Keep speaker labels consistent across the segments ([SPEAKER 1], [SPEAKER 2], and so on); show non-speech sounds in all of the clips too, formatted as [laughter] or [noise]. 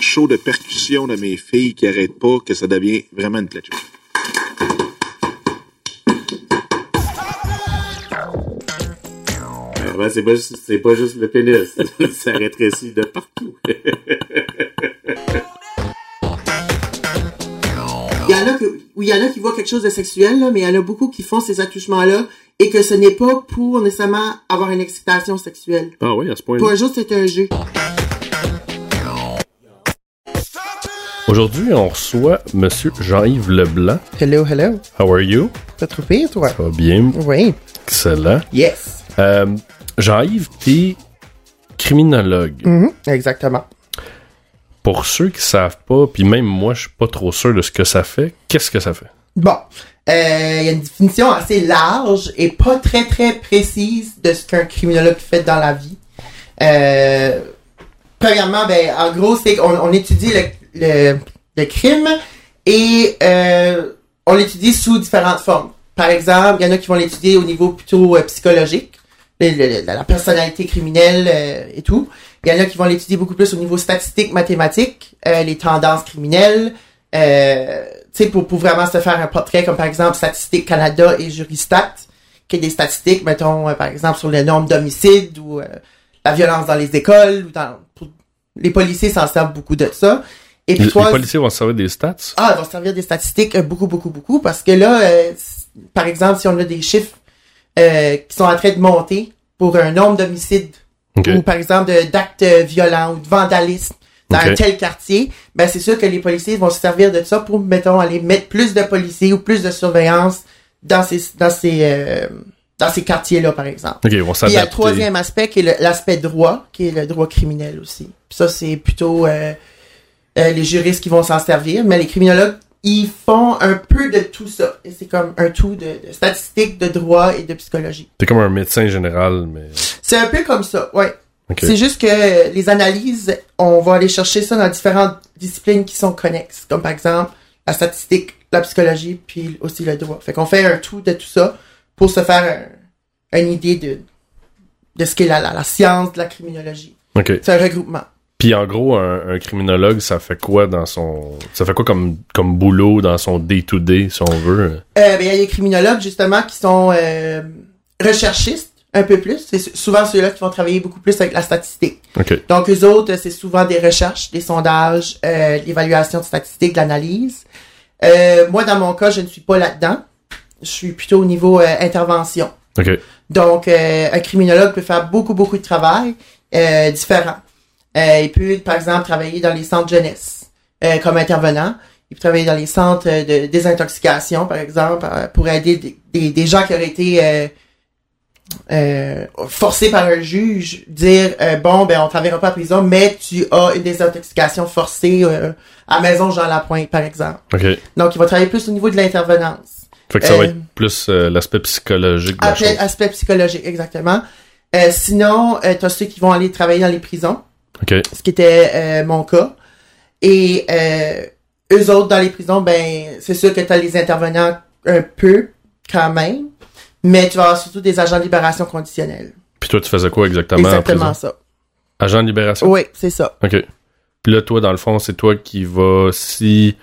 [SPEAKER 1] Show de percussion de mes filles qui arrête pas, que ça devient vraiment une plateforme.
[SPEAKER 2] Vraiment, c'est pas, juste- c'est pas juste
[SPEAKER 3] [laughs]
[SPEAKER 2] le pénis. ça rétrécit de partout.
[SPEAKER 3] Il y en a que- où il y en a qui voient quelque chose de sexuel, là, mais il y en a beaucoup qui font ces attouchements-là et que ce n'est pas pour nécessairement avoir une excitation sexuelle.
[SPEAKER 2] ah oui, à ce point-là.
[SPEAKER 3] Pour juste c'est un jeu.
[SPEAKER 4] Aujourd'hui, on reçoit Monsieur Jean-Yves Leblanc.
[SPEAKER 5] Hello, hello.
[SPEAKER 4] How are you?
[SPEAKER 5] T'as trop pire, toi?
[SPEAKER 4] Ça va bien?
[SPEAKER 5] Oui.
[SPEAKER 4] Excellent.
[SPEAKER 5] Yes.
[SPEAKER 4] Euh, Jean-Yves, t'es criminologue.
[SPEAKER 5] Mhm, Exactement.
[SPEAKER 4] Pour ceux qui savent pas, puis même moi, je suis pas trop sûr de ce que ça fait, qu'est-ce que ça fait?
[SPEAKER 5] Bon. Euh, Il y a une définition assez large et pas très, très précise de ce qu'un criminologue fait dans la vie. Euh, premièrement, ben, en gros, c'est qu'on on étudie le, le, le crime et euh, on l'étudie sous différentes formes. Par exemple, il y en a qui vont l'étudier au niveau plutôt euh, psychologique, le- le- la, la personnalité criminelle euh, et tout. Il y en a qui vont l'étudier beaucoup plus au niveau statistique, mathématique, euh, les tendances criminelles, euh, tu sais, pour, pour vraiment se faire un portrait, comme par exemple Statistique Canada et Juristat, qui est des statistiques, mettons, euh, par exemple, sur le nombre d'homicides ou euh, la violence dans les écoles. Ou dans, pour- les policiers s'en servent beaucoup de ça. Et
[SPEAKER 4] Les,
[SPEAKER 5] puis,
[SPEAKER 4] les
[SPEAKER 5] trois-
[SPEAKER 4] policiers vont se servir des stats?
[SPEAKER 5] ah, ils vont servir des statistiques euh, beaucoup, beaucoup, beaucoup, parce que là, euh, s- par exemple, si on a des chiffres euh, qui sont en train de monter pour un nombre d'homicides,
[SPEAKER 4] Ok.
[SPEAKER 5] ou par exemple de- d'actes euh, violents ou de vandalisme dans
[SPEAKER 4] Ok.
[SPEAKER 5] un tel quartier, ben c'est sûr que les policiers vont se servir de ça pour, mettons, aller mettre plus de policiers ou plus de surveillance dans ces dans ces euh, dans ces quartiers-là, par exemple.
[SPEAKER 4] Ok, ils vont
[SPEAKER 5] Puis il y a
[SPEAKER 4] s'adapter.
[SPEAKER 5] le troisième aspect qui est le- l'aspect droit, qui est le droit criminel aussi. Puis ça, c'est plutôt euh, euh, les juristes qui vont s'en servir, mais les criminologues, ils font un peu de tout ça. Et c'est comme un tout de, de statistiques, de droit et de psychologie.
[SPEAKER 4] T'es comme un médecin général, mais...
[SPEAKER 5] C'est un peu comme ça, ouais.
[SPEAKER 4] Ok.
[SPEAKER 5] C'est juste que euh, les analyses, on va aller chercher ça dans différentes disciplines qui sont connexes, comme par exemple la statistique, la psychologie, puis aussi le droit. Fait qu'on fait un tout de tout ça pour se faire un- une idée de, de ce qu'est la, la, la science de la criminologie.
[SPEAKER 4] Ok.
[SPEAKER 5] C'est un regroupement.
[SPEAKER 4] Puis en gros, un, un criminologue, ça fait quoi dans son... Ça fait quoi comme, comme boulot dans son day-to-day, si on veut?
[SPEAKER 5] Euh, ben, Il y a des criminologues, justement, qui sont euh, recherchistes un peu plus. C'est sou- souvent ceux-là qui vont travailler beaucoup plus avec la statistique.
[SPEAKER 4] Ok.
[SPEAKER 5] Donc, eux autres, c'est souvent des recherches, des sondages, euh, de l'évaluation de statistiques, de l'analyse. Euh, moi, dans mon cas, je ne suis pas là-dedans. Je suis plutôt au niveau euh, intervention.
[SPEAKER 4] Ok.
[SPEAKER 5] Donc, euh, un criminologue peut faire beaucoup, beaucoup de travail euh, différent. Euh, il peut, par exemple, travailler dans les centres jeunesse euh, comme intervenant. Il peut travailler dans les centres euh, de désintoxication, par exemple, euh, pour aider des, des- des gens qui auraient été euh, euh, forcés par un juge, dire euh, bon, ben on ne travaillera pas en prison, mais tu as une désintoxication forcée euh, à Maison Jean Lapointe, par exemple.
[SPEAKER 4] Ok.
[SPEAKER 5] Donc, il va travailler plus au niveau de l'intervenance.
[SPEAKER 4] Fait que ça va
[SPEAKER 5] Euh,
[SPEAKER 4] être plus euh, l'aspect psychologique de la
[SPEAKER 5] Après,
[SPEAKER 4] chose.
[SPEAKER 5] aspect psychologique, exactement. Euh, sinon, euh, t'as ceux qui vont aller travailler dans les prisons,
[SPEAKER 4] Ok.
[SPEAKER 5] ce qui était euh, mon cas. Et euh, eux autres dans les prisons, ben c'est sûr que t'as les intervenants un peu quand même, mais tu vas avoir surtout des agents de libération conditionnelle.
[SPEAKER 4] Puis toi, tu faisais quoi exactement, en
[SPEAKER 5] Exactement Oh.
[SPEAKER 4] prison?
[SPEAKER 5] ça.
[SPEAKER 4] Agent de libération?
[SPEAKER 5] Oui, c'est ça.
[SPEAKER 4] OK. Puis là, toi, dans le fond, c'est toi qui vas, si,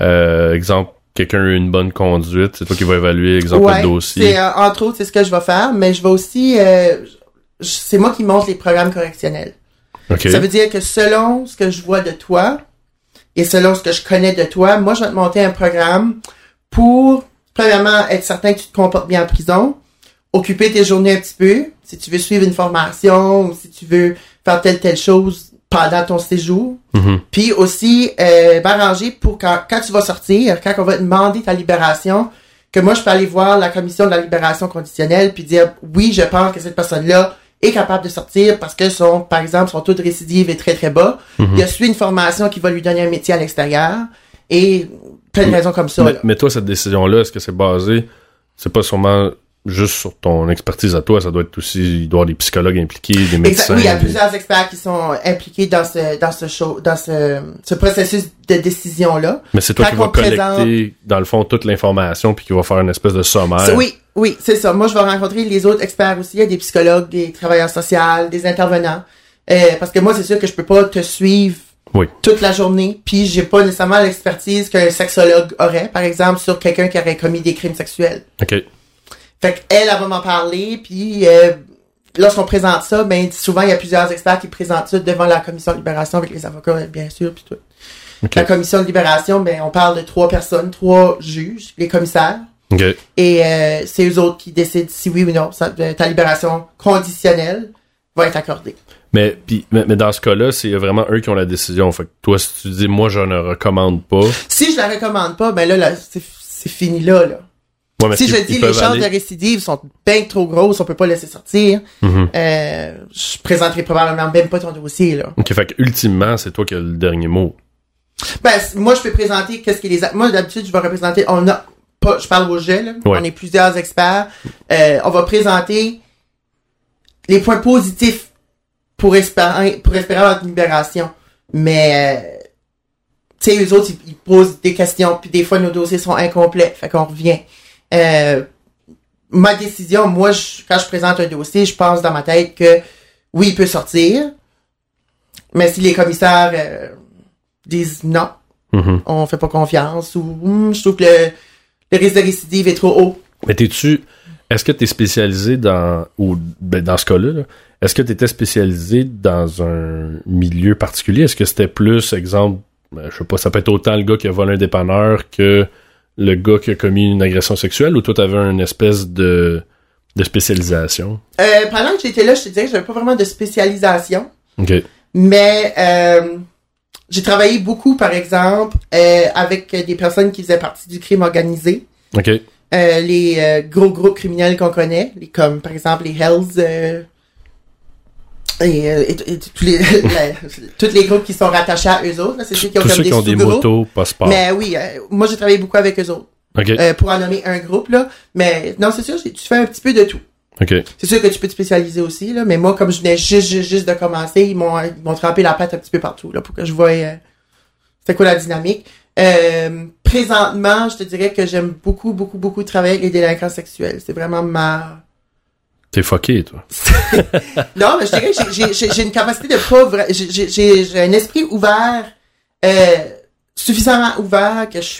[SPEAKER 4] euh, exemple, quelqu'un a eu une bonne conduite, c'est toi qui vas évaluer, exemple,
[SPEAKER 5] Ouais,
[SPEAKER 4] le
[SPEAKER 5] c'est
[SPEAKER 4] dossier.
[SPEAKER 5] euh, entre autres c'est ce que je vais faire, mais je vais aussi euh, j- c'est moi qui monte les programmes correctionnels.
[SPEAKER 4] OK.
[SPEAKER 5] Ça veut dire que selon ce que je vois de toi et selon ce que je connais de toi, moi, je vais te monter un programme pour, premièrement, être certain que tu te comportes bien en prison, occuper tes journées un petit peu, si tu veux suivre une formation ou si tu veux faire telle, telle chose pendant ton séjour.
[SPEAKER 4] Mhm.
[SPEAKER 5] Puis aussi, euh, m'arranger pour quand, quand tu vas sortir, quand on va te demander ta libération, que moi, je peux aller voir la commission de la libération conditionnelle puis dire, oui, je pense que cette personne-là est capable de sortir parce que son, par exemple, son taux de récidive est très, très bas. Il a suivi une formation qui va lui donner un métier à l'extérieur et plein de raisons comme ça.
[SPEAKER 4] mais,
[SPEAKER 5] là.
[SPEAKER 4] mais toi, cette décision-là, est-ce que c'est basé, c'est pas sûrement juste sur ton expertise à toi, ça doit être aussi, il doit y avoir des psychologues impliqués, des médecins.
[SPEAKER 5] Exactement. Oui, il y a
[SPEAKER 4] des-
[SPEAKER 5] plusieurs experts qui sont impliqués dans ce dans ce show, dans ce, ce processus de décision là.
[SPEAKER 4] Mais c'est toi qui
[SPEAKER 5] Quand
[SPEAKER 4] vas
[SPEAKER 5] on présente-
[SPEAKER 4] collecter, dans le fond, toute l'information, puis qui va faire une espèce de sommaire.
[SPEAKER 5] Oui, oui, c'est ça. Moi, je vais rencontrer les autres experts aussi. Il y a des psychologues, des travailleurs sociaux, des intervenants. Euh, parce que moi, c'est sûr que je peux pas te suivre
[SPEAKER 4] Oui.
[SPEAKER 5] toute la journée, puis j'ai pas nécessairement l'expertise qu'un sexologue aurait, par exemple, sur quelqu'un qui aurait commis des crimes sexuels.
[SPEAKER 4] OK.
[SPEAKER 5] Fait qu'elle, elle va m'en parler, puis euh, lorsqu'on présente ça, ben souvent, il y a plusieurs experts qui présentent ça devant la commission de libération avec les avocats, bien sûr, puis tout.
[SPEAKER 4] OK.
[SPEAKER 5] La commission de libération, ben on parle de trois personnes, trois juges, les commissaires,
[SPEAKER 4] OK.
[SPEAKER 5] et euh, c'est eux autres qui décident si oui ou non ça- euh, ta libération conditionnelle va être accordée.
[SPEAKER 4] Mais, puis, mais, mais dans ce cas-là, c'est vraiment eux qui ont la décision. Fait que toi, si tu dis, moi, je ne recommande pas. Ouais,
[SPEAKER 5] Si je la recommande pas, ben là, là, c'est c'est fini là, là.
[SPEAKER 4] mais
[SPEAKER 5] Si
[SPEAKER 4] ils-
[SPEAKER 5] je
[SPEAKER 4] ils
[SPEAKER 5] dis les
[SPEAKER 4] peuvent
[SPEAKER 5] chances
[SPEAKER 4] aller-
[SPEAKER 5] de récidive sont bien trop grosses, on peut pas laisser sortir,
[SPEAKER 4] Mhm.
[SPEAKER 5] euh, je présenterai probablement même pas ton dossier, là.
[SPEAKER 4] OK, fait que ultimement, c'est toi qui as le dernier mot.
[SPEAKER 5] Ben, c- moi, je peux présenter qu'est-ce qui les a... Moi, d'habitude, je vais représenter... On a... Pas, je parle au jet, là.
[SPEAKER 4] Ouais.
[SPEAKER 5] On est plusieurs experts. Euh, on va présenter les points positifs pour espérer, pour espérer avoir une libération. Mais, euh, tu sais, eux autres, ils, ils posent des questions, puis des fois, nos dossiers sont incomplets. Fait qu'on revient. Euh, ma décision, moi, je- quand je présente un dossier, je pense dans ma tête que, oui, il peut sortir, mais si les commissaires... euh, disent non,
[SPEAKER 4] Mhm.
[SPEAKER 5] on fait pas confiance ou Hmm, je trouve que le, le risque de récidive est trop haut.
[SPEAKER 4] Mais t'es-tu. Est-ce que tu es spécialisé dans. Ou, ben, dans ce cas-là, là, est-ce que tu étais spécialisé dans un milieu particulier? Est-ce que c'était plus, exemple, ben, je sais pas, ça peut être autant le gars qui a volé un dépanneur que le gars qui a commis une agression sexuelle ou toi, t'avais une espèce de, de spécialisation?
[SPEAKER 5] Euh, pendant que j'étais là, je te disais que j'avais pas vraiment de spécialisation,
[SPEAKER 4] OK.
[SPEAKER 5] mais euh, j'ai travaillé beaucoup, par exemple, euh, avec des personnes qui faisaient partie du crime organisé.
[SPEAKER 4] OK.
[SPEAKER 5] Euh, les euh, gros groupes criminels qu'on connaît, les, comme par exemple les Hells euh, et, euh, et- et tous les, [laughs] la- tous les groupes qui sont rattachés à eux autres. là, C'est ceux qui ont
[SPEAKER 4] Tous
[SPEAKER 5] comme
[SPEAKER 4] ceux
[SPEAKER 5] des
[SPEAKER 4] qui ont des
[SPEAKER 5] sous-groupes.
[SPEAKER 4] motos, passeport.
[SPEAKER 5] Mais oui, euh, moi j'ai travaillé beaucoup avec eux autres.
[SPEAKER 4] OK.
[SPEAKER 5] Euh, pour en nommer un groupe, là. Mais non, c'est sûr, j'ai- tu fais un petit peu de tout.
[SPEAKER 4] OK.
[SPEAKER 5] C'est sûr que tu peux te spécialiser aussi, là. Mais moi, comme je venais juste, juste, juste de commencer, ils m'ont, ils m'ont trempé la patte un petit peu partout, là, pour que je voie euh, c'était quoi la dynamique. Euh, présentement, je te dirais que j'aime beaucoup, beaucoup, beaucoup travailler avec les délinquants sexuels. C'est vraiment ma...
[SPEAKER 4] T'es fucké, toi.
[SPEAKER 5] Non, mais je dirais que j'ai- j'ai- j'ai j'ai une capacité de pas... vra- j'ai- j'ai- J'ai j'ai un esprit ouvert, euh, suffisamment ouvert que je...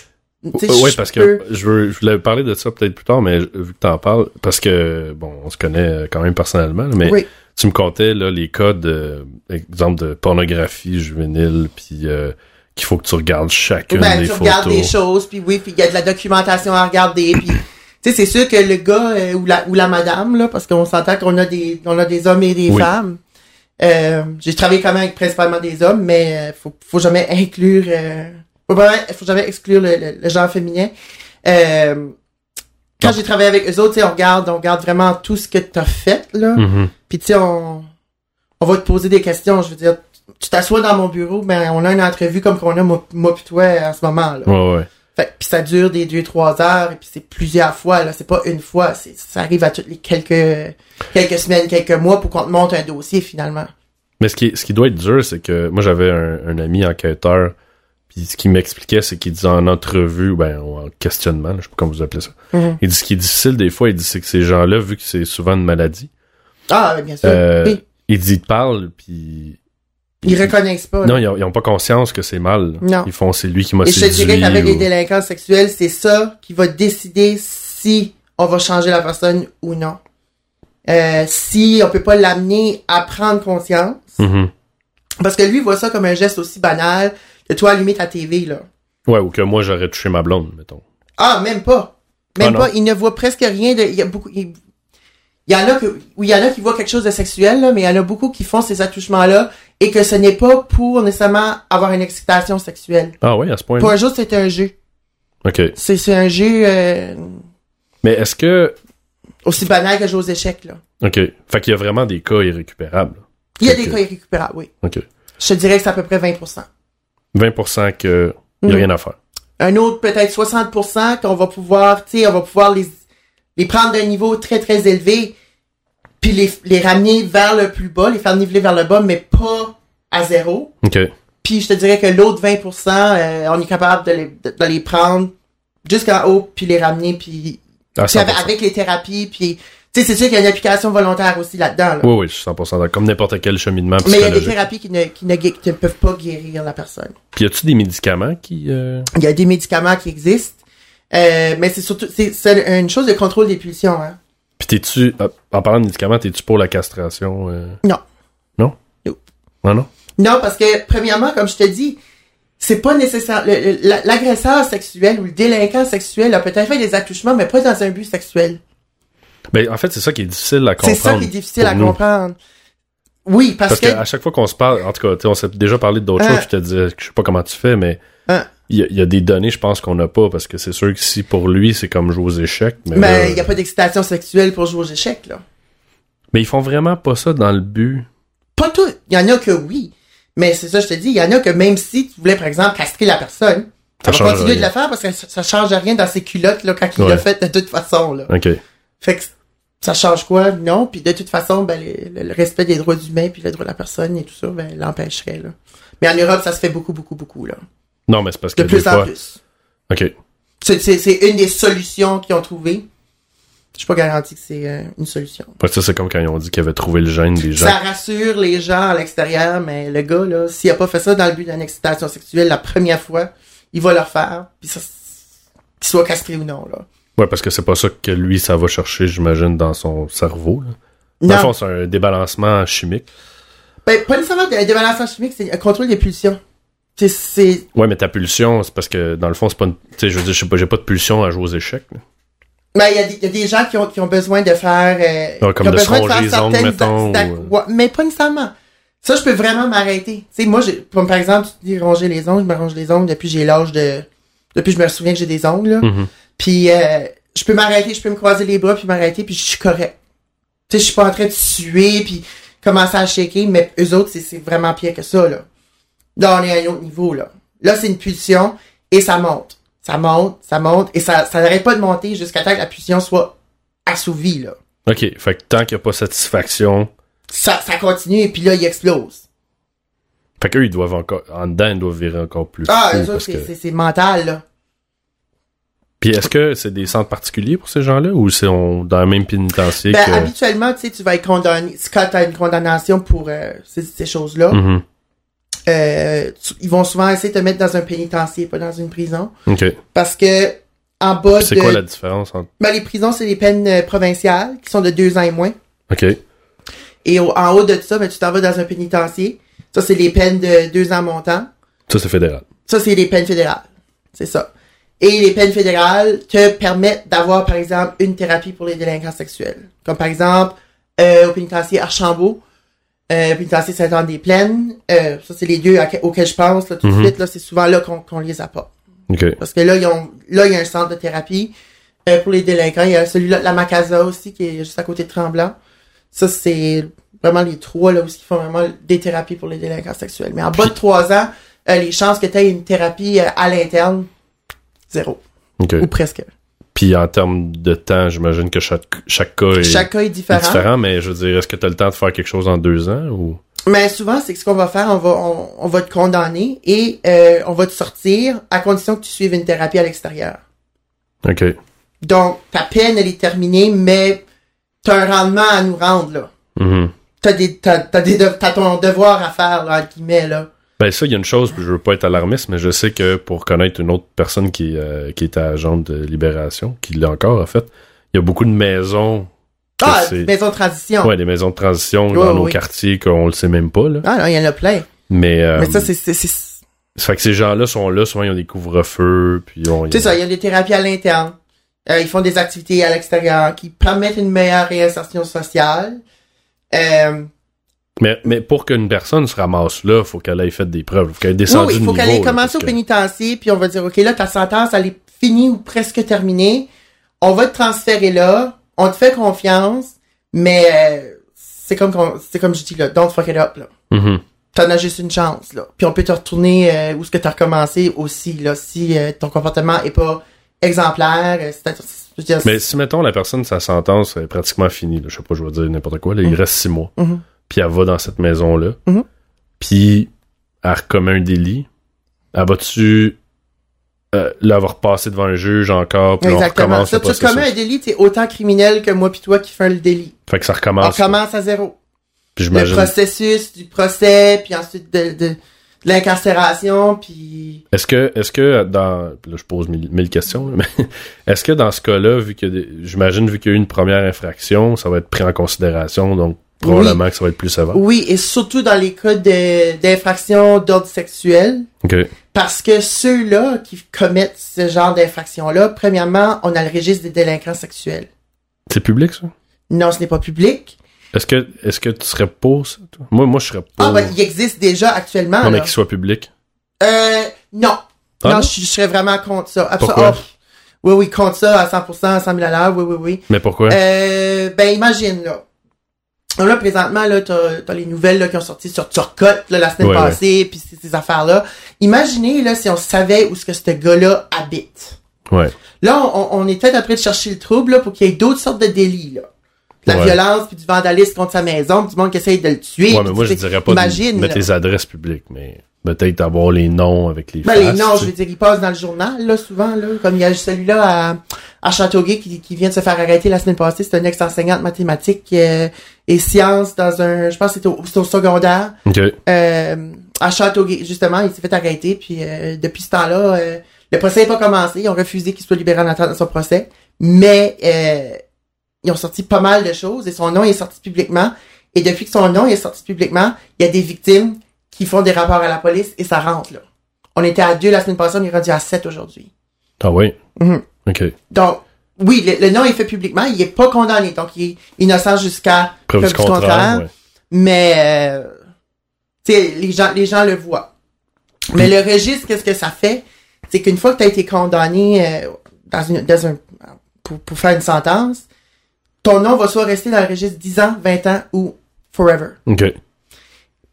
[SPEAKER 5] tu sais,
[SPEAKER 4] Oui,
[SPEAKER 5] je
[SPEAKER 4] parce
[SPEAKER 5] peux-
[SPEAKER 4] que je, veux, je voulais parler de ça peut-être plus tard, mais vu que t'en parles, parce que, bon, on se connaît euh, quand même personnellement, là, mais
[SPEAKER 5] Oui.
[SPEAKER 4] tu me comptais là, les cas de, exemple, de pornographie juvénile, puis euh, qu'il faut que tu regardes chacune
[SPEAKER 5] ben,
[SPEAKER 4] des
[SPEAKER 5] tu
[SPEAKER 4] photos.
[SPEAKER 5] regardes des choses, puis oui, puis il y a de la documentation à regarder, puis tu sais, c'est sûr que le gars euh, ou la ou la madame là, parce qu'on s'entend qu'on a des on a des hommes et des
[SPEAKER 4] Oui.
[SPEAKER 5] femmes. Euh, j'ai travaillé quand même avec principalement des hommes, mais euh, faut faut jamais inclure, euh, faut, jamais, faut jamais exclure le, le- le genre féminin. Euh, quand j'ai travaillé avec eux autres, tu sais, on regarde, on regarde vraiment tout ce que t'as fait là.
[SPEAKER 4] Mhm.
[SPEAKER 5] Puis tu sais, on, on va te poser des questions. Je veux dire, tu t'assois dans mon bureau, ben on a une entrevue comme qu'on a moi, moi pis toi en ce moment là.
[SPEAKER 4] Ouais, ouais.
[SPEAKER 5] Fait puis ça dure des deux trois heures et puis c'est plusieurs fois là. C'est pas une fois, c'est ça arrive à toutes les quelques quelques semaines, quelques mois pour qu'on te monte un dossier finalement.
[SPEAKER 4] Mais ce qui, ce qui doit être dur, c'est que moi, j'avais un, un ami enquêteur, puis ce qu'il m'expliquait, c'est qu'il disait en entrevue, ben, ou en questionnement, là, je sais pas comment vous appelez ça.
[SPEAKER 5] Mhm.
[SPEAKER 4] Il dit ce qui est difficile des fois, il dit c'est que ces gens-là, vu que c'est souvent une maladie,
[SPEAKER 5] Ah oui, bien sûr.
[SPEAKER 4] euh,
[SPEAKER 5] Oui.
[SPEAKER 4] il dit, ils te parlent, puis
[SPEAKER 5] Ils reconnaissent pas. là.
[SPEAKER 4] Non, ils ont- ils n'ont pas conscience que c'est mal.
[SPEAKER 5] Non.
[SPEAKER 4] Ils font, c'est lui qui m'a
[SPEAKER 5] et je te
[SPEAKER 4] séduit.
[SPEAKER 5] dirais qu'avec les
[SPEAKER 4] ou-
[SPEAKER 5] délinquants sexuels, c'est ça qui va décider si on va changer la personne ou non. Euh, si on peut pas l'amener à prendre conscience.
[SPEAKER 4] Mhm.
[SPEAKER 5] Parce que lui, il voit ça comme un geste aussi banal que toi allumer ta TV, là.
[SPEAKER 4] Ouais, ou que moi, j'aurais touché ma blonde, mettons.
[SPEAKER 5] Ah, même pas. Même
[SPEAKER 4] Ah, non.
[SPEAKER 5] pas. Il ne voit presque rien de. Il y a beaucoup. Il, il y en a que, oui, il y en a qui voient quelque chose de sexuel, là, mais il y en a beaucoup qui font ces attouchements-là et que ce n'est pas pour nécessairement avoir une excitation sexuelle.
[SPEAKER 4] Ah ouais, à ce point-là.
[SPEAKER 5] Pour un jour, c'est un jeu.
[SPEAKER 4] OK.
[SPEAKER 5] C'est c'est un jeu euh,
[SPEAKER 4] Mais est-ce que...
[SPEAKER 5] aussi banal que jouer aux échecs, là.
[SPEAKER 4] OK. Fait qu'il y a vraiment des cas irrécupérables.
[SPEAKER 5] Il y a des
[SPEAKER 4] Ok.
[SPEAKER 5] cas irrécupérables, oui.
[SPEAKER 4] OK.
[SPEAKER 5] Je te dirais que c'est à peu près 20%.
[SPEAKER 4] 20% que... Il n'y a
[SPEAKER 5] Mhm.
[SPEAKER 4] rien à faire.
[SPEAKER 5] un autre peut-être 60% qu'on va pouvoir, tu sais, on va pouvoir les les prendre d'un niveau très très élevé, puis les, les ramener vers le plus bas, les faire niveler vers le bas, mais pas à zéro.
[SPEAKER 4] OK.
[SPEAKER 5] Puis je te dirais que l'autre 20%, euh, on est capable de les, de, de les prendre jusqu'en haut, puis les ramener, puis,
[SPEAKER 4] À
[SPEAKER 5] puis avec,
[SPEAKER 4] 100%.
[SPEAKER 5] avec les thérapies, puis... Tu sais, c'est sûr qu'il y a une application volontaire aussi là-dedans. là.
[SPEAKER 4] Oui, oui, je suis 100% d'accord. Comme n'importe quel cheminement
[SPEAKER 5] Mais il y a des
[SPEAKER 4] psychologique.
[SPEAKER 5] thérapies qui ne, qui ne, gué- qui ne peuvent pas guérir la personne.
[SPEAKER 4] Puis y a-tu des médicaments qui. euh,
[SPEAKER 5] Il y a des médicaments qui existent, euh, mais c'est surtout c'est, c'est une chose de contrôle des pulsions. Hein.
[SPEAKER 4] Puis t'es-tu. ah, En parlant de médicaments, t'es-tu pour la castration euh,
[SPEAKER 5] Non.
[SPEAKER 4] Non?
[SPEAKER 5] Nope.
[SPEAKER 4] Non, non.
[SPEAKER 5] Non, parce que premièrement, comme je te dis, c'est pas nécessaire. le- le- la- l'agresseur sexuel ou le délinquant sexuel a peut-être fait des attouchements, mais pas dans un but sexuel.
[SPEAKER 4] Ben, en fait, c'est ça qui est difficile à
[SPEAKER 5] C'est
[SPEAKER 4] comprendre.
[SPEAKER 5] ça qui est difficile
[SPEAKER 4] pour
[SPEAKER 5] à
[SPEAKER 4] nous.
[SPEAKER 5] comprendre. Oui, parce,
[SPEAKER 4] Parce
[SPEAKER 5] que,
[SPEAKER 4] qu'à chaque fois qu'on se parle, en tout cas, tu sais, on s'est déjà parlé d'autres
[SPEAKER 5] Hein.
[SPEAKER 4] choses, je te disais, que je sais pas comment tu fais, mais
[SPEAKER 5] Hein.
[SPEAKER 4] il y, a- il y a des données, je pense, qu'on n'a pas, parce que c'est sûr que si pour lui, c'est comme jouer aux échecs, mais, là-
[SPEAKER 5] mais il n'y a pas d'excitation sexuelle pour jouer aux échecs là.
[SPEAKER 4] mais ils font vraiment pas ça dans le but.
[SPEAKER 5] Pas tout. Il y en a que oui. Mais c'est ça, je te dis, il y en a que même si tu voulais, par exemple, castrer la personne, ça va
[SPEAKER 4] Ça change
[SPEAKER 5] continuer de
[SPEAKER 4] rien.
[SPEAKER 5] la faire parce que ça, ça change rien dans ses culottes, là, quand il
[SPEAKER 4] Ouais.
[SPEAKER 5] l'a fait de toute façon, là.
[SPEAKER 4] OK.
[SPEAKER 5] Fait que ça change quoi? Non. Puis de toute façon, ben, le, le- le respect des droits humains puis le droit de la personne et tout ça, ben, l'empêcherait, là. Mais en Europe, ça se fait beaucoup, beaucoup, beaucoup, là.
[SPEAKER 4] Non, mais c'est parce que
[SPEAKER 5] De
[SPEAKER 4] des
[SPEAKER 5] plus en
[SPEAKER 4] fois...
[SPEAKER 5] plus.
[SPEAKER 4] OK.
[SPEAKER 5] C'est- C'est c'est une des solutions qu'ils ont trouvées. Je suis pas garanti que c'est euh, une solution.
[SPEAKER 4] Parce que ça, c'est comme quand ils ont dit qu'ils avaient trouvé le gène des gens.
[SPEAKER 5] Ça rassure les gens à l'extérieur, mais le gars, là, s'il a pas fait ça dans le but d'une excitation sexuelle la première fois, il va le refaire, puis ça, qu'il soit castré ou non, là.
[SPEAKER 4] Ouais, parce que c'est pas ça que lui, ça va chercher, j'imagine, dans son cerveau. Là. Dans le
[SPEAKER 5] Non,
[SPEAKER 4] fond, c'est un débalancement chimique.
[SPEAKER 5] ben, pas nécessairement des balances chimiques, c'est un contrôle des pulsions. C'est- C'est
[SPEAKER 4] Ouais, mais ta pulsion, c'est parce que, dans le fond, c'est pas une... Tu sais, je veux dire, je sais pas, j'ai pas de pulsion à jouer aux échecs. là.
[SPEAKER 5] Ben, il y, a des- il y a des gens qui ont, qui ont besoin de faire. euh,
[SPEAKER 4] Ouais, Ah, comme
[SPEAKER 5] qui ont
[SPEAKER 4] de se
[SPEAKER 5] besoin
[SPEAKER 4] ronger les ongles, mettons,
[SPEAKER 5] attaques.
[SPEAKER 4] ou-
[SPEAKER 5] Ouais, mais pas nécessairement. Ça, je peux vraiment m'arrêter. Tu sais, moi, j'ai- comme par exemple, tu dis ronger les ongles, je me ronge les ongles depuis que j'ai l'âge de. Depuis que je me souviens que j'ai des ongles, là.
[SPEAKER 4] Mhm.
[SPEAKER 5] Puis, euh, je peux m'arrêter, je peux me croiser les bras, puis m'arrêter, puis je suis correct. Tu sais, je suis pas en train de suer, puis commencer à shaker, mais eux autres, c'est- c'est vraiment pire que ça, là. Là, on est à un autre niveau, là. Là, c'est une pulsion, et ça monte. Ça monte, ça monte, et ça, ça n'arrête pas de monter jusqu'à temps que la pulsion soit assouvie, là.
[SPEAKER 4] OK. Fait que tant qu'il y a pas satisfaction...
[SPEAKER 5] Ça, ça continue, et puis là, il explose.
[SPEAKER 4] Fait qu'eux, ils doivent encore... En dedans, ils doivent virer encore plus
[SPEAKER 5] Ah,
[SPEAKER 4] fou,
[SPEAKER 5] eux autres,
[SPEAKER 4] parce
[SPEAKER 5] c'est
[SPEAKER 4] que...
[SPEAKER 5] c'est- c'est mental, là.
[SPEAKER 4] Puis est-ce que c'est des centres particuliers pour ces gens-là ou c'est on, dans le même pénitencier
[SPEAKER 5] Ben,
[SPEAKER 4] que...
[SPEAKER 5] habituellement, tu sais, tu vas être condamné, quand t'as une condamnation pour euh, ces, ces choses-là,
[SPEAKER 4] Mhm.
[SPEAKER 5] euh, tu- ils vont souvent essayer de te mettre dans un pénitencier, pas dans une prison.
[SPEAKER 4] OK.
[SPEAKER 5] Parce que en bas
[SPEAKER 4] Puis C'est
[SPEAKER 5] de.
[SPEAKER 4] quoi la différence entre...
[SPEAKER 5] Ben, les prisons, c'est les peines euh, provinciales qui sont de deux ans et moins.
[SPEAKER 4] OK.
[SPEAKER 5] Et au- en haut de ça, ben, tu t'en vas dans un pénitencier. Ça, c'est les peines de deux ans montant.
[SPEAKER 4] Ça, c'est fédéral.
[SPEAKER 5] Ça, c'est les peines fédérales. C'est ça. Et les peines fédérales te permettent d'avoir, par exemple, une thérapie pour les délinquants sexuels. Comme par exemple, euh, au pénitencier Archambault, euh, pénitencier Saint-Anne-des-Plaines. Euh, ça, c'est les deux à- auxquels je pense là, tout
[SPEAKER 4] Mhm.
[SPEAKER 5] de suite. Là, c'est souvent là qu'on qu'on les apporte.
[SPEAKER 4] OK.
[SPEAKER 5] Parce que là, ils ont, là, il y a un centre de thérapie euh, pour les délinquants. Il y a celui-là, de la Macasa aussi, qui est juste à côté de Tremblant. Ça, c'est vraiment les trois, là, où ils font vraiment des thérapies pour les délinquants sexuels. Mais en bas de trois ans, euh, les chances que tu aies une thérapie euh, à l'interne, zéro. [laughs]
[SPEAKER 4] OK.
[SPEAKER 5] Ou presque.
[SPEAKER 4] Puis en termes de temps, j'imagine que chaque, chaque cas est
[SPEAKER 5] Chaque cas est
[SPEAKER 4] est
[SPEAKER 5] différent.
[SPEAKER 4] différent, mais je veux dire, est-ce que tu as le temps de faire quelque chose en deux ans ou...
[SPEAKER 5] Mais souvent, c'est que ce qu'on va faire, on va, on, on va te condamner et euh, on va te sortir à condition que tu suives une thérapie à l'extérieur.
[SPEAKER 4] OK.
[SPEAKER 5] Donc, ta peine, elle est terminée, mais t'as un rendement à nous rendre, là.
[SPEAKER 4] Mhm.
[SPEAKER 5] t'as des t'as, t'as des de- t'as ton devoir à faire là entre guillemets là
[SPEAKER 4] Ben ça, il y a une chose, puis je veux pas être alarmiste, mais je sais que pour connaître une autre personne qui, euh, qui est agent de libération, qui l'a encore en fait, il y a beaucoup de maisons... que
[SPEAKER 5] ah
[SPEAKER 4] c'est-
[SPEAKER 5] maison de transition
[SPEAKER 4] Ouais, des maisons de transition
[SPEAKER 5] Ouais,
[SPEAKER 4] dans nos
[SPEAKER 5] oui.
[SPEAKER 4] quartiers qu'on le sait même pas, là.
[SPEAKER 5] ah non il y en a plein
[SPEAKER 4] Mais, euh,
[SPEAKER 5] mais ça c'est c'est, c'est... tu
[SPEAKER 4] Ça fait que ces gens-là sont là, souvent ils ont des couvre-feux, puis on...
[SPEAKER 5] sais ça il y a des thérapies à l'interne Euh, ils font des activités à l'extérieur qui permettent une meilleure réinsertion sociale euh,
[SPEAKER 4] mais, mais pour qu'une personne se ramasse là, faut qu'elle ait fait des preuves, faut qu'elle ait
[SPEAKER 5] oui
[SPEAKER 4] descendu
[SPEAKER 5] oui il
[SPEAKER 4] de
[SPEAKER 5] faut qu'elle
[SPEAKER 4] niveau,
[SPEAKER 5] ait
[SPEAKER 4] là,
[SPEAKER 5] commencé au
[SPEAKER 4] parce que-
[SPEAKER 5] pénitencier puis on va dire ok là ta sentence elle est finie ou presque terminée on va te transférer là on te fait confiance mais euh, c'est comme qu'on- c'est comme je dis là don't fuck it up là
[SPEAKER 4] Mhm.
[SPEAKER 5] t'en as juste une chance là. Puis on peut te retourner euh, où ce que t'as recommencé aussi là si euh, ton comportement est pas exemplaire, euh, si t'as- si Je veux dire,
[SPEAKER 4] Mais si, mettons, la personne, sa sentence est pratiquement finie, là, je sais pas, je vais dire n'importe quoi, là, il reste six mois,
[SPEAKER 5] Mhm.
[SPEAKER 4] puis elle va dans cette maison-là,
[SPEAKER 5] Mhm.
[SPEAKER 4] puis elle recommet un délit, elle va-tu euh, l'avoir passé devant un juge encore, puis on
[SPEAKER 5] Exactement.
[SPEAKER 4] recommence
[SPEAKER 5] Ça,
[SPEAKER 4] le
[SPEAKER 5] tu
[SPEAKER 4] processus.
[SPEAKER 5] commets un délit, t'es autant criminel que moi pis toi qui fais le délit.
[SPEAKER 4] Fait que ça
[SPEAKER 5] On
[SPEAKER 4] recommence.
[SPEAKER 5] commence à zéro.
[SPEAKER 4] Puis
[SPEAKER 5] Le
[SPEAKER 4] j'imagine,
[SPEAKER 5] processus du procès, puis ensuite de, de, de l'incarcération, puis
[SPEAKER 4] est-ce que, est-ce que dans, puis là, je pose mille, mille questions, là, mais [laughs] est-ce que dans ce cas-là, vu que, j'imagine, vu qu'il y a eu une première infraction, ça va être pris en considération, donc probablement que ça va être plus sévère.
[SPEAKER 5] oui, et surtout dans les cas de- d'infraction d'ordre sexuel,
[SPEAKER 4] Ok.
[SPEAKER 5] parce que ceux-là qui commettent ce genre d'infraction-là, premièrement, on a le registre des délinquants sexuels.
[SPEAKER 4] C'est public, ça?
[SPEAKER 5] Non, ce n'est pas public.
[SPEAKER 4] Est-ce que, est-ce que tu serais pour ça, toi? Moi, moi, je serais pour.
[SPEAKER 5] Ah, ben, il existe déjà actuellement.
[SPEAKER 4] non, mais
[SPEAKER 5] là.
[SPEAKER 4] qu'il soit public.
[SPEAKER 5] Euh, non.
[SPEAKER 4] Ah
[SPEAKER 5] non,
[SPEAKER 4] non?
[SPEAKER 5] je, je serais vraiment contre ça. Absol-
[SPEAKER 4] Pourquoi?
[SPEAKER 5] oh, oui, oui, contre ça à 100%, à 100 000 à l'heure, oui, oui, oui.
[SPEAKER 4] Mais pourquoi?
[SPEAKER 5] Euh, ben, imagine, là. Donc Là, présentement, là, t'as, t'as les nouvelles là, qui ont sorti sur Turcotte là, la semaine
[SPEAKER 4] Ouais,
[SPEAKER 5] passée, puis ces, ces affaires-là. Imaginez là si on savait où ce que ce gars-là habite.
[SPEAKER 4] ouais.
[SPEAKER 5] Là, on, on est peut-être après de chercher le trouble là, pour qu'il y ait d'autres sortes de délits. Là. De la
[SPEAKER 4] Ouais.
[SPEAKER 5] violence, puis du vandalisme contre sa maison, puis du monde qui essaye de le tuer.
[SPEAKER 4] ouais,
[SPEAKER 5] puis
[SPEAKER 4] mais
[SPEAKER 5] tu
[SPEAKER 4] moi, je
[SPEAKER 5] sais,
[SPEAKER 4] dirais pas
[SPEAKER 5] imagine,
[SPEAKER 4] de mettre
[SPEAKER 5] là.
[SPEAKER 4] les adresses publiques, mais peut-être avoir les noms avec les
[SPEAKER 5] Ben,
[SPEAKER 4] faces.
[SPEAKER 5] les noms,
[SPEAKER 4] tu
[SPEAKER 5] je
[SPEAKER 4] sais.
[SPEAKER 5] veux dire, ils passent dans le journal, là, souvent, là. Comme il y a celui-là à, à Châteauguay qui, qui vient de se faire arrêter la semaine passée. C'est un ex-enseignant de mathématiques euh, et sciences dans un, je pense que c'est au, c'est au secondaire,
[SPEAKER 4] Ok.
[SPEAKER 5] euh, à Châteauguay. Justement, il s'est fait arrêter, puis euh, depuis ce temps-là, euh, le procès n'est pas commencé. Ils ont refusé qu'il soit libéré en attendant son procès. Mais, euh, ils ont sorti pas mal de choses et son nom est sorti publiquement. Et depuis que son nom est sorti publiquement, il y a des victimes qui font des rapports à la police et ça rentre, là. On était à deux la semaine passée, on est rendu à sept aujourd'hui.
[SPEAKER 4] Ah oui.
[SPEAKER 5] Mhm.
[SPEAKER 4] Ok.
[SPEAKER 5] Donc, oui, le, le nom est fait publiquement, il est pas condamné, donc il est innocent jusqu'à
[SPEAKER 4] Preuve du contraire. ouais.
[SPEAKER 5] mais euh, tu sais, les gens les gens le voient. Mais le registre, qu'est-ce que ça fait C'est qu'une fois que tu as été condamné euh, dans une dans un pour, pour faire une sentence, ton nom va soit rester dans le registre 10 ans, 20 ans ou forever.
[SPEAKER 4] Ok.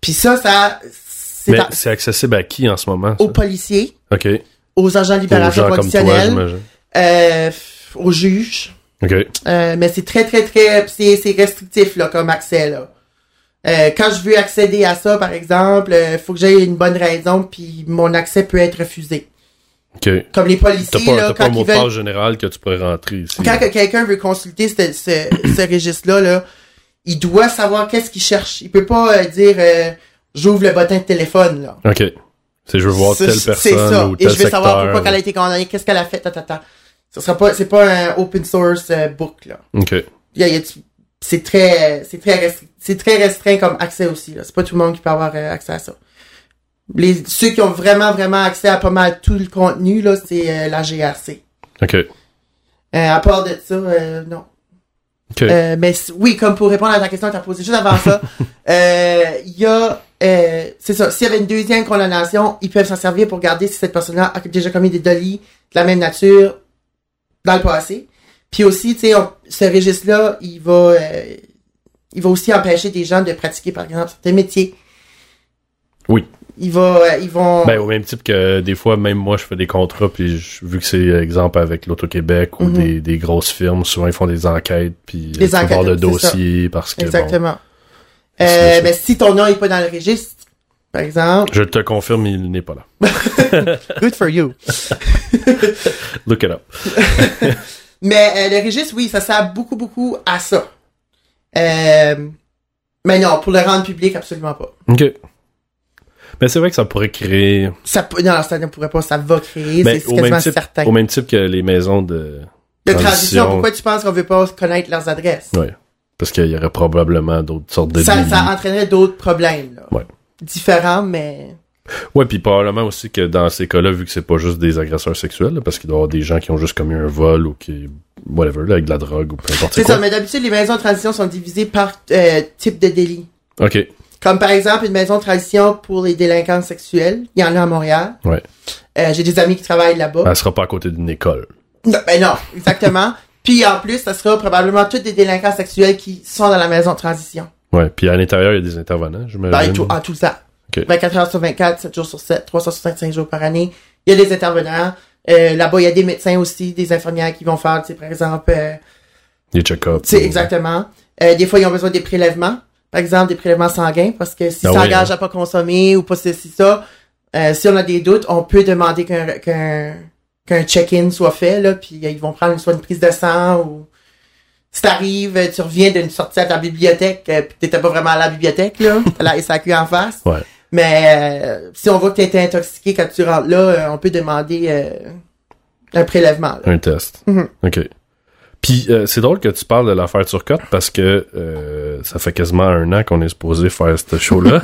[SPEAKER 5] Puis ça ça c'est
[SPEAKER 4] Mais
[SPEAKER 5] à-
[SPEAKER 4] c'est accessible à qui en ce moment? ça?
[SPEAKER 5] aux policiers,
[SPEAKER 4] Ok.
[SPEAKER 5] aux agents de
[SPEAKER 4] Aux
[SPEAKER 5] libération
[SPEAKER 4] gens comme toi,
[SPEAKER 5] conditionnelle,
[SPEAKER 4] j'imagine.
[SPEAKER 5] euh, aux juges.
[SPEAKER 4] Ok.
[SPEAKER 5] Euh, mais c'est très, très, très... C'est c'est restrictif, là, comme accès, là. Euh, quand je veux accéder à ça, par exemple, euh, faut que j'aie une bonne raison, puis mon accès peut être refusé.
[SPEAKER 4] Ok.
[SPEAKER 5] Comme les
[SPEAKER 4] T'as
[SPEAKER 5] policiers,
[SPEAKER 4] pas,
[SPEAKER 5] là,
[SPEAKER 4] t'as pas un
[SPEAKER 5] quand
[SPEAKER 4] mot
[SPEAKER 5] ils
[SPEAKER 4] de passe
[SPEAKER 5] veulent...
[SPEAKER 4] général que tu pourrais rentrer ici.
[SPEAKER 5] Quand que quelqu'un veut consulter ce, ce, ce [coughs] registre-là, là, il doit savoir qu'est-ce qu'il cherche. Il peut pas euh, dire euh, j'ouvre le bottin de téléphone, là.
[SPEAKER 4] Ok. C'est je veux voir
[SPEAKER 5] C'est-
[SPEAKER 4] telle
[SPEAKER 5] C'est ça.
[SPEAKER 4] personne ou
[SPEAKER 5] Et
[SPEAKER 4] tel
[SPEAKER 5] je veux
[SPEAKER 4] secteur.
[SPEAKER 5] savoir pourquoi elle a été condamnée, qu'est-ce qu'elle a fait, ta, ta, ta. Ce sera pas... C'est pas un open source euh, book, là.
[SPEAKER 4] Ok.
[SPEAKER 5] Il y a- il y a du- c'est très c'est très restri- c'est très restreint comme accès aussi là. C'est pas tout le monde qui peut avoir euh, accès à ça. Les ceux qui ont vraiment vraiment accès à pas mal tout le contenu là, c'est euh, la GRC.
[SPEAKER 4] Ok.
[SPEAKER 5] Euh, à part de ça, euh, non.
[SPEAKER 4] Ok.
[SPEAKER 5] Euh, mais c- oui, comme pour répondre à ta question que tu as posée juste avant
[SPEAKER 4] [laughs]
[SPEAKER 5] ça, euh, il y a, euh, c'est ça, s'il y avait une deuxième condamnation, ils peuvent s'en servir pour garder si cette personne-là a déjà commis des délits de la même nature dans le passé. Puis aussi, tu sais, on- ce registre-là, il va, euh, il va aussi empêcher des gens de pratiquer, par exemple, certains métiers.
[SPEAKER 4] Oui.
[SPEAKER 5] Il va, euh, ils vont,
[SPEAKER 4] Ben, au même type que des fois, même moi, je fais des contrats, puis je- vu que c'est exemple avec l'Auto-Québec ou
[SPEAKER 5] Mhm.
[SPEAKER 4] des, des grosses firmes, souvent ils font des enquêtes, puis
[SPEAKER 5] Des
[SPEAKER 4] ils vont voir
[SPEAKER 5] enquêtes,
[SPEAKER 4] le
[SPEAKER 5] c'est
[SPEAKER 4] dossier parce que. bon,
[SPEAKER 5] exactement.
[SPEAKER 4] c'est
[SPEAKER 5] Euh,
[SPEAKER 4] ça.
[SPEAKER 5] mais si ton nom est pas dans le registre, par exemple,
[SPEAKER 4] je te confirme, il n'est pas là.
[SPEAKER 5] good for you.
[SPEAKER 4] Look it up.
[SPEAKER 5] Mais euh, le registre, oui, ça sert beaucoup, beaucoup à ça. Euh, mais non, pour le rendre public, absolument pas.
[SPEAKER 4] OK. Mais c'est vrai que ça pourrait créer.
[SPEAKER 5] Ça, peut- non, ça ne pourrait pas, ça va créer,
[SPEAKER 4] Ben,
[SPEAKER 5] c'est
[SPEAKER 4] au, même
[SPEAKER 5] quasiment
[SPEAKER 4] type,
[SPEAKER 5] certain.
[SPEAKER 4] au même type que les maisons de.
[SPEAKER 5] de
[SPEAKER 4] transition.
[SPEAKER 5] transition, pourquoi tu penses qu'on veut pas connaître leurs adresses?
[SPEAKER 4] Ouais. Parce qu'il y aurait probablement d'autres sortes de.
[SPEAKER 5] Ça,
[SPEAKER 4] délits.
[SPEAKER 5] ça entraînerait d'autres problèmes, là.
[SPEAKER 4] Ouais.
[SPEAKER 5] Différents, mais...
[SPEAKER 4] Ouais, puis probablement aussi que dans ces cas-là, vu que c'est pas juste des agresseurs sexuels, là, parce qu'il doit y avoir des gens qui ont juste commis un vol ou qui. Whatever, là, avec de la drogue ou peu importe
[SPEAKER 5] C'est
[SPEAKER 4] quoi.
[SPEAKER 5] ça, mais d'habitude, les maisons de transition sont divisées par euh, type de délit.
[SPEAKER 4] OK.
[SPEAKER 5] Comme par exemple, une maison de transition pour les délinquants sexuels. Il y en a à Montréal.
[SPEAKER 4] Ouais.
[SPEAKER 5] Euh, J'ai des amis qui travaillent là-bas.
[SPEAKER 4] Elle sera pas à côté d'une école.
[SPEAKER 5] Non, ben non, exactement. [laughs] Puis en plus, ça sera probablement tous des délinquants sexuels qui sont dans la maison de transition.
[SPEAKER 4] Ouais, puis à l'intérieur, il y a des intervenants,
[SPEAKER 5] Ben, et
[SPEAKER 4] j'imagine.
[SPEAKER 5] tout, en tout ça.
[SPEAKER 4] Euh, Ok.
[SPEAKER 5] 24 heures sur 24, 7 jours sur 7, 365 jours par année. Il y a des intervenants. Euh, Là-bas, il y a des médecins aussi, des infirmières qui vont faire, tu sais, par exemple, euh,
[SPEAKER 4] Les check-ups.
[SPEAKER 5] tu sais,
[SPEAKER 4] ou-
[SPEAKER 5] exactement. Euh, des fois, ils ont besoin des prélèvements. Par exemple, des prélèvements sanguins, parce que s'ils
[SPEAKER 4] Ah oui,
[SPEAKER 5] s'engagent
[SPEAKER 4] hein.
[SPEAKER 5] à pas consommer ou pas ceci, ça, euh, si on a des doutes, on peut demander qu'un qu'un qu'un check-in soit fait, là, puis euh, ils vont prendre soit une prise de sang ou... Si t'arrives, euh, tu reviens d'une sortie à ta bibliothèque, euh, puis t'étais pas vraiment à la bibliothèque,
[SPEAKER 4] [laughs]
[SPEAKER 5] là, t'as la SAQ en face.
[SPEAKER 4] Ouais.
[SPEAKER 5] Mais euh, si on voit que t'as été intoxiqué quand tu rentres là, euh, on peut demander euh, un prélèvement. là.
[SPEAKER 4] Un test.
[SPEAKER 5] Mhm.
[SPEAKER 4] OK. Puis euh, c'est drôle que tu parles de l'affaire Turcotte parce que euh, ça fait quasiment un an qu'on est supposé faire
[SPEAKER 5] [laughs]
[SPEAKER 4] ce show-là.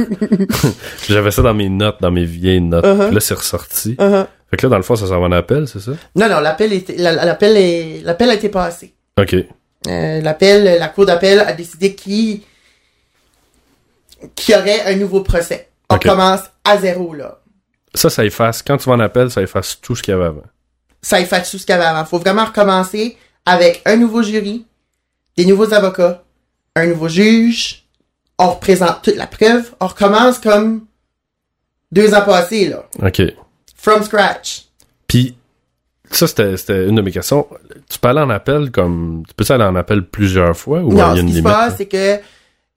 [SPEAKER 4] J'avais ça dans mes notes, dans mes vieilles notes.
[SPEAKER 5] Uh-huh.
[SPEAKER 4] Puis Là, c'est ressorti.
[SPEAKER 5] Uh-huh.
[SPEAKER 4] Fait que là, dans le fond, ça s'en va en appel, c'est ça?
[SPEAKER 5] Non, non, l'appel était- la- la- l'appel est- l'appel a été passé.
[SPEAKER 4] OK.
[SPEAKER 5] Euh, l'appel, la cour d'appel a décidé qui qui aurait un nouveau procès. On
[SPEAKER 4] Ok.
[SPEAKER 5] commence à zéro là.
[SPEAKER 4] Ça, ça efface. Quand tu vas en appel, ça efface tout ce qu'il y avait avant.
[SPEAKER 5] Ça efface tout ce qu'il y avait avant. Faut vraiment recommencer avec un nouveau jury, des nouveaux avocats, un nouveau juge. On représente toute la preuve. On recommence comme deux ans passés là,
[SPEAKER 4] OK.
[SPEAKER 5] from scratch.
[SPEAKER 4] Puis ça, c'était c'était une de mes questions. Tu peux aller en appel comme. Tu peux aller en appel plusieurs fois ou
[SPEAKER 5] non,
[SPEAKER 4] il
[SPEAKER 5] ce
[SPEAKER 4] y a une
[SPEAKER 5] qui se
[SPEAKER 4] limite?
[SPEAKER 5] passe, c'est que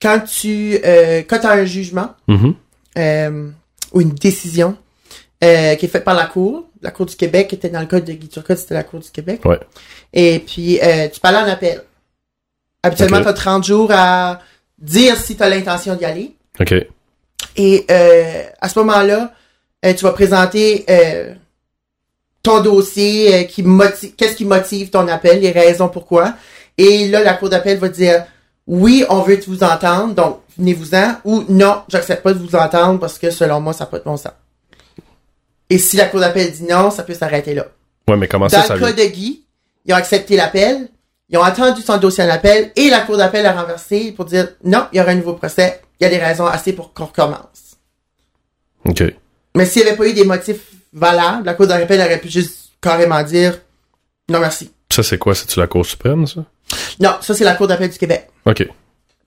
[SPEAKER 5] quand tu euh, quand t'as un jugement
[SPEAKER 4] Mhm.
[SPEAKER 5] euh, ou une décision euh, qui est faite par la Cour. La Cour du Québec était dans le code de Guy Turcotte, c'était la Cour du Québec.
[SPEAKER 4] Ouais.
[SPEAKER 5] Et puis, euh, tu peux aller en appel. Habituellement,
[SPEAKER 4] Ok.
[SPEAKER 5] tu as 30 jours à dire si tu as l'intention d'y aller.
[SPEAKER 4] OK.
[SPEAKER 5] Et euh, à ce moment-là, euh, tu vas présenter euh, ton dossier, euh, qui motive, qu'est-ce qui motive ton appel, les raisons pourquoi. Et là, la cour d'appel va dire oui, on veut vous entendre, donc venez-vous-en, ou non, j'accepte pas de vous entendre parce que selon moi, ça n'a pas de bon sens. Et si la cour d'appel dit non, ça peut s'arrêter là.
[SPEAKER 4] Ouais, mais comment
[SPEAKER 5] Dans
[SPEAKER 4] ça, ça
[SPEAKER 5] le cas de Guy, ils ont accepté l'appel, ils ont attendu son dossier en appel et la cour d'appel a renversé pour dire non, il y aura un nouveau procès, il y a des raisons assez pour qu'on recommence.
[SPEAKER 4] OK.
[SPEAKER 5] Mais s'il n'y avait pas eu des motifs valables, la Cour d'appel aurait pu juste carrément dire non merci.
[SPEAKER 4] Ça, c'est quoi? C'est-tu la Cour suprême, ça?
[SPEAKER 5] Non, ça c'est la Cour d'appel du Québec.
[SPEAKER 4] OK.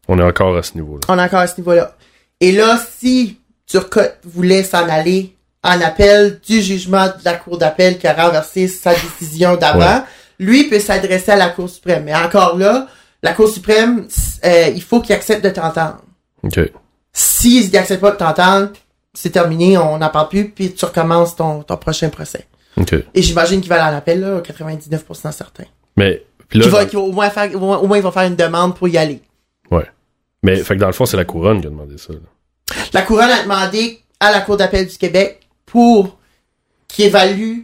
[SPEAKER 4] On est encore à ce niveau-là.
[SPEAKER 5] On est encore à ce niveau-là. Et là, si Turcotte voulait s'en aller en appel du jugement de la Cour d'appel qui a renversé sa décision d'avant, lui peut s'adresser à la Cour suprême. Mais encore là, la Cour suprême, euh, il faut qu'il accepte de t'entendre.
[SPEAKER 4] OK.
[SPEAKER 5] S'il n'accepte pas de t'entendre, c'est terminé, on n'en parle plus, puis tu recommences ton, ton prochain procès.
[SPEAKER 4] OK.
[SPEAKER 5] Et j'imagine qu'il va aller en appel, là, 99% certain.
[SPEAKER 4] Mais, puis là,
[SPEAKER 5] Qu'il va,
[SPEAKER 4] dans-
[SPEAKER 5] qu'il va au moins faire, au moins, au moins, ils vont faire une demande pour y aller.
[SPEAKER 4] mais, fait que dans le fond, c'est la couronne qui a demandé ça. là.
[SPEAKER 5] La couronne a demandé à la Cour d'appel du Québec pour qu'il évalue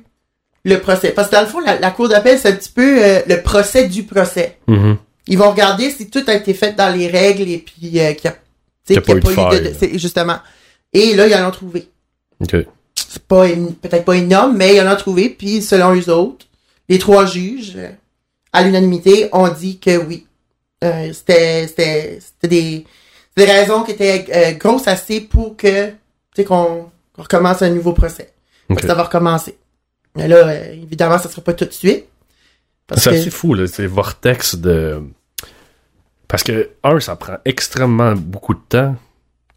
[SPEAKER 5] le procès. Parce que dans le fond, la, la Cour d'appel, c'est un petit peu euh, le procès du procès.
[SPEAKER 4] Mm-hmm.
[SPEAKER 5] Ils vont regarder si tout a été fait dans les règles et puis euh, qu'il n'y a, tu
[SPEAKER 4] Qu'il y
[SPEAKER 5] sais,
[SPEAKER 4] a pas
[SPEAKER 5] qu'il y
[SPEAKER 4] eu de faille, là.
[SPEAKER 5] c'est- Justement. Et là, ils en ont trouvé.
[SPEAKER 4] OK.
[SPEAKER 5] C'est pas une- peut-être pas énorme, mais ils en ont trouvé. Puis selon les autres, les trois juges, euh, à l'unanimité, ont dit que oui. Euh, c'était c'était c'était des, des raisons qui étaient euh, grosses assez pour que tu sais qu'on qu'on recommence un nouveau procès. Fait que
[SPEAKER 4] Ok.
[SPEAKER 5] Ça va recommencer. Mais là, euh, évidemment, ça sera pas tout de suite. Parce
[SPEAKER 4] C'est
[SPEAKER 5] que
[SPEAKER 4] assez fou, là. C'est vortex de. Parce que, un, ça prend extrêmement beaucoup de temps.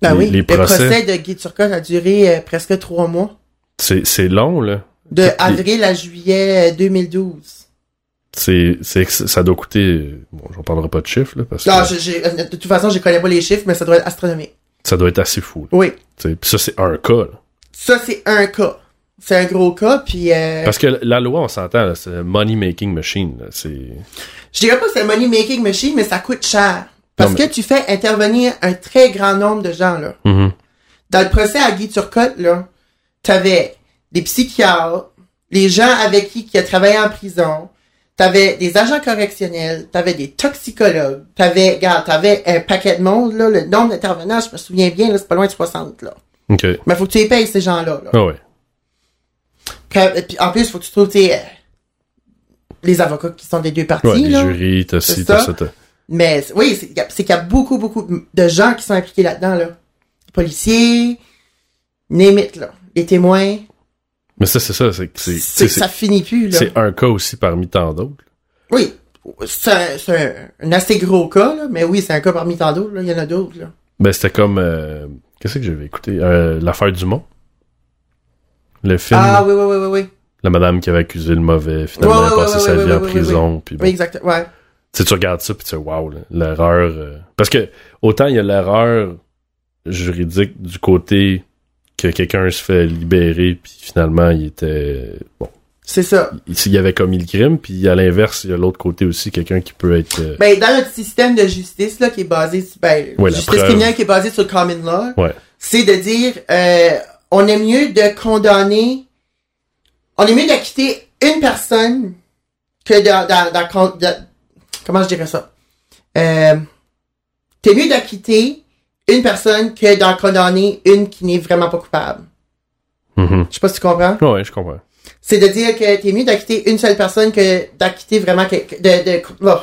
[SPEAKER 5] ben
[SPEAKER 4] les-
[SPEAKER 5] oui,
[SPEAKER 4] les
[SPEAKER 5] le
[SPEAKER 4] procès-
[SPEAKER 5] procès de Guy Turcotte a duré euh, presque trois mois.
[SPEAKER 4] C'est c'est long, là.
[SPEAKER 5] De
[SPEAKER 4] Toutes les-
[SPEAKER 5] avril à juillet euh, 2012.
[SPEAKER 4] C'est c'est ex- ça doit coûter. Bon, j'en parlerai pas de chiffres, là, parce que
[SPEAKER 5] Non, je- j'ai- euh, de toute façon, je connais pas les chiffres, mais ça doit être astronomique.
[SPEAKER 4] ça doit être assez fou. Là.
[SPEAKER 5] Oui.
[SPEAKER 4] Tu sais, Puis ça, c'est un cas. là.
[SPEAKER 5] Ça, c'est un cas. C'est un gros cas, puis euh,
[SPEAKER 4] Parce que la loi, on s'entend, là, c'est la money making machine. là. C'est
[SPEAKER 5] je dirais pas que c'est un money making machine, mais ça coûte cher. Parce
[SPEAKER 4] Non, mais-
[SPEAKER 5] que tu fais intervenir un très grand nombre de gens, là.
[SPEAKER 4] Mhm.
[SPEAKER 5] Dans le procès à Guy Turcotte, là, t'avais des psychiatres, les gens avec qui qui a travaillé en prison, t'avais des agents correctionnels, t'avais des toxicologues, t'avais, regarde, t'avais un paquet de monde, là, le nombre d'intervenants, je me souviens bien, là, c'est pas loin de 60, là.
[SPEAKER 4] OK.
[SPEAKER 5] Mais faut que tu les payes, ces gens-là, là.
[SPEAKER 4] Ah ouais.
[SPEAKER 5] Puis, puis en plus, faut que tu trouves, tu sais, euh, les avocats qui sont des deux parties,
[SPEAKER 4] Ouais, les
[SPEAKER 5] là.
[SPEAKER 4] jurys, t'as ci,
[SPEAKER 5] C'est
[SPEAKER 4] t'as
[SPEAKER 5] ça.
[SPEAKER 4] ça. t'as-
[SPEAKER 5] Mais c'est- oui, c'est y a- c'est qu'il y a beaucoup, beaucoup de gens qui sont impliqués là-dedans, là. Les policiers, limite, là. Les témoins.
[SPEAKER 4] Mais ça, c'est ça. C'est que c'est-
[SPEAKER 5] C'est-
[SPEAKER 4] c'est-
[SPEAKER 5] ça finit plus, là.
[SPEAKER 4] c'est un cas aussi parmi tant d'autres.
[SPEAKER 5] Oui. C'est un, c'est un- un assez gros cas, là. Mais oui, c'est un cas parmi tant d'autres, là. Il y en a d'autres, là.
[SPEAKER 4] Ben, c'était comme. euh, Qu'est-ce que j'avais écouté Euh, L'affaire Dumont. Le film.
[SPEAKER 5] Ah oui, oui, oui, oui, oui.
[SPEAKER 4] la madame qui avait accusé le mauvais, finalement,
[SPEAKER 5] Ouais,
[SPEAKER 4] elle
[SPEAKER 5] ouais,
[SPEAKER 4] a passé
[SPEAKER 5] ouais,
[SPEAKER 4] sa
[SPEAKER 5] ouais,
[SPEAKER 4] vie
[SPEAKER 5] ouais,
[SPEAKER 4] en
[SPEAKER 5] ouais,
[SPEAKER 4] prison. Puis bon.
[SPEAKER 5] Oui, exact. Ouais.
[SPEAKER 4] Tu sais, tu regardes ça, puis tu sais, wow, là, l'erreur. euh, Parce que autant il y a l'erreur juridique du côté que quelqu'un se fait libérer, puis finalement, il était. Bon,
[SPEAKER 5] C'est ça.
[SPEAKER 4] il il avait commis le crime, puis à l'inverse, il y a l'autre côté aussi, quelqu'un qui peut être. euh,
[SPEAKER 5] Ben, dans notre système de justice, là, qui est basé sur, ben,
[SPEAKER 4] Ouais, la
[SPEAKER 5] justice
[SPEAKER 4] preuve.
[SPEAKER 5] criminelle qui est basée sur le common law,
[SPEAKER 4] Ouais.
[SPEAKER 5] c'est de dire, euh, on est mieux de condamner, on est mieux d'acquitter une personne que de, dans- dans con- de- comment je dirais ça? Euh, t'es mieux d'acquitter une personne que d'en condamner une qui n'est vraiment pas coupable.
[SPEAKER 4] mhm.
[SPEAKER 5] Je sais pas si tu comprends.
[SPEAKER 4] Ouais, je comprends.
[SPEAKER 5] C'est de dire que t'es mieux d'acquitter une seule personne que d'acquitter vraiment que, que- de, de bon,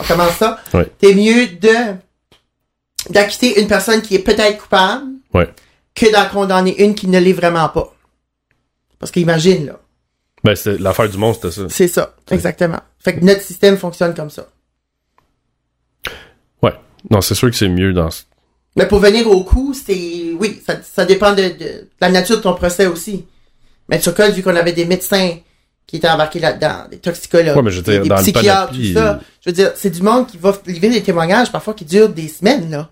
[SPEAKER 5] on commence ça.
[SPEAKER 4] Ouais.
[SPEAKER 5] T'es mieux de d'acquitter une personne qui est peut-être coupable
[SPEAKER 4] Ouais.
[SPEAKER 5] que d'en condamner une qui ne l'est vraiment pas. Parce qu'imagine là,
[SPEAKER 4] Ben, c'était- l'affaire du monde, c'était ça.
[SPEAKER 5] c'est ça, exactement. Fait que notre système fonctionne comme ça.
[SPEAKER 4] Ouais. Non, c'est sûr que c'est mieux dans. ce-
[SPEAKER 5] Mais pour venir au coup, c'est oui, ça, ça dépend de, de- de la nature de ton procès aussi. Mais sur cas, vu qu'on avait des médecins qui étaient embarqués là-dedans, des toxicologues,
[SPEAKER 4] Ouais, mais je veux dire,
[SPEAKER 5] des
[SPEAKER 4] dans le
[SPEAKER 5] psychiatres,
[SPEAKER 4] panoplie, euh.
[SPEAKER 5] tout ça. Je veux dire, c'est du monde qui va livrer des témoignages parfois qui durent des semaines là.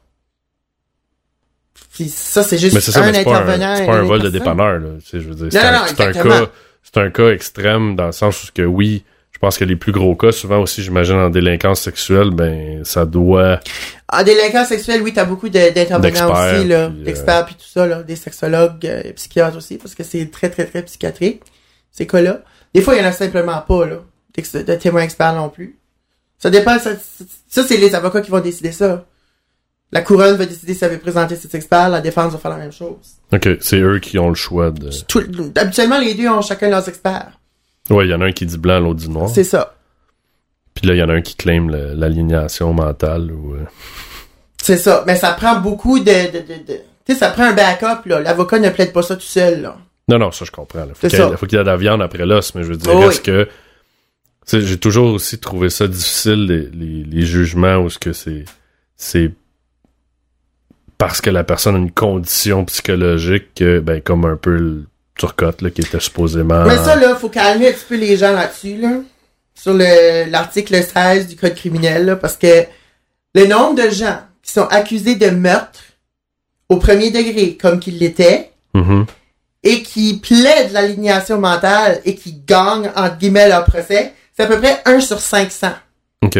[SPEAKER 5] Puis ça, c'est juste
[SPEAKER 4] Mais c'est ça,
[SPEAKER 5] un
[SPEAKER 4] mais c'est pas
[SPEAKER 5] intervenant.
[SPEAKER 4] un, c'est pas un
[SPEAKER 5] une
[SPEAKER 4] vol de
[SPEAKER 5] personne.
[SPEAKER 4] dépanneur, là. Tu sais, je veux dire,
[SPEAKER 5] Non,
[SPEAKER 4] c'est
[SPEAKER 5] non,
[SPEAKER 4] un,
[SPEAKER 5] non,
[SPEAKER 4] c'est un
[SPEAKER 5] exactement.
[SPEAKER 4] cas, c'est un cas extrême dans le sens où que oui, je pense que les plus gros cas, souvent aussi, j'imagine, en délinquance sexuelle, ben, ça doit.
[SPEAKER 5] En délinquant sexuel, Ah, oui, t'as beaucoup de- d'intervenants
[SPEAKER 4] D'experts,
[SPEAKER 5] aussi, là,
[SPEAKER 4] puis, euh,
[SPEAKER 5] d'experts puis tout ça, là, des sexologues, euh, et psychiatres aussi, parce que c'est très, très, très psychiatrique, ces cas-là. Des fois, il y en a simplement pas, là, d'ex- de témoins experts non plus. Ça dépend, ça, ça, c'est les avocats qui vont décider ça. La couronne va décider si elle veut présenter ses experts, la défense va faire la même chose.
[SPEAKER 4] Ok, c'est eux qui ont le choix de.
[SPEAKER 5] Tout- habituellement, les deux ont chacun leurs experts.
[SPEAKER 4] Ouais, il y en a un qui dit blanc, l'autre dit noir.
[SPEAKER 5] C'est ça.
[SPEAKER 4] Puis là, il y en a un qui claim le- l'alignation mentale ou. euh,
[SPEAKER 5] C'est ça. Mais ça prend beaucoup de, de, de, de- tu sais, ça prend un backup, là. L'avocat ne plaide pas ça tout seul, là.
[SPEAKER 4] Non, non, ça je comprends. Il Faut
[SPEAKER 5] C'est
[SPEAKER 4] qu'il y,
[SPEAKER 5] ça.
[SPEAKER 4] ait- faut qu'il y ait de la viande après l'os, mais je veux dire,
[SPEAKER 5] Oh,
[SPEAKER 4] est-ce que. Tu sais, j'ai toujours aussi trouvé ça difficile, les, les, les jugements où ce que c'est. C'est parce que la personne a une condition psychologique que, ben, comme un peu le Turcotte, là, qui était supposément.
[SPEAKER 5] Mais ça, là, faut calmer un petit peu les gens là-dessus, là. Sur le, l'article 16 du Code criminel, là, parce que le nombre de gens qui sont accusés de meurtre au premier degré, comme qu'ils l'étaient,
[SPEAKER 4] Mhm.
[SPEAKER 5] et qui plaident l'alignation mentale et qui gagnent, entre guillemets, leur procès, c'est à peu près 1 sur 500.
[SPEAKER 4] Ok.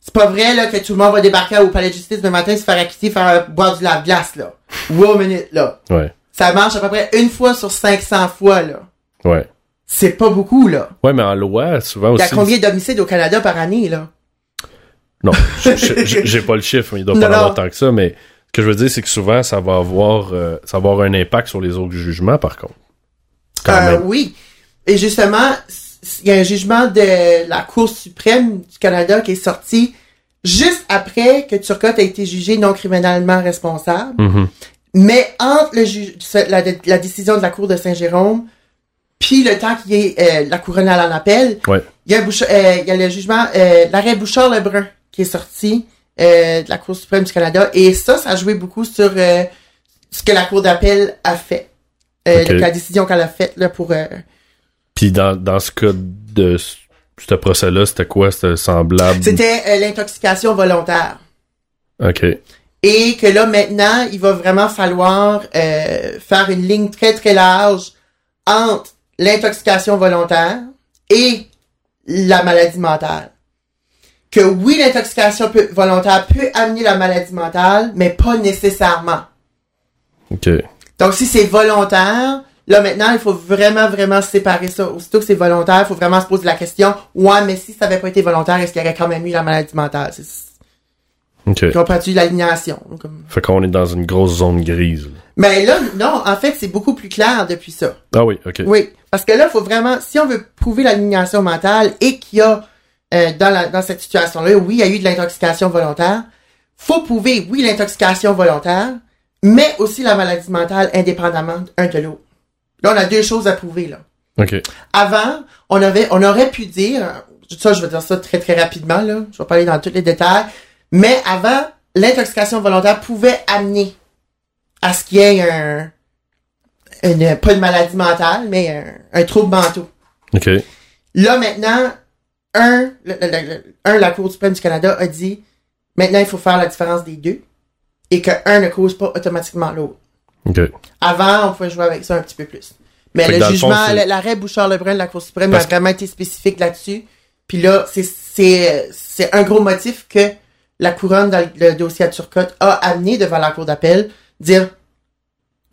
[SPEAKER 5] C'est pas vrai, là, que tout le monde va débarquer au palais de justice le matin, se faire acquitter, faire euh, boire du lave-glace, là. Wow, minute, là.
[SPEAKER 4] Ouais.
[SPEAKER 5] Ça marche à peu près une fois sur 500 fois, là.
[SPEAKER 4] Ouais.
[SPEAKER 5] C'est pas beaucoup, là.
[SPEAKER 4] Ouais, mais en loi, souvent
[SPEAKER 5] Il y a
[SPEAKER 4] aussi.
[SPEAKER 5] combien d'homicides au Canada par année, là?
[SPEAKER 4] Non, je-
[SPEAKER 5] [laughs]
[SPEAKER 4] je- je- j'ai pas le chiffre, mais il doit
[SPEAKER 5] Non,
[SPEAKER 4] pas en avoir
[SPEAKER 5] non.
[SPEAKER 4] tant que ça, mais ce que je veux dire, c'est que souvent, ça va avoir, euh, ça va avoir un impact sur les autres jugements, par contre. Quand
[SPEAKER 5] Euh,
[SPEAKER 4] même.
[SPEAKER 5] Oui. Et justement, s- s- il y a un jugement de la Cour suprême du Canada qui est sorti juste après que Turcotte a été jugé non criminellement responsable.
[SPEAKER 4] Mhm.
[SPEAKER 5] Mais entre le ju- ce- la, la décision de la Cour de Saint-Jérôme puis le temps qu'il y ait euh, la couronne à en appel,
[SPEAKER 4] Ouais.
[SPEAKER 5] il y a, Bouchard- euh, il y a le jugement, euh, l'arrêt Bouchard-Lebrun qui est sorti euh, de la Cour suprême du Canada. Et ça, ça a joué beaucoup sur euh, ce que la Cour d'appel a fait. Euh,
[SPEAKER 4] Ok.
[SPEAKER 5] donc La décision qu'elle a faite là, pour... euh,
[SPEAKER 4] Puis dans, dans ce cas de ce ce procès-là, c'était quoi? C'était semblable?
[SPEAKER 5] C'était euh, l'intoxication volontaire.
[SPEAKER 4] OK.
[SPEAKER 5] Et que là, maintenant, il va vraiment falloir euh, faire une ligne très, très large entre l'intoxication volontaire et la maladie mentale. Que oui, l'intoxication peut- volontaire peut amener la maladie mentale, mais pas nécessairement.
[SPEAKER 4] OK.
[SPEAKER 5] Donc, si c'est volontaire, là, maintenant, il faut vraiment, vraiment séparer ça. Aussitôt que c'est volontaire, il faut vraiment se poser la question, ouais, mais si ça avait pas été volontaire, est-ce qu'il y aurait quand même eu la maladie mentale? C'est-
[SPEAKER 4] OK.
[SPEAKER 5] Comprends-tu l'alignation? Comme-
[SPEAKER 4] Fait qu'on est dans une grosse zone grise. là.
[SPEAKER 5] Mais Ben là, non, en fait, c'est beaucoup plus clair depuis ça.
[SPEAKER 4] Ah oui, OK.
[SPEAKER 5] Oui, parce que là, il faut vraiment, si on veut prouver l'alignation mentale et qu'il y a, euh, dans, la- dans cette situation-là, oui, il y a eu de l'intoxication volontaire, faut prouver, oui, l'intoxication volontaire, mais aussi la maladie mentale indépendamment un de l'autre. Là, on a deux choses à prouver, là.
[SPEAKER 4] OK.
[SPEAKER 5] Avant, on avait, on aurait pu dire, ça, je vais dire ça très, très rapidement, là. Je vais pas aller dans tous les détails. Mais avant, l'intoxication volontaire pouvait amener à ce qu'il y ait un, une- pas une maladie mentale, mais un, un trouble mental.
[SPEAKER 4] OK.
[SPEAKER 5] Là, maintenant, un, le- le- le- le- un, la Cour suprême du Canada a dit maintenant, il faut faire la différence des deux et que un ne cause pas automatiquement l'autre.
[SPEAKER 4] OK.
[SPEAKER 5] Avant, on pouvait jouer avec ça un petit peu plus. Mais
[SPEAKER 4] Fait que
[SPEAKER 5] le
[SPEAKER 4] dans le
[SPEAKER 5] jugement,
[SPEAKER 4] fond, c'est-
[SPEAKER 5] le- l'arrêt Bouchard-Lebrun de la Cour suprême
[SPEAKER 4] Parce
[SPEAKER 5] a
[SPEAKER 4] que-
[SPEAKER 5] vraiment été spécifique là-dessus. Puis là, c'est- c'est c'est un gros motif que la couronne dans le dossier à Turcotte a amené devant la Cour d'appel, dire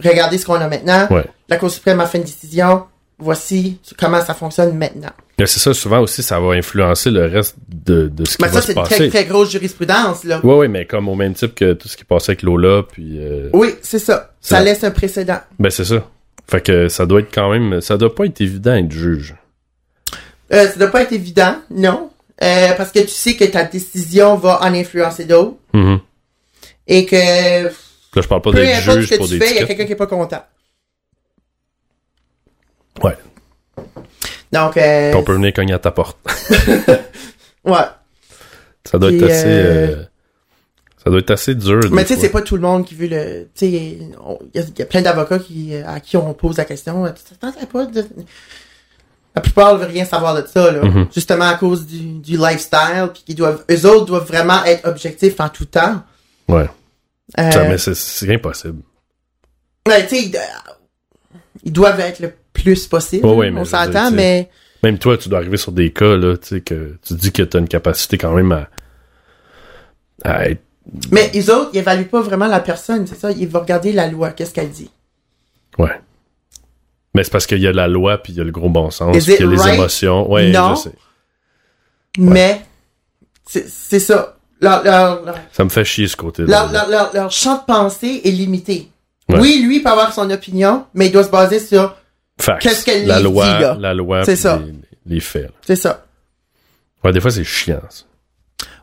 [SPEAKER 5] regardez ce qu'on a maintenant,
[SPEAKER 4] Ouais.
[SPEAKER 5] la Cour suprême a fait une décision, voici comment ça fonctionne maintenant.
[SPEAKER 4] Mais c'est ça, souvent aussi, ça va influencer le reste de, de ce qui
[SPEAKER 5] Mais
[SPEAKER 4] va
[SPEAKER 5] ça,
[SPEAKER 4] se
[SPEAKER 5] c'est une très,
[SPEAKER 4] passer.
[SPEAKER 5] très grosse jurisprudence, là.
[SPEAKER 4] Oui, oui, mais comme au même type que tout ce qui passait avec Lola, puis... euh,
[SPEAKER 5] Oui, c'est ça. Ça
[SPEAKER 4] Ça-
[SPEAKER 5] laisse un précédent.
[SPEAKER 4] Ben, c'est ça. Fait que ça doit être quand même... Ça doit pas être évident d'être juge.
[SPEAKER 5] Euh, ça doit pas être évident, non. Euh, parce que tu sais que ta décision va en influencer d'autres.
[SPEAKER 4] Mhm.
[SPEAKER 5] Et que
[SPEAKER 4] Là, je parle pas
[SPEAKER 5] peu
[SPEAKER 4] d'être
[SPEAKER 5] importe
[SPEAKER 4] juge
[SPEAKER 5] ce
[SPEAKER 4] pour
[SPEAKER 5] que tu
[SPEAKER 4] des
[SPEAKER 5] fais, il y a
[SPEAKER 4] tickets.
[SPEAKER 5] quelqu'un qui est pas content.
[SPEAKER 4] Ouais.
[SPEAKER 5] Donc, euh,
[SPEAKER 4] Qu'on peut venir cogner à ta porte.
[SPEAKER 5] ouais.
[SPEAKER 4] Ça doit
[SPEAKER 5] Puis,
[SPEAKER 4] être assez...
[SPEAKER 5] euh,
[SPEAKER 4] euh, Ça doit être assez dur. des
[SPEAKER 5] Mais tu sais,
[SPEAKER 4] fois.
[SPEAKER 5] c'est pas tout le monde qui veut le. Tu sais, il y, a- il y a plein d'avocats qui, à qui on pose la question. euh, Tu t'attendrais pas de- La plupart ne veulent rien savoir de ça, là.
[SPEAKER 4] Mhm.
[SPEAKER 5] Justement à cause du, du lifestyle, puis qu'ils doivent. Eux autres doivent vraiment être objectifs en tout temps.
[SPEAKER 4] Ouais.
[SPEAKER 5] Euh,
[SPEAKER 4] Ça, mais c'est- c'est impossible.
[SPEAKER 5] ouais, tu sais, ils do- ils doivent être le plus possible.
[SPEAKER 4] Ouais, ouais,
[SPEAKER 5] hein,
[SPEAKER 4] mais
[SPEAKER 5] on
[SPEAKER 4] je veux dire,
[SPEAKER 5] s'entend,
[SPEAKER 4] tu sais,
[SPEAKER 5] mais.
[SPEAKER 4] Même toi, tu dois arriver sur des cas, là, tu sais, que tu dis que t'as une capacité quand même à... à être...
[SPEAKER 5] Mais les autres, ils évaluent pas vraiment la personne, c'est ça. Ils vont regarder la loi, qu'est-ce qu'elle dit.
[SPEAKER 4] Ouais. Mais c'est parce qu'il y a la loi, puis il y a le gros bon sens,
[SPEAKER 5] Is
[SPEAKER 4] puis
[SPEAKER 5] it
[SPEAKER 4] il y a les
[SPEAKER 5] right?
[SPEAKER 4] émotions. Ouais,
[SPEAKER 5] Non.
[SPEAKER 4] je sais.
[SPEAKER 5] Mais c'est c'est ça. Leur, leur, leur,
[SPEAKER 4] Ça me fait chier, ce côté-là.
[SPEAKER 5] leur- leur- leur- leur champ de pensée est limité.
[SPEAKER 4] Ouais.
[SPEAKER 5] Oui, lui peut avoir son opinion, mais il doit se baser sur
[SPEAKER 4] Facts.
[SPEAKER 5] Qu'est-ce qu'elle
[SPEAKER 4] la
[SPEAKER 5] lui
[SPEAKER 4] loi,
[SPEAKER 5] dit, là?
[SPEAKER 4] La loi,
[SPEAKER 5] C'est
[SPEAKER 4] puis
[SPEAKER 5] ça.
[SPEAKER 4] Les, les faits. là.
[SPEAKER 5] c'est ça.
[SPEAKER 4] Ouais, des fois, c'est chiant. ça.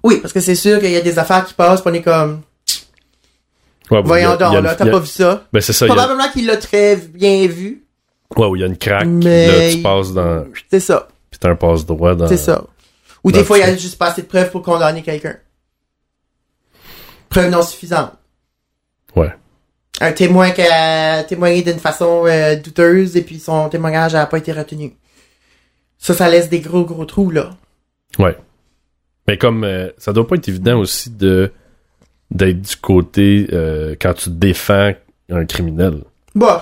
[SPEAKER 5] Oui, parce que c'est sûr qu'il y a des affaires qui passent, puis on est comme
[SPEAKER 4] Ouais, il y
[SPEAKER 5] voyons
[SPEAKER 4] a- il y a
[SPEAKER 5] donc
[SPEAKER 4] le-
[SPEAKER 5] là,
[SPEAKER 4] il
[SPEAKER 5] t'as
[SPEAKER 4] y a-
[SPEAKER 5] pas vu ça.
[SPEAKER 4] Ben, c'est ça. il y a-
[SPEAKER 5] Probablement qu'il l'a très bien vu.
[SPEAKER 4] ouais, où il y a une craque,
[SPEAKER 5] Mais
[SPEAKER 4] là, tu
[SPEAKER 5] il-
[SPEAKER 4] passes dans.
[SPEAKER 5] C'est ça,
[SPEAKER 4] Puis t'as un passe-droit dans.
[SPEAKER 5] c'est ça. Ou des
[SPEAKER 4] dans
[SPEAKER 5] fois, il y
[SPEAKER 4] ça.
[SPEAKER 5] a juste pas assez de preuves pour condamner quelqu'un. Preuves non suffisantes.
[SPEAKER 4] Ouais.
[SPEAKER 5] un témoin qui a témoigné d'une façon euh, douteuse et puis son témoignage n'a pas été retenu. Ça, ça laisse des gros gros trous là.
[SPEAKER 4] Ouais. Mais comme. euh, ça doit pas être évident aussi de. D'être du côté. euh, quand tu défends un criminel.
[SPEAKER 5] Bon,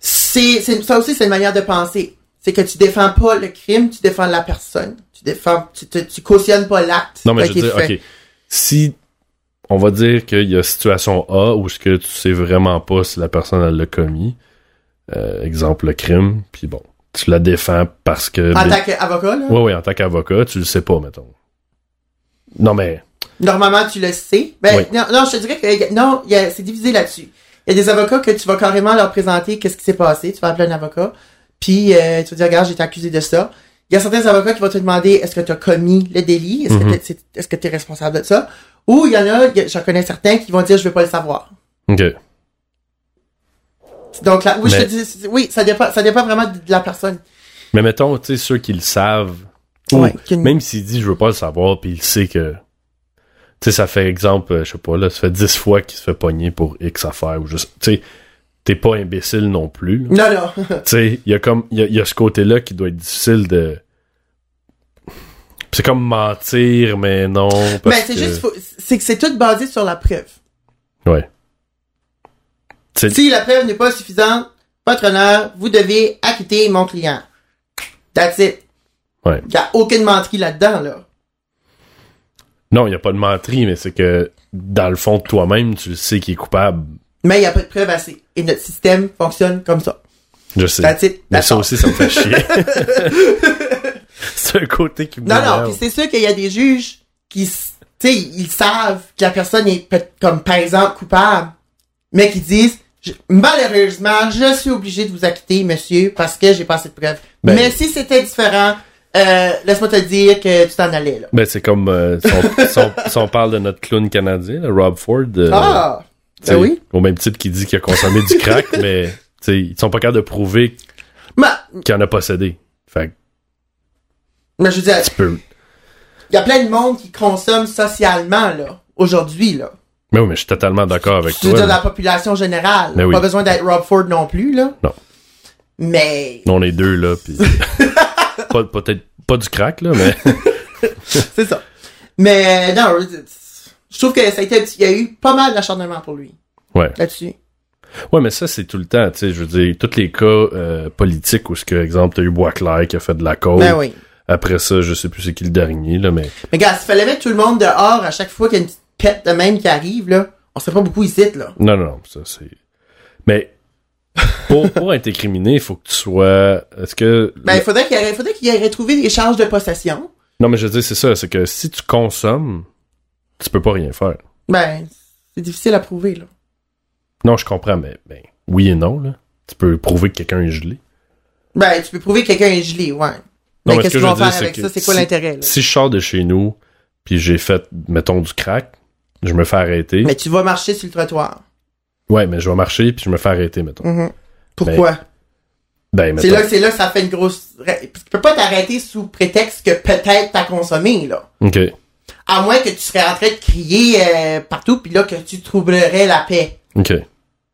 [SPEAKER 5] c'est c'est- ça aussi c'est une manière de penser. C'est que tu défends pas le crime, tu défends la personne, tu défends, tu, tu, tu cautionnes pas l'acte.
[SPEAKER 4] Non, mais
[SPEAKER 5] qui a
[SPEAKER 4] je
[SPEAKER 5] été
[SPEAKER 4] veux dire,
[SPEAKER 5] fait.
[SPEAKER 4] OK. Si. On va dire qu'il y a situation A où ce que tu sais vraiment pas si la personne elle l'a commis. Euh, exemple, le crime. Puis bon. Tu la défends parce que.
[SPEAKER 5] En tant qu'avocat, là,
[SPEAKER 4] Oui, oui, en tant qu'avocat, tu le sais pas, mettons. Non, mais.
[SPEAKER 5] normalement tu le sais. Ben
[SPEAKER 4] Oui.
[SPEAKER 5] non, non, je te dirais que non, il y a- c'est divisé là-dessus. Il y a des avocats que tu vas carrément leur présenter qu'est-ce qui s'est passé. Tu vas appeler un avocat, puis euh, tu vas dire regarde, j'ai été accusé de ça. Il y a certains avocats qui vont te demander est-ce que tu as commis le délit, est-ce
[SPEAKER 4] Mhm.
[SPEAKER 5] que tu est, ce que tu es responsable de ça. Ou il y en a, il y a- j'en connais certains qui vont dire je veux pas le savoir.
[SPEAKER 4] OK.
[SPEAKER 5] Donc là, oui, je
[SPEAKER 4] Mais-
[SPEAKER 5] te dis, c'est- oui, ça dépend, ça dépend vraiment de de la personne.
[SPEAKER 4] Mais mettons, tu sais, ceux qui le savent, ou
[SPEAKER 5] Ouais, qu'une-
[SPEAKER 4] même s'il dit je veux pas le savoir, puis il sait que. Tu sais, ça fait exemple, euh, je sais pas, là, ça fait 10 fois qu'il se fait pogner pour X affaire, ou juste. Tu sais, t'es pas imbécile non plus. là.
[SPEAKER 5] Non, non.
[SPEAKER 4] Tu sais, il y a comme. Il y a, il y a ce côté-là qui doit être difficile de. C'est comme mentir, mais non. Parce
[SPEAKER 5] Mais Ben, c'est
[SPEAKER 4] que-
[SPEAKER 5] juste, faut- c'est que c'est tout basé sur la preuve.
[SPEAKER 4] Ouais. Tu sais,
[SPEAKER 5] Si la preuve n'est pas suffisante, votre honneur, vous devez acquitter mon client. That's it.
[SPEAKER 4] Ouais.
[SPEAKER 5] Il n'y a aucune menterie là-dedans, là.
[SPEAKER 4] Non, il n'y a pas de menterie, mais c'est que dans le fond de toi-même, tu le sais qu'il est coupable.
[SPEAKER 5] Mais il n'y a pas de preuve assez. Et notre système fonctionne comme ça.
[SPEAKER 4] Je sais.
[SPEAKER 5] That's it.
[SPEAKER 4] mais
[SPEAKER 5] That's
[SPEAKER 4] ça
[SPEAKER 5] all.
[SPEAKER 4] aussi, ça me fait
[SPEAKER 5] [laughs]
[SPEAKER 4] chier. [laughs] c'est un côté qui me
[SPEAKER 5] Non, non,
[SPEAKER 4] énerve.
[SPEAKER 5] puis c'est sûr qu'il y a des juges qui, s- tu sais, ils savent que la personne est peut- comme, par exemple, coupable, mais qui disent, je- malheureusement, je suis obligé de vous acquitter, monsieur, parce que j'ai pas assez de preuves.
[SPEAKER 4] Ben-
[SPEAKER 5] mais si c'était différent, euh, laisse-moi te dire que tu t'en allais, là.
[SPEAKER 4] Ben, c'est comme euh, si, on, si on- si on parle de notre clown canadien, là, Rob Ford. euh,
[SPEAKER 5] ah!
[SPEAKER 4] tu sais,
[SPEAKER 5] Ben oui.
[SPEAKER 4] Au même titre qu'il dit qu'il a consommé du
[SPEAKER 5] [laughs]
[SPEAKER 4] crack, mais tu sais, ils sont pas capables de prouver
[SPEAKER 5] Mais,
[SPEAKER 4] qu'il en a possédé. Fait que
[SPEAKER 5] mais je veux dire,
[SPEAKER 4] tu peux.
[SPEAKER 5] il y a plein de monde qui consomme socialement, là, aujourd'hui, là.
[SPEAKER 4] Mais oui, mais je suis totalement d'accord avec
[SPEAKER 5] Je veux
[SPEAKER 4] toi.
[SPEAKER 5] dire,
[SPEAKER 4] là.
[SPEAKER 5] la population générale.
[SPEAKER 4] Mais Ben oui.
[SPEAKER 5] Pas besoin d'être Rob Ford non plus, là.
[SPEAKER 4] Non.
[SPEAKER 5] Mais
[SPEAKER 4] On est deux, là,
[SPEAKER 5] [laughs]
[SPEAKER 4] puis... pas, peut-être pas du crack, là, mais... [laughs]
[SPEAKER 5] c'est ça. Mais non, je trouve que ça a été un petit- il y a eu pas mal d'acharnement pour lui
[SPEAKER 4] Ouais.
[SPEAKER 5] là-dessus.
[SPEAKER 4] Ouais, mais ça, c'est tout le temps, tu sais, je veux dire, tous les cas euh, politiques où, ce que, exemple, t'as eu Boisclair qui a fait de la cause.
[SPEAKER 5] Ben oui.
[SPEAKER 4] Après ça, je sais plus c'est qui le dernier, là, mais...
[SPEAKER 5] Mais gars, s'il fallait mettre tout le monde dehors à chaque fois qu'il y a une petite pète de même qui arrive, là, on serait pas beaucoup ici, là.
[SPEAKER 4] Non, non, non, ça, c'est... Mais... pour, pour être incriminé, il faut que tu sois... Est-ce que...
[SPEAKER 5] Ben, il faudrait qu'il y ait- faudrait qu'il y ait retrouvé les charges de possession.
[SPEAKER 4] Non, mais je veux dire, c'est ça, c'est que si tu consommes, tu peux pas rien faire.
[SPEAKER 5] Ben, c'est difficile à prouver, là.
[SPEAKER 4] Non, je comprends, mais ben, oui et non, là. Tu peux prouver que quelqu'un est gelé.
[SPEAKER 5] Ben, tu peux prouver que quelqu'un est gelé, ouais. Mais Ben,
[SPEAKER 4] mais ce
[SPEAKER 5] qu'est-ce
[SPEAKER 4] que
[SPEAKER 5] qu'ils
[SPEAKER 4] je
[SPEAKER 5] vont
[SPEAKER 4] veux dire,
[SPEAKER 5] faire avec
[SPEAKER 4] c'est
[SPEAKER 5] ça?
[SPEAKER 4] que
[SPEAKER 5] C'est quoi
[SPEAKER 4] si-
[SPEAKER 5] l'intérêt, là?
[SPEAKER 4] Si je sors de chez nous, puis j'ai fait, mettons, du crack, je me fais arrêter.
[SPEAKER 5] Mais tu vas marcher sur le trottoir.
[SPEAKER 4] Ouais, mais je vais marcher, puis je me fais arrêter, mettons.
[SPEAKER 5] Mhm. Pourquoi?
[SPEAKER 4] Ben,
[SPEAKER 5] c'est
[SPEAKER 4] mettons.
[SPEAKER 5] là, c'est là que ça fait une grosse... Tu peux pas t'arrêter sous prétexte que peut-être t'as consommé, là.
[SPEAKER 4] OK.
[SPEAKER 5] À moins que tu serais en train de crier euh, partout, puis là, que tu troublerais la paix.
[SPEAKER 4] OK.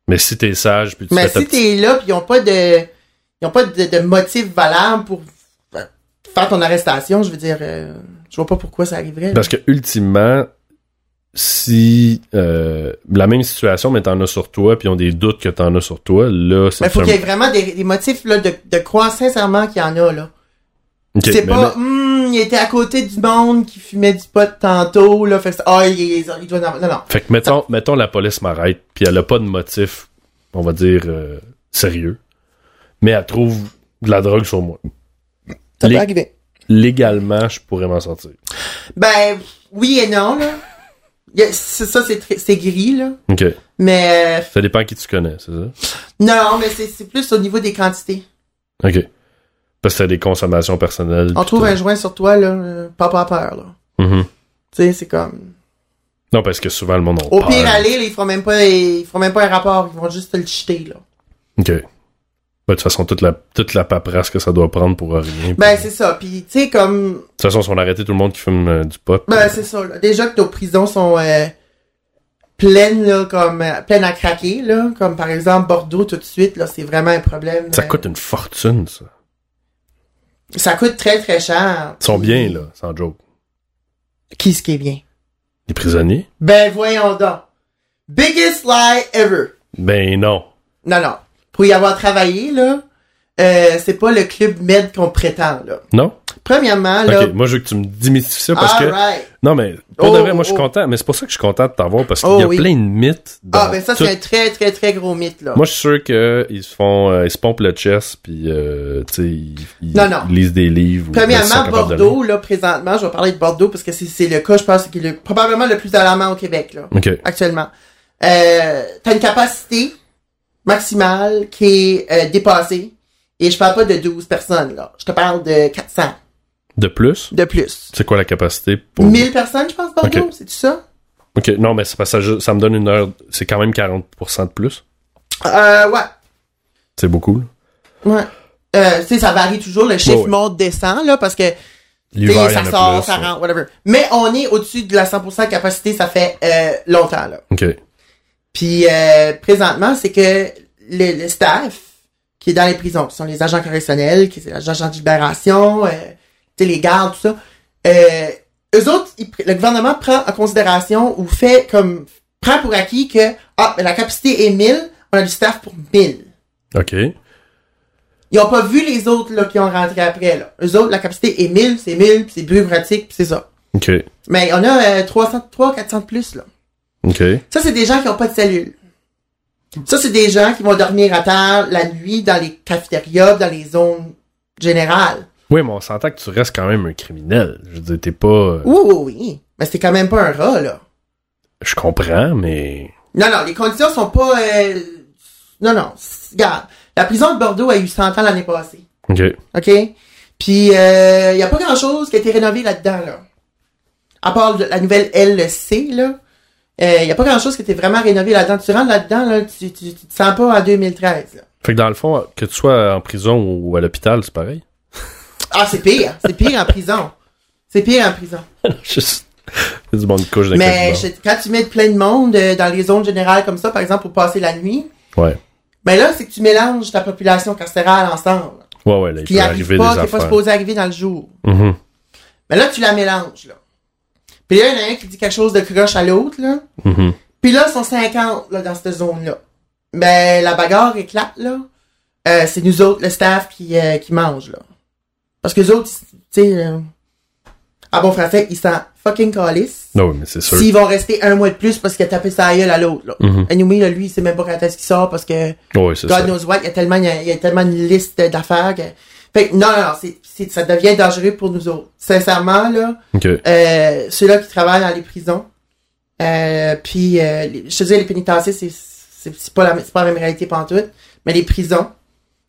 [SPEAKER 4] Mais si t'es sage, puis tu
[SPEAKER 5] Mais
[SPEAKER 4] fais ta
[SPEAKER 5] Ben, si
[SPEAKER 4] petite-
[SPEAKER 5] t'es là, puis ils ont pas de... Ils ont pas de, de motif valable pour fa- faire ton arrestation, je veux dire... euh, je vois pas pourquoi ça arriverait. là.
[SPEAKER 4] Parce que, ultimement, si euh, la même situation, mais t'en as sur toi, puis ils ont des doutes que t'en as sur toi, là, c'est
[SPEAKER 5] Mais faut
[SPEAKER 4] vraiment-
[SPEAKER 5] qu'il y ait vraiment des, des motifs là, de, de croire sincèrement qu'il y en a. là.
[SPEAKER 4] OK,
[SPEAKER 5] c'est
[SPEAKER 4] mais
[SPEAKER 5] pas, Hmm, il était à côté du monde qui fumait du pot tantôt, là, fait que, c'est- ah, il, est- il doit en avoir- Non, non.
[SPEAKER 4] Fait que mettons, mettons la police m'arrête, puis elle a pas de motif, on va dire, euh, sérieux, mais elle trouve de la drogue sur moi.
[SPEAKER 5] Ça
[SPEAKER 4] Les-
[SPEAKER 5] peut arriver.
[SPEAKER 4] Légalement, je pourrais m'en sortir.
[SPEAKER 5] Ben, oui et non, là. Il y a- c'est- ça, c'est très- c'est gris, là.
[SPEAKER 4] OK.
[SPEAKER 5] Mais, euh,
[SPEAKER 4] Ça dépend qui tu connais, c'est ça?
[SPEAKER 5] non, mais c'est c'est plus au niveau des quantités.
[SPEAKER 4] OK. Parce que t'as des consommations personnelles.
[SPEAKER 5] On
[SPEAKER 4] puis
[SPEAKER 5] trouve
[SPEAKER 4] t'as-
[SPEAKER 5] un joint sur toi, là, euh, pas pas peur, là.
[SPEAKER 4] Mhm.
[SPEAKER 5] Tu sais, c'est comme...
[SPEAKER 4] Non, parce que souvent, le monde en
[SPEAKER 5] Au
[SPEAKER 4] parle.
[SPEAKER 5] pire, aller, là, ils feront même pas, ils feront même pas un rapport, ils vont juste te le jeter, là.
[SPEAKER 4] OK. Ben, de toute façon, toute la, toute la paperasse que ça doit prendre pour rien.
[SPEAKER 5] Ben,
[SPEAKER 4] puis-
[SPEAKER 5] c'est ça. Puis, tu sais, comme...
[SPEAKER 4] de toute façon, si on arrêtait tout le monde qui fume euh, du pot,
[SPEAKER 5] Ben, c'est ça, là. Déjà que nos prisons sont euh, pleines, là, comme, euh, pleines à craquer, là. Comme, par exemple, Bordeaux, tout de suite, là, c'est vraiment un problème.
[SPEAKER 4] ça
[SPEAKER 5] euh,
[SPEAKER 4] coûte une fortune, ça.
[SPEAKER 5] Ça coûte très, très cher.
[SPEAKER 4] Ils sont bien, là, sans joke.
[SPEAKER 5] Qui ce qui est bien?
[SPEAKER 4] Les prisonniers?
[SPEAKER 5] Ben, voyons donc. Biggest lie ever.
[SPEAKER 4] Ben non.
[SPEAKER 5] Non, non. Pour y avoir travaillé, là, euh, c'est pas le club med qu'on prétend, là.
[SPEAKER 4] Non?
[SPEAKER 5] Premièrement, là...
[SPEAKER 4] Ok, moi je veux que tu me démystifies ça parce que.
[SPEAKER 5] alright.
[SPEAKER 4] Non, mais pour
[SPEAKER 5] Oh,
[SPEAKER 4] de vrai, moi je suis
[SPEAKER 5] oh.
[SPEAKER 4] content, mais c'est pour ça que je suis content de t'avoir parce qu'il
[SPEAKER 5] Oh,
[SPEAKER 4] y a
[SPEAKER 5] oui.
[SPEAKER 4] plein de mythes. dans
[SPEAKER 5] Ah, ben ça,
[SPEAKER 4] tout-
[SPEAKER 5] c'est un très, très, très gros mythe, là.
[SPEAKER 4] Moi je suis sûr qu'ils se font. euh, ils se pompent le chest puis, euh, tu sais, ils, ils-
[SPEAKER 5] Non, non.
[SPEAKER 4] ils lisent des livres. ou- ils sont
[SPEAKER 5] Premièrement,
[SPEAKER 4] capables de
[SPEAKER 5] Bordeaux, là, présentement, je vais parler de Bordeaux parce que c'est- c'est le cas, je pense, qui est le- probablement le plus alarmant au Québec, là,
[SPEAKER 4] lire. Ok.
[SPEAKER 5] actuellement. Euh, t'as une capacité maximale qui est euh, dépassée. Et je parle pas de 12 personnes, là. Je te parle de 400
[SPEAKER 4] De plus,
[SPEAKER 5] de plus.
[SPEAKER 4] c'est quoi la capacité pour.
[SPEAKER 5] 1000 personnes, je pense, Bordeaux,
[SPEAKER 4] Oh. Ok.
[SPEAKER 5] c'est tout ça?
[SPEAKER 4] Ok, non, mais c'est parce que ça, ça me donne une heure. C'est quand même 40% de plus.
[SPEAKER 5] Euh, ouais.
[SPEAKER 4] C'est beaucoup. là.
[SPEAKER 5] Ouais. Euh, tu sais, ça varie toujours. Le chiffre
[SPEAKER 4] ouais.
[SPEAKER 5] monte, descend, là, parce que Tu sais,
[SPEAKER 4] L'hiver, il y en
[SPEAKER 5] ça
[SPEAKER 4] a
[SPEAKER 5] sort,
[SPEAKER 4] plus,
[SPEAKER 5] ça
[SPEAKER 4] ouais.
[SPEAKER 5] rentre, whatever. Mais on est au-dessus de la 100% capacité, ça fait euh, longtemps, là.
[SPEAKER 4] Ok.
[SPEAKER 5] Puis euh, présentement, c'est que le, le staff qui est dans les prisons, ce sont les agents correctionnels, qui c'est les agents de libération, euh, tu sais, les gardes, tout ça. Euh, eux autres, ils pr- le gouvernement prend en considération ou fait comme prend pour acquis que ah, mais la capacité est 1000, on a du staff pour 1000.
[SPEAKER 4] Ok.
[SPEAKER 5] Ils ont pas vu les autres là qui ont rentré après là. Eux autres, la capacité est 1000, c'est 1000, puis c'est bureaucratique, puis c'est ça.
[SPEAKER 4] Ok.
[SPEAKER 5] Mais on a euh, 300, 300, 400 de plus, là.
[SPEAKER 4] Ok.
[SPEAKER 5] Ça, c'est des gens qui n'ont pas de cellule. Ça, c'est des gens qui vont dormir à terre la nuit dans les cafétérias, dans les zones générales.
[SPEAKER 4] Oui, mais on s'entend que tu restes quand même un criminel. Je veux dire, t'es pas. euh,
[SPEAKER 5] Oui, oui, oui. Mais c'est quand même pas un rat, là.
[SPEAKER 4] Je comprends, mais.
[SPEAKER 5] Non, non, les conditions sont pas... euh, Non, non. c'est- Regarde, la prison de Bordeaux a eu 100 ans l'année passée.
[SPEAKER 4] Ok.
[SPEAKER 5] OK? Puis, il euh, n'y a pas grand-chose qui a été rénové là-dedans, là. À part de- la nouvelle LC, là. Il n'y a pas grand-chose qui a été vraiment rénové là-dedans. Tu rentres là-dedans, là, tu, tu, tu te sens pas en 2013, là.
[SPEAKER 4] Fait que dans le fond, que tu sois en prison ou à l'hôpital, c'est pareil. [laughs]
[SPEAKER 5] Ah, c'est pire. C'est pire en prison. C'est pire en prison.
[SPEAKER 4] Juste. Il y a du monde qui couche dans
[SPEAKER 5] Mais
[SPEAKER 4] le
[SPEAKER 5] je- quand tu mets plein de monde euh, dans les zones générales comme ça, par exemple, pour passer la nuit,
[SPEAKER 4] Ouais.
[SPEAKER 5] Mais là, c'est que tu mélanges ta population carcérale ensemble.
[SPEAKER 4] Ouais, ouais, là, il
[SPEAKER 5] Qui
[SPEAKER 4] peut
[SPEAKER 5] arrive
[SPEAKER 4] arriver
[SPEAKER 5] pas,
[SPEAKER 4] des
[SPEAKER 5] qui est pas
[SPEAKER 4] affaires.
[SPEAKER 5] supposé arriver dans le jour.
[SPEAKER 4] Mhm.
[SPEAKER 5] Mais là, tu la mélanges, là. Puis là, il y en a un qui dit quelque chose de croche à l'autre, là.
[SPEAKER 4] Mhm.
[SPEAKER 5] Puis là, ils sont 50 là, dans cette zone-là. Mais la bagarre éclate, là. Euh, c'est nous autres, le staff, qui, euh, qui mange, là. Parce que les autres, tu sais, euh, à bon français, ils s'en fucking calissent.
[SPEAKER 4] Non, oui, mais c'est sûr.
[SPEAKER 5] S'ils vont rester un mois de plus parce qu'il a tapé sa gueule à l'autre, là.
[SPEAKER 4] Mhm.
[SPEAKER 5] Anyway, là, lui, il sait même pas quand est-ce qu'il sort parce que
[SPEAKER 4] Oui, c'est ça.
[SPEAKER 5] God knows what, il y a tellement, il y a, il y a tellement une liste d'affaires que... Fait que non, non, non, c'est- c'est- ça devient dangereux pour nous autres. Sincèrement, là,
[SPEAKER 4] OK.
[SPEAKER 5] euh, ceux-là qui travaillent dans les prisons. Euh, puis, euh, les- je te dis, les pénitenciers, c'est, c'est, c'est pas la, c'est pas la même réalité pantoute, mais les prisons,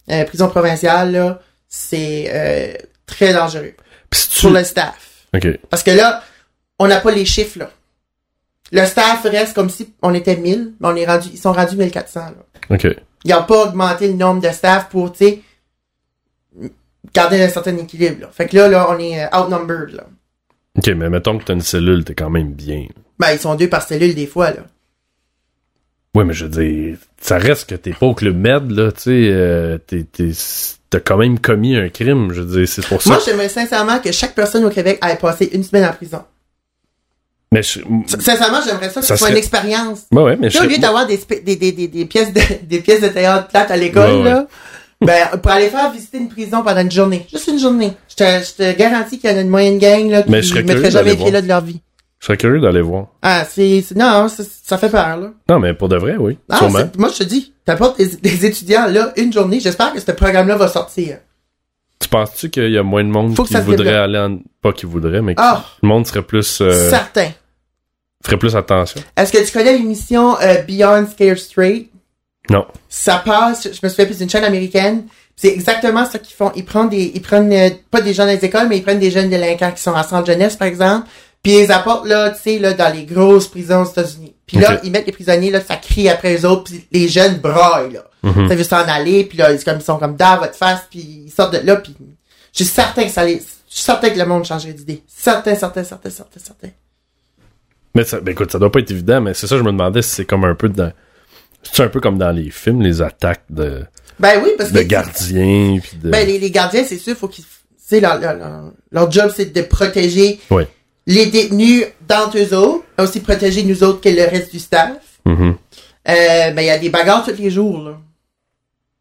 [SPEAKER 5] euh, prisons provinciales, là, c'est euh, très dangereux
[SPEAKER 4] Puis si tu...
[SPEAKER 5] pour le staff.
[SPEAKER 4] OK.
[SPEAKER 5] Parce que là, on n'a pas les chiffres, là. Le staff reste comme si on était 1000, mais on est rendu, ils sont rendus 1400, là.
[SPEAKER 4] OK.
[SPEAKER 5] Ils n'ont pas augmenté le nombre de staff pour, tu sais, garder un certain équilibre, là. Fait que là, là, on est euh, outnumbered, là.
[SPEAKER 4] OK, mais mettons que t'as une cellule, t'es quand même bien.
[SPEAKER 5] Ben, ils sont deux par cellule des fois, là.
[SPEAKER 4] Oui, mais je veux dire, ça reste que t'es pas au Club Med, là, tu sais, euh, t'es- t'es- t'as quand même commis un crime, je veux dire, c'est pour ça.
[SPEAKER 5] Moi, j'aimerais sincèrement que chaque personne au Québec aille passer une semaine en prison.
[SPEAKER 4] mais je...
[SPEAKER 5] Sincèrement, j'aimerais ça que ce
[SPEAKER 4] Ça
[SPEAKER 5] soit une
[SPEAKER 4] serait-
[SPEAKER 5] expérience.
[SPEAKER 4] Ouais, ouais, mais
[SPEAKER 5] Tu sais,
[SPEAKER 4] je...
[SPEAKER 5] au lieu d'avoir des, spe- des, des, des, des pièces de, [laughs] des pièces de théâtre plates à
[SPEAKER 4] Ouais,
[SPEAKER 5] l'école,
[SPEAKER 4] ouais.
[SPEAKER 5] là, ben, pour aller faire visiter une prison pendant une journée. Juste une journée. Je te, je te garantis qu'il y en a une moyenne gang, là, qui
[SPEAKER 4] Mais je serais
[SPEAKER 5] ne mettrait
[SPEAKER 4] curieux
[SPEAKER 5] jamais les
[SPEAKER 4] d'aller
[SPEAKER 5] pieds là de leur vie.
[SPEAKER 4] je serais curieux d'aller voir.
[SPEAKER 5] Ah, c'est, c'est- non, ça, ça fait peur, là.
[SPEAKER 4] Non, mais pour de vrai, oui,
[SPEAKER 5] Ah,
[SPEAKER 4] sûrement.
[SPEAKER 5] c'est- moi, je te dis, t'apportes des, des étudiants, là, une journée. J'espère que ce programme-là va sortir.
[SPEAKER 4] Tu penses-tu qu'il y a moins de monde
[SPEAKER 5] Faut que
[SPEAKER 4] qui
[SPEAKER 5] ça se
[SPEAKER 4] voudrait
[SPEAKER 5] développe.
[SPEAKER 4] aller en... Pas qui voudrait, mais que
[SPEAKER 5] Ah,
[SPEAKER 4] le monde serait plus... euh,
[SPEAKER 5] certain.
[SPEAKER 4] ferait plus attention.
[SPEAKER 5] Est-ce que tu connais l'émission euh, Beyond Scared Straight?
[SPEAKER 4] Non.
[SPEAKER 5] Ça passe, je me souviens plus d'une chaîne américaine. C'est exactement ça qu'ils font. Ils prennent des, ils prennent euh, pas des gens des écoles, mais ils prennent des jeunes délinquants qui sont en centre jeunesse, par exemple. Puis ils les apportent là, tu sais, là, dans les grosses prisons aux États-Unis. Puis là,
[SPEAKER 4] Ok.
[SPEAKER 5] ils mettent les prisonniers là, ça crie après les autres, puis les jeunes braillent là. Ça veut s'en aller, puis là, ils, comme, ils sont comme dans votre face, puis ils sortent de là, puis je suis certain que ça les, je suis certain que le monde changerait d'idée. Certain, certain, certain, certain, certain.
[SPEAKER 4] Mais ça, ben écoute, ça doit pas être évident, mais c'est ça, je me demandais si c'est comme un peu dans. C'est un peu comme dans les films, les attaques de,
[SPEAKER 5] Ben oui, parce
[SPEAKER 4] de
[SPEAKER 5] que
[SPEAKER 4] gardiens. Puis de...
[SPEAKER 5] Ben, les, les gardiens, c'est sûr, faut qu'ils, tu sais, leur, leur, leur- leur job, c'est de protéger
[SPEAKER 4] Ouais.
[SPEAKER 5] les détenus d'entre eux autres, mais aussi protéger nous autres que le reste du staff. Euh,
[SPEAKER 4] Mhm.
[SPEAKER 5] ben, il y a des bagarres tous les jours, là.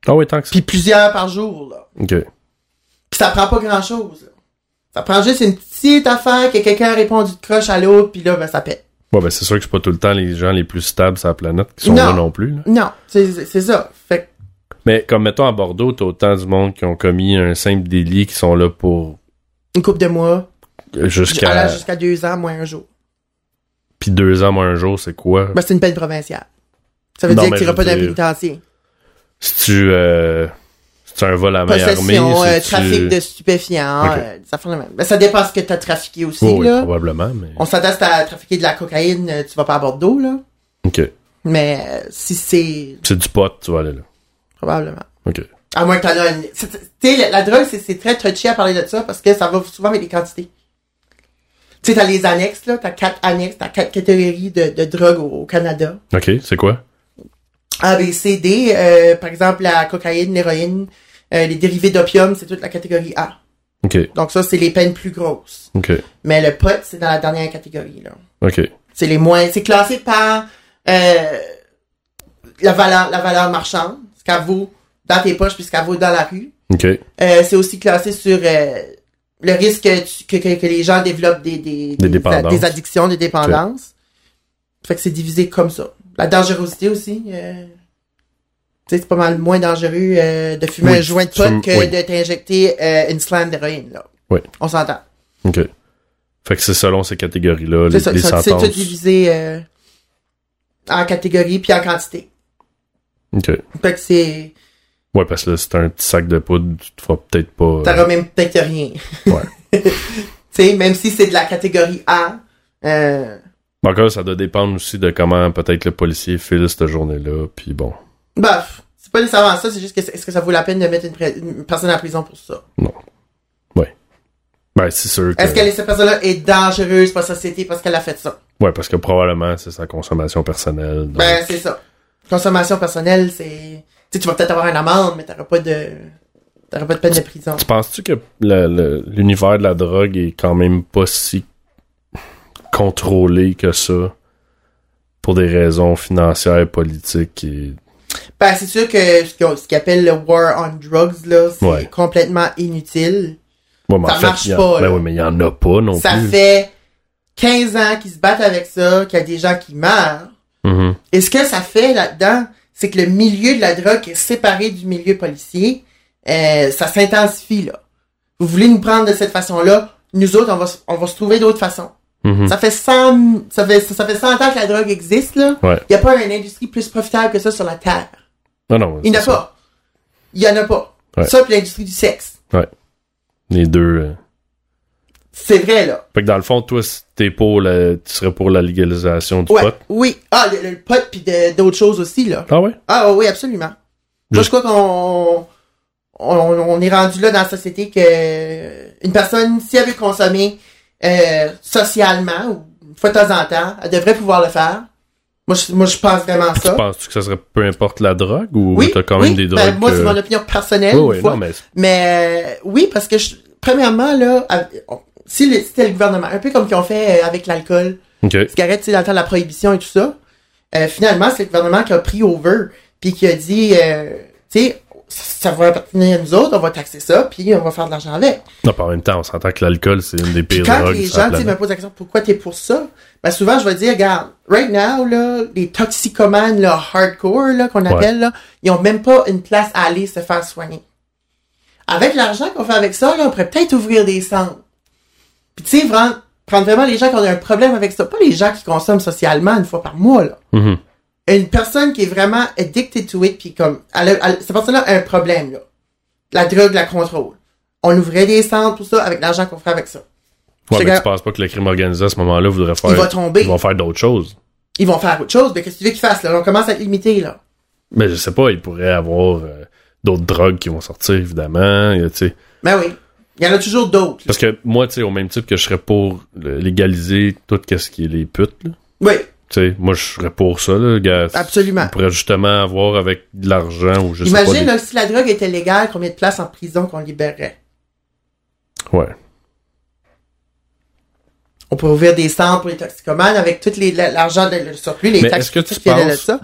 [SPEAKER 4] Ah oui, tant que ça.
[SPEAKER 5] Puis plusieurs par jour, là.
[SPEAKER 4] Ok.
[SPEAKER 5] Puis ça prend pas grand chose, Ça prend juste une petite affaire que quelqu'un a répondu de croche à l'autre, puis là, ben, ça pète.
[SPEAKER 4] Ouais, ben c'est sûr que c'est pas tout le temps les gens les plus stables sur la planète qui sont
[SPEAKER 5] Non.
[SPEAKER 4] là non plus. là.
[SPEAKER 5] Non, c'est c'est ça. Fait que,
[SPEAKER 4] Mais comme mettons à Bordeaux, t'as autant du monde qui ont commis un simple délit qui sont là pour
[SPEAKER 5] une couple de mois,
[SPEAKER 4] euh,
[SPEAKER 5] à
[SPEAKER 4] jusqu'à
[SPEAKER 5] l'âge jusqu'à deux ans, moins un jour.
[SPEAKER 4] puis deux ans moins un jour, c'est quoi?
[SPEAKER 5] Ben, c'est une peine provinciale. Ça veut
[SPEAKER 4] Non,
[SPEAKER 5] dire
[SPEAKER 4] mais
[SPEAKER 5] que tu iras
[SPEAKER 4] je
[SPEAKER 5] pas
[SPEAKER 4] veux
[SPEAKER 5] dans le
[SPEAKER 4] dire-
[SPEAKER 5] pénitencier.
[SPEAKER 4] Si tu euh, si tu as un vol à main armée,
[SPEAKER 5] possession, euh,
[SPEAKER 4] si tu-
[SPEAKER 5] trafic de stupéfiants,
[SPEAKER 4] Ok.
[SPEAKER 5] euh, des affaires de même. Ben, ça dépend ce que tu as trafiqué aussi.
[SPEAKER 4] Oh, oui,
[SPEAKER 5] là.
[SPEAKER 4] probablement, mais
[SPEAKER 5] On s'attend à trafiquer de la cocaïne, euh, tu vas pas à Bordeaux, là.
[SPEAKER 4] ok.
[SPEAKER 5] Mais euh, si c'est
[SPEAKER 4] C'est du pot, tu vas aller là.
[SPEAKER 5] probablement.
[SPEAKER 4] Ok.
[SPEAKER 5] À moins que t'en aies une... c'est- c'est- Tu sais, la, la drogue, c'est- c'est très touchy à parler de ça parce que ça va souvent avec les quantités. Tu sais, t'as les annexes, là, t'as quatre annexes, t'as quatre catégories de, de drogue au, au Canada.
[SPEAKER 4] Ok, c'est quoi?
[SPEAKER 5] A, B, C, D, euh, par exemple, la cocaïne, l'héroïne, euh, les dérivés d'opium, c'est toute la catégorie A.
[SPEAKER 4] Ok,
[SPEAKER 5] Donc ça, c'est les peines plus grosses.
[SPEAKER 4] ok,
[SPEAKER 5] Mais le pot, c'est dans la dernière catégorie, là.
[SPEAKER 4] ok.
[SPEAKER 5] C'est les moins. C'est classé par euh, la valeur, la valeur marchande, ce qu'elle vaut dans tes poches puis ce qu'elle vaut dans la rue.
[SPEAKER 4] OK.
[SPEAKER 5] Euh, c'est aussi classé sur euh, le risque que, tu- que, que- que les gens développent des, des,
[SPEAKER 4] Des dépendances.
[SPEAKER 5] des addictions, des dépendances. Fait que c'est divisé comme ça. La dangerosité aussi. euh, tu sais, c'est pas mal moins dangereux euh, de fumer
[SPEAKER 4] Oui,
[SPEAKER 5] un joint de
[SPEAKER 4] tu-
[SPEAKER 5] pot que
[SPEAKER 4] oui.
[SPEAKER 5] de t'injecter euh, une slime d'héroïne. là.
[SPEAKER 4] Oui.
[SPEAKER 5] On s'entend.
[SPEAKER 4] OK. Fait que c'est selon ces catégories-là, les,
[SPEAKER 5] C'est ça,
[SPEAKER 4] les
[SPEAKER 5] ça- c'est
[SPEAKER 4] sentences.
[SPEAKER 5] tout divisé euh, en catégories puis en quantité.
[SPEAKER 4] OK.
[SPEAKER 5] Fait que c'est.
[SPEAKER 4] Ouais, parce que là, c'est un petit sac de poudre, tu te feras peut-être pas. euh,
[SPEAKER 5] T'auras même peut-être rien.
[SPEAKER 4] Ouais.
[SPEAKER 5] tu sais, même si c'est de la catégorie A, euh,
[SPEAKER 4] Mais encore, ça doit dépendre aussi de comment peut-être le policier file cette journée-là, puis bon.
[SPEAKER 5] bah, c'est pas nécessairement ça, c'est juste que c'est- est-ce que ça vaut la peine de mettre une, pri- une personne en prison pour ça?
[SPEAKER 4] Ben, c'est sûr que...
[SPEAKER 5] Est-ce que cette personne-là est dangereuse pour la société parce qu'elle a fait ça?
[SPEAKER 4] Ouais, parce que probablement, c'est sa consommation personnelle. donc-
[SPEAKER 5] Ben, c'est ça. Consommation personnelle, c'est. tu sais, tu vas peut-être avoir une amende, mais t'auras pas de. T'auras pas de peine de prison.
[SPEAKER 4] Tu penses-tu que la- le- l'univers de la drogue est quand même pas si contrôlé que ça pour des raisons financières, politiques et
[SPEAKER 5] Ben, c'est sûr que ce qu'on- ce qu'ils appellent le war on drugs, là, c'est
[SPEAKER 4] Ouais.
[SPEAKER 5] complètement inutile.
[SPEAKER 4] Ouais, mais
[SPEAKER 5] Ça
[SPEAKER 4] en fait,
[SPEAKER 5] marche
[SPEAKER 4] il y a-
[SPEAKER 5] pas,
[SPEAKER 4] Ben
[SPEAKER 5] là.
[SPEAKER 4] oui, mais il y en a pas non
[SPEAKER 5] ça
[SPEAKER 4] plus.
[SPEAKER 5] fait 15 ans qu'ils se battent avec ça, qu'il y a des gens qui meurent.
[SPEAKER 4] Mhm.
[SPEAKER 5] Et ce que ça fait là-dedans, c'est que le milieu de la drogue est séparé du milieu policier. Euh, ça s'intensifie, là. Vous voulez nous prendre de cette façon-là, nous autres, on va, s- on va se trouver d'autres façons.
[SPEAKER 4] Mhm.
[SPEAKER 5] Ça fait 100, ça fait, ça fait 100 ans que la drogue existe, là.
[SPEAKER 4] Ouais.
[SPEAKER 5] Il n'y a pas une industrie plus profitable que ça sur la Terre.
[SPEAKER 4] Non, non,
[SPEAKER 5] Il n'y en a
[SPEAKER 4] c'est ça.
[SPEAKER 5] pas. Il n'y en a pas.
[SPEAKER 4] Ouais.
[SPEAKER 5] Ça, puis l'industrie du sexe.
[SPEAKER 4] Les deux. euh.
[SPEAKER 5] C'est vrai, là.
[SPEAKER 4] Fait que dans le fond, toi, si t'es pour la... tu serais pour la légalisation du
[SPEAKER 5] Ouais.
[SPEAKER 4] pot.
[SPEAKER 5] Oui. Ah, le, le pot, puis de- d'autres choses aussi, là.
[SPEAKER 4] Ah ouais?
[SPEAKER 5] Ah, oui, absolument. Moi, je crois qu'on on, on est rendu là dans la société que une personne, si elle veut consommer euh, socialement ou une fois de temps en temps, elle devrait pouvoir le faire. Moi, je, moi, je pense vraiment
[SPEAKER 4] Tu
[SPEAKER 5] ça.
[SPEAKER 4] penses-tu que ça serait peu importe la drogue ou t'as quand même
[SPEAKER 5] oui,
[SPEAKER 4] des drogues?
[SPEAKER 5] ben, moi, c'est
[SPEAKER 4] euh,
[SPEAKER 5] mon opinion personnelle.
[SPEAKER 4] ouais,
[SPEAKER 5] une
[SPEAKER 4] ouais,
[SPEAKER 5] fois.
[SPEAKER 4] non, mais
[SPEAKER 5] Mais euh, oui, parce que je- premièrement, là, à- on- si le- c'était le gouvernement, un peu comme qu'ils ont fait euh, avec l'alcool,
[SPEAKER 4] OK.
[SPEAKER 5] cigarette, tu sais, dans le temps de la prohibition et tout ça, euh, finalement, c'est le gouvernement qui a pris over, puis qui a dit, euh, tu sais, ça, ça va appartenir à nous autres, on va taxer ça, puis on va faire de l'argent avec.
[SPEAKER 4] Non, pas en même temps, on s'entend que l'alcool, c'est une des
[SPEAKER 5] Puis
[SPEAKER 4] pires
[SPEAKER 5] quand
[SPEAKER 4] drogues.
[SPEAKER 5] les
[SPEAKER 4] sur la
[SPEAKER 5] gens tu sais, me
[SPEAKER 4] planète.
[SPEAKER 5] posent la question pourquoi t'es pour ça, ben souvent je vais dire regarde, right now là, les toxicomanes là, hardcore là qu'on appelle là, ils ont même pas une place à aller se faire soigner. Avec l'argent qu'on fait avec ça là, on pourrait peut-être ouvrir des centres. Puis tu sais vraiment prendre vraiment les gens qui ont un problème avec ça, pas les gens qui consomment socialement une fois par mois là.
[SPEAKER 4] Mhm.
[SPEAKER 5] Une personne qui est vraiment addicted to it puis comme elle a- elle- cette personne-là a un problème là. La drogue la contrôle. On ouvrait des centres tout ça avec l'argent qu'on ferait avec ça.
[SPEAKER 4] Ouais,
[SPEAKER 5] Je
[SPEAKER 4] mais
[SPEAKER 5] te
[SPEAKER 4] tu penses pas que le crime organisé à ce moment-là voudrait faire.
[SPEAKER 5] ben, Il va tomber.
[SPEAKER 4] Ils vont faire d'autres choses.
[SPEAKER 5] ils vont faire autre chose, mais qu'est-ce que tu veux qu'ils fassent, là? On commence à être limité, là.
[SPEAKER 4] Mais je sais pas, il pourrait avoir euh, d'autres drogues qui vont sortir, évidemment. et, tu sais.
[SPEAKER 5] Ben oui. Il y en a toujours d'autres. là.
[SPEAKER 4] Parce que moi, tu sais, au même type que je serais pour le- légaliser tout ce qui est les putes, là.
[SPEAKER 5] Oui,
[SPEAKER 4] Tu sais, moi, je serais pour ça, là, gars.
[SPEAKER 5] absolument.
[SPEAKER 4] On pourrait justement avoir avec de l'argent ou je sais
[SPEAKER 5] Imagine,
[SPEAKER 4] pas.
[SPEAKER 5] là, si la drogue était légale, combien de places en prison qu'on libérerait?
[SPEAKER 4] des- Ouais.
[SPEAKER 5] On pourrait ouvrir des centres pour les toxicomanes avec tout les- l'argent de le surplus, les
[SPEAKER 4] Mais
[SPEAKER 5] taxes
[SPEAKER 4] est-ce que tu
[SPEAKER 5] qui viennent de
[SPEAKER 4] penses-
[SPEAKER 5] ça.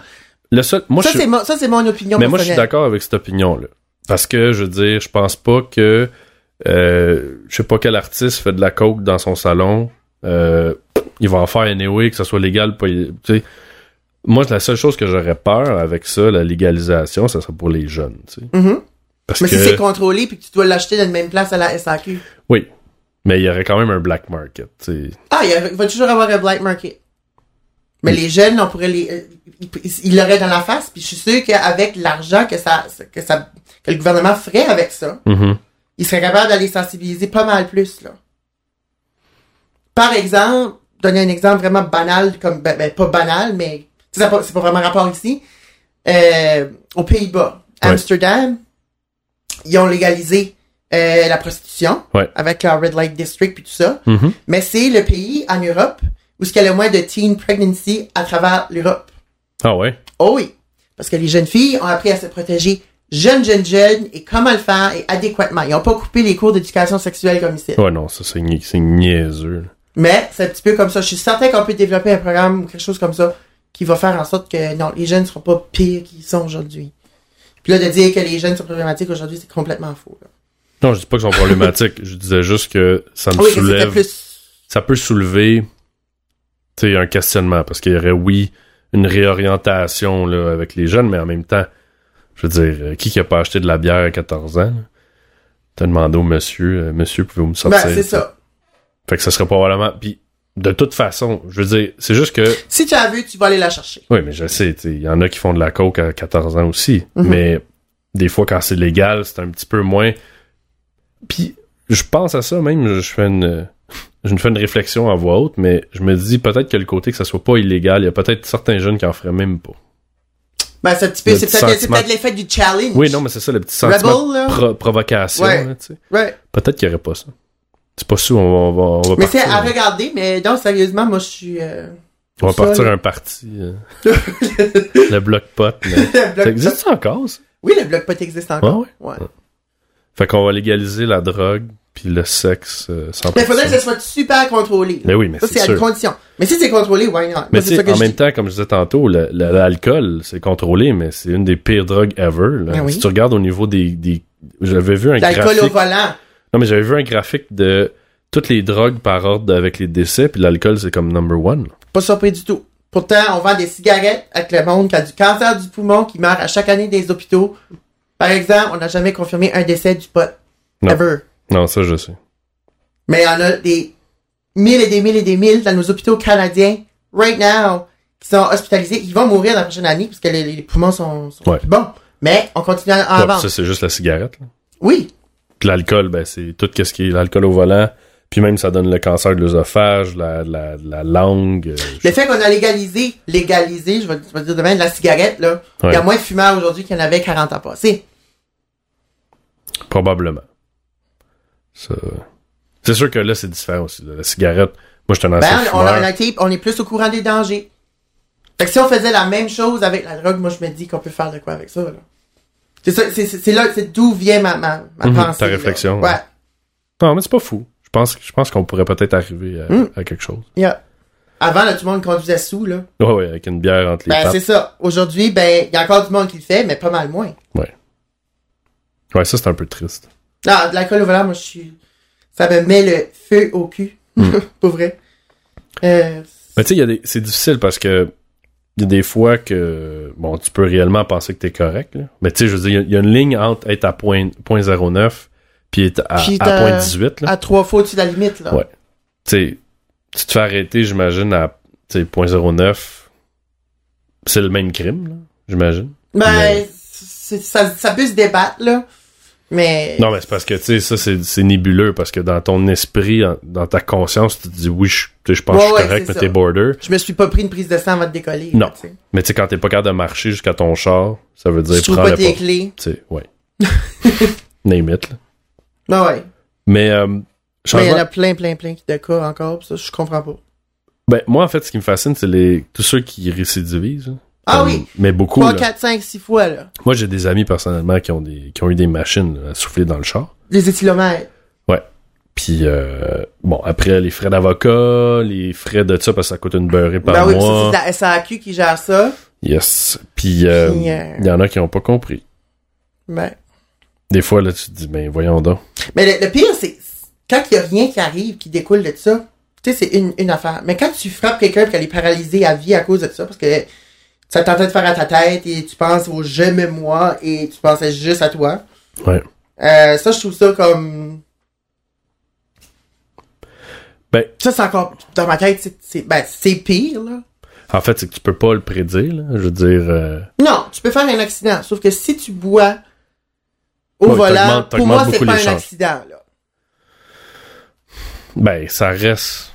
[SPEAKER 4] Le seul, moi,
[SPEAKER 5] ça,
[SPEAKER 4] je suis-
[SPEAKER 5] c'est mon, ça, c'est mon opinion
[SPEAKER 4] Mais moi, je suis
[SPEAKER 5] personnelle.
[SPEAKER 4] d'accord avec cette opinion-là. Parce que, je veux dire, je pense pas que. Euh, je sais pas quel artiste fait de la coke dans son salon. euh, il va en faire anyway, que ça soit légal. Pas, tu sais. moi, la seule chose que j'aurais peur avec ça, la légalisation, ça serait pour les jeunes. tu sais.
[SPEAKER 5] Mhm.
[SPEAKER 4] Parce
[SPEAKER 5] Mais
[SPEAKER 4] que.
[SPEAKER 5] si c'est contrôlé puis que tu dois l'acheter dans la même place à la SAQ.
[SPEAKER 4] oui. Mais il y aurait quand même un black market. tu sais.
[SPEAKER 5] Ah, il y a- il va toujours avoir un black market. Mais les jeunes, on pourrait les, euh, ils- ils- ils l'auraient dans la face, puis je suis sûr qu'avec l'argent que ça, que ça, que le gouvernement ferait avec ça,
[SPEAKER 4] Mhm.
[SPEAKER 5] il serait capable d'aller sensibiliser pas mal plus, là. Par exemple, donner un exemple vraiment banal, comme, ben, ben, pas banal, mais, tu sais, ça a pas- c'est pas vraiment rapport ici, euh, aux Pays-Bas,
[SPEAKER 4] Ouais.
[SPEAKER 5] Amsterdam, ils ont légalisé, euh, la prostitution,
[SPEAKER 4] Ouais.
[SPEAKER 5] avec leur Red Light District puis tout ça,
[SPEAKER 4] Mhm.
[SPEAKER 5] mais c'est le pays en Europe où il y a le moins de teen pregnancy à travers l'Europe.
[SPEAKER 4] Ah ouais?
[SPEAKER 5] Oh oui, parce que les jeunes filles ont appris à se protéger jeunes, jeunes, jeunes, et comment le faire et adéquatement. Ils n'ont pas coupé les cours d'éducation sexuelle comme ici.
[SPEAKER 4] Ouais, non, ça, c'est ni- c'est niaiseux.
[SPEAKER 5] Mais c'est un petit peu comme ça. Je suis certain qu'on peut développer un programme ou quelque chose comme ça qui va faire en sorte que non, les jeunes ne seront pas pires qu'ils sont aujourd'hui. Puis là, de dire que les jeunes sont problématiques aujourd'hui, c'est complètement faux. là.
[SPEAKER 4] Non, je dis pas qu'ils sont problématiques. je disais juste que ça me
[SPEAKER 5] Ah Oui, que c'était
[SPEAKER 4] soulève.
[SPEAKER 5] plus...
[SPEAKER 4] ça peut soulever tu sais, un questionnement parce qu'il y aurait, oui, une réorientation là, avec les jeunes, mais en même temps, je veux dire, euh, qui qui a pas acheté de la bière à 14 ans? là? T'as demandé au monsieur, euh, monsieur, pouvez-vous me
[SPEAKER 5] Ben,
[SPEAKER 4] sortir?
[SPEAKER 5] c'est ça.
[SPEAKER 4] Fait que ça serait probablement. Puis, de toute façon, je veux dire, c'est juste que.
[SPEAKER 5] Si tu as vu, tu vas aller la chercher.
[SPEAKER 4] Oui, mais je sais, tu sais, il y en a qui font de la coke à 14 ans aussi.
[SPEAKER 5] Mhm.
[SPEAKER 4] Mais des fois, quand c'est légal, c'est un petit peu moins. Puis, je pense à ça même, je fais une, je me fais une réflexion à voix haute, mais je me dis peut-être que le côté que ça soit pas illégal, il y a peut-être certains jeunes qui en feraient même pas.
[SPEAKER 5] Ben, c'est un petit peu...
[SPEAKER 4] Le
[SPEAKER 5] C'est
[SPEAKER 4] petit
[SPEAKER 5] peut-être c'est
[SPEAKER 4] sentiment-
[SPEAKER 5] peut-être l'effet du challenge.
[SPEAKER 4] Oui, non, mais c'est ça le petit sentiment
[SPEAKER 5] Rebel,
[SPEAKER 4] de
[SPEAKER 5] là.
[SPEAKER 4] pro- provocation.
[SPEAKER 5] Ouais.
[SPEAKER 4] là, tu sais.
[SPEAKER 5] Ouais.
[SPEAKER 4] peut-être qu'il y aurait pas ça. C'est pas sûr, on va, on va, on va
[SPEAKER 5] Mais c'est
[SPEAKER 4] partir,
[SPEAKER 5] à regarder, mais non, sérieusement, moi, je suis... euh,
[SPEAKER 4] on va
[SPEAKER 5] ça,
[SPEAKER 4] partir
[SPEAKER 5] là.
[SPEAKER 4] un parti, euh, le bloc pot. mais-
[SPEAKER 5] [laughs] bloc
[SPEAKER 4] Ça existe encore, ça?
[SPEAKER 5] Oui, le bloc pot existe encore. Ouais.
[SPEAKER 4] Fait qu'on va légaliser la drogue puis le sexe euh, sans
[SPEAKER 5] Mais il faudrait que
[SPEAKER 4] protection.
[SPEAKER 5] ça soit super contrôlé.
[SPEAKER 4] Mais oui, mais
[SPEAKER 5] ça,
[SPEAKER 4] c'est
[SPEAKER 5] c'est à une
[SPEAKER 4] sûr.
[SPEAKER 5] condition. Mais si c'est contrôlé, why not?
[SPEAKER 4] Mais
[SPEAKER 5] Moi,
[SPEAKER 4] tu
[SPEAKER 5] c'est ça
[SPEAKER 4] sais,
[SPEAKER 5] que
[SPEAKER 4] en
[SPEAKER 5] je
[SPEAKER 4] même
[SPEAKER 5] dis.
[SPEAKER 4] temps, comme je disais tantôt, le- le- l'alcool, c'est contrôlé, mais c'est une des pires drogues ever. là.
[SPEAKER 5] Ben oui.
[SPEAKER 4] Si tu regardes au niveau des... des- j'avais vu un
[SPEAKER 5] L'alcool
[SPEAKER 4] graphique...
[SPEAKER 5] au volant.
[SPEAKER 4] Non, mais j'avais vu un graphique de toutes les drogues par ordre avec les décès, puis l'alcool, c'est comme number one. là.
[SPEAKER 5] Pas surpris du tout. Pourtant, on vend des cigarettes avec le monde qui a du cancer du poumon qui meurt à chaque année des hôpitaux. Par exemple, on n'a jamais confirmé un décès du pot.
[SPEAKER 4] Non.
[SPEAKER 5] Ever.
[SPEAKER 4] Non, ça, je sais.
[SPEAKER 5] Mais il y en a des mille et des mille et des mille dans nos hôpitaux canadiens, right now, qui sont hospitalisés. Ils vont mourir la prochaine année parce que les, les poumons sont, sont
[SPEAKER 4] Ouais.
[SPEAKER 5] plus bons. Mais on continue à en
[SPEAKER 4] Ouais, puis
[SPEAKER 5] vendre.
[SPEAKER 4] ça, c'est juste la cigarette. là.
[SPEAKER 5] Oui.
[SPEAKER 4] Puis l'alcool, ben, c'est tout ce qui est l'alcool au volant. Puis même, ça donne le cancer de l'œsophage, la, la, la langue. euh, je-
[SPEAKER 5] Le fait qu'on a légalisé, légalisé, je vais, je vais dire demain, de la cigarette, là, il y a
[SPEAKER 4] Ouais.
[SPEAKER 5] moins de fumeurs aujourd'hui qu'il y en avait 40 ans passés.
[SPEAKER 4] Probablement. Ça- C'est sûr que là, c'est différent aussi. là. La cigarette, moi, je suis un ancien
[SPEAKER 5] Ben, on, on
[SPEAKER 4] fumeur.
[SPEAKER 5] a été- on est plus au courant des dangers. Fait que si on faisait la même chose avec la drogue, moi je me dis qu'on peut faire de quoi avec ça. là. C'est ça, c'est- c'est c'est là, c'est d'où vient ma, ma, ma
[SPEAKER 4] Mhm,
[SPEAKER 5] pensée.
[SPEAKER 4] ta
[SPEAKER 5] là.
[SPEAKER 4] réflexion,
[SPEAKER 5] Ouais.
[SPEAKER 4] ouais. Non, mais c'est pas fou. Je pense, je pense qu'on pourrait peut-être arriver à,
[SPEAKER 5] Mm.
[SPEAKER 4] à quelque chose.
[SPEAKER 5] Yeah. Avant, là, tout le monde conduisait sous, là.
[SPEAKER 4] Ouais, ouais, avec une bière entre les
[SPEAKER 5] Ben,
[SPEAKER 4] pattes.
[SPEAKER 5] c'est ça. Aujourd'hui, ben, il y a encore du monde qui le fait, mais pas mal moins.
[SPEAKER 4] Ouais, ça, c'est un peu triste.
[SPEAKER 5] Non, de l'alcool au volant, moi, je suis. Ça me met le feu au cul.
[SPEAKER 4] Hmm.
[SPEAKER 5] [laughs] Pour vrai. Euh,
[SPEAKER 4] Mais tu sais, il y a des- c'est difficile parce que il y a des fois que, bon, tu peux réellement penser que t'es correct, là. Mais tu sais, je veux dire, il y a- il y, a une ligne entre être à point, point 09 puis être à,
[SPEAKER 5] Puis
[SPEAKER 4] à point
[SPEAKER 5] t'as-
[SPEAKER 4] 18, là.
[SPEAKER 5] à trois fois au-dessus de la limite, là.
[SPEAKER 4] Ouais. Tu sais, tu te fais arrêter, j'imagine, à, tu sais, point 09. C'est le même crime, là, j'imagine.
[SPEAKER 5] Ben,
[SPEAKER 4] Mais-
[SPEAKER 5] c'est- ça, ça peut se débattre, là. Mais.
[SPEAKER 4] Non, mais c'est parce que, tu sais, ça, c'est c'est nébuleux parce que dans ton esprit, en- dans ta conscience, tu te dis, oui, je, tu sais, je pense
[SPEAKER 5] Ouais,
[SPEAKER 4] que je
[SPEAKER 5] ouais,
[SPEAKER 4] suis correct,
[SPEAKER 5] c'est
[SPEAKER 4] mais t'es
[SPEAKER 5] ça.
[SPEAKER 4] border.
[SPEAKER 5] Je me suis pas pris une prise de sang avant de décoller.
[SPEAKER 4] Non.
[SPEAKER 5] Là, tu sais.
[SPEAKER 4] Mais tu sais, quand t'es pas capable de marcher jusqu'à ton char, ça veut dire,
[SPEAKER 5] tu trouves
[SPEAKER 4] prends
[SPEAKER 5] pas
[SPEAKER 4] le
[SPEAKER 5] tes
[SPEAKER 4] pas. Tu
[SPEAKER 5] clés.
[SPEAKER 4] sais,
[SPEAKER 5] [laughs]
[SPEAKER 4] ouais. Name it, là.
[SPEAKER 5] Non, Ben ouais.
[SPEAKER 4] Mais, euh,
[SPEAKER 5] Mais il y en
[SPEAKER 4] changement-
[SPEAKER 5] a plein, plein, plein qui de cas encore. pis Ça, je comprends pas.
[SPEAKER 4] ben, moi, en fait, ce qui me fascine, c'est les, tous ceux qui récidivisent. là.
[SPEAKER 5] Ah
[SPEAKER 4] Comme-
[SPEAKER 5] oui.
[SPEAKER 4] Mais beaucoup.
[SPEAKER 5] Trois,
[SPEAKER 4] là.
[SPEAKER 5] quatre, cinq, six fois, là.
[SPEAKER 4] Moi, j'ai des amis personnellement qui ont, des, qui ont eu des machines là, à souffler dans le char.
[SPEAKER 5] Les éthylomètres.
[SPEAKER 4] Puis, euh, bon, après, les frais d'avocat, les frais de ça, parce que ça coûte une beurrée par
[SPEAKER 5] Ben oui, pis ça,
[SPEAKER 4] mois.
[SPEAKER 5] c'est la SAQ qui gère ça.
[SPEAKER 4] Yes. Puis, euh,
[SPEAKER 5] Puis,
[SPEAKER 4] il
[SPEAKER 5] euh,
[SPEAKER 4] y en a qui n'ont pas compris.
[SPEAKER 5] Ben.
[SPEAKER 4] Des fois, là, tu te dis, ben, voyons donc.
[SPEAKER 5] Mais le, le pire, c'est quand il n'y a rien qui arrive, qui découle de ça, tu sais, c'est une, une affaire. Mais quand tu frappes quelqu'un et qu'elle est paralysée à vie à cause de ça, parce que ça tentait de faire à ta tête et tu penses au je me moi et tu pensais juste à toi.
[SPEAKER 4] Ouais.
[SPEAKER 5] Euh, ça, je trouve ça comme.
[SPEAKER 4] Ben.
[SPEAKER 5] Ça, c'est encore. Dans ma tête, c'est- c'est ben, c'est pire, là.
[SPEAKER 4] En fait, c'est que tu peux pas le prédire, là. Je veux dire, euh,
[SPEAKER 5] Non, tu peux faire un accident. Sauf que si tu bois au
[SPEAKER 4] Ouais,
[SPEAKER 5] volant,
[SPEAKER 4] t'augmentes-
[SPEAKER 5] pour moi,
[SPEAKER 4] t'augmentes
[SPEAKER 5] c'est
[SPEAKER 4] beaucoup
[SPEAKER 5] pas
[SPEAKER 4] les
[SPEAKER 5] un
[SPEAKER 4] chances.
[SPEAKER 5] accident, là.
[SPEAKER 4] ben, ça reste.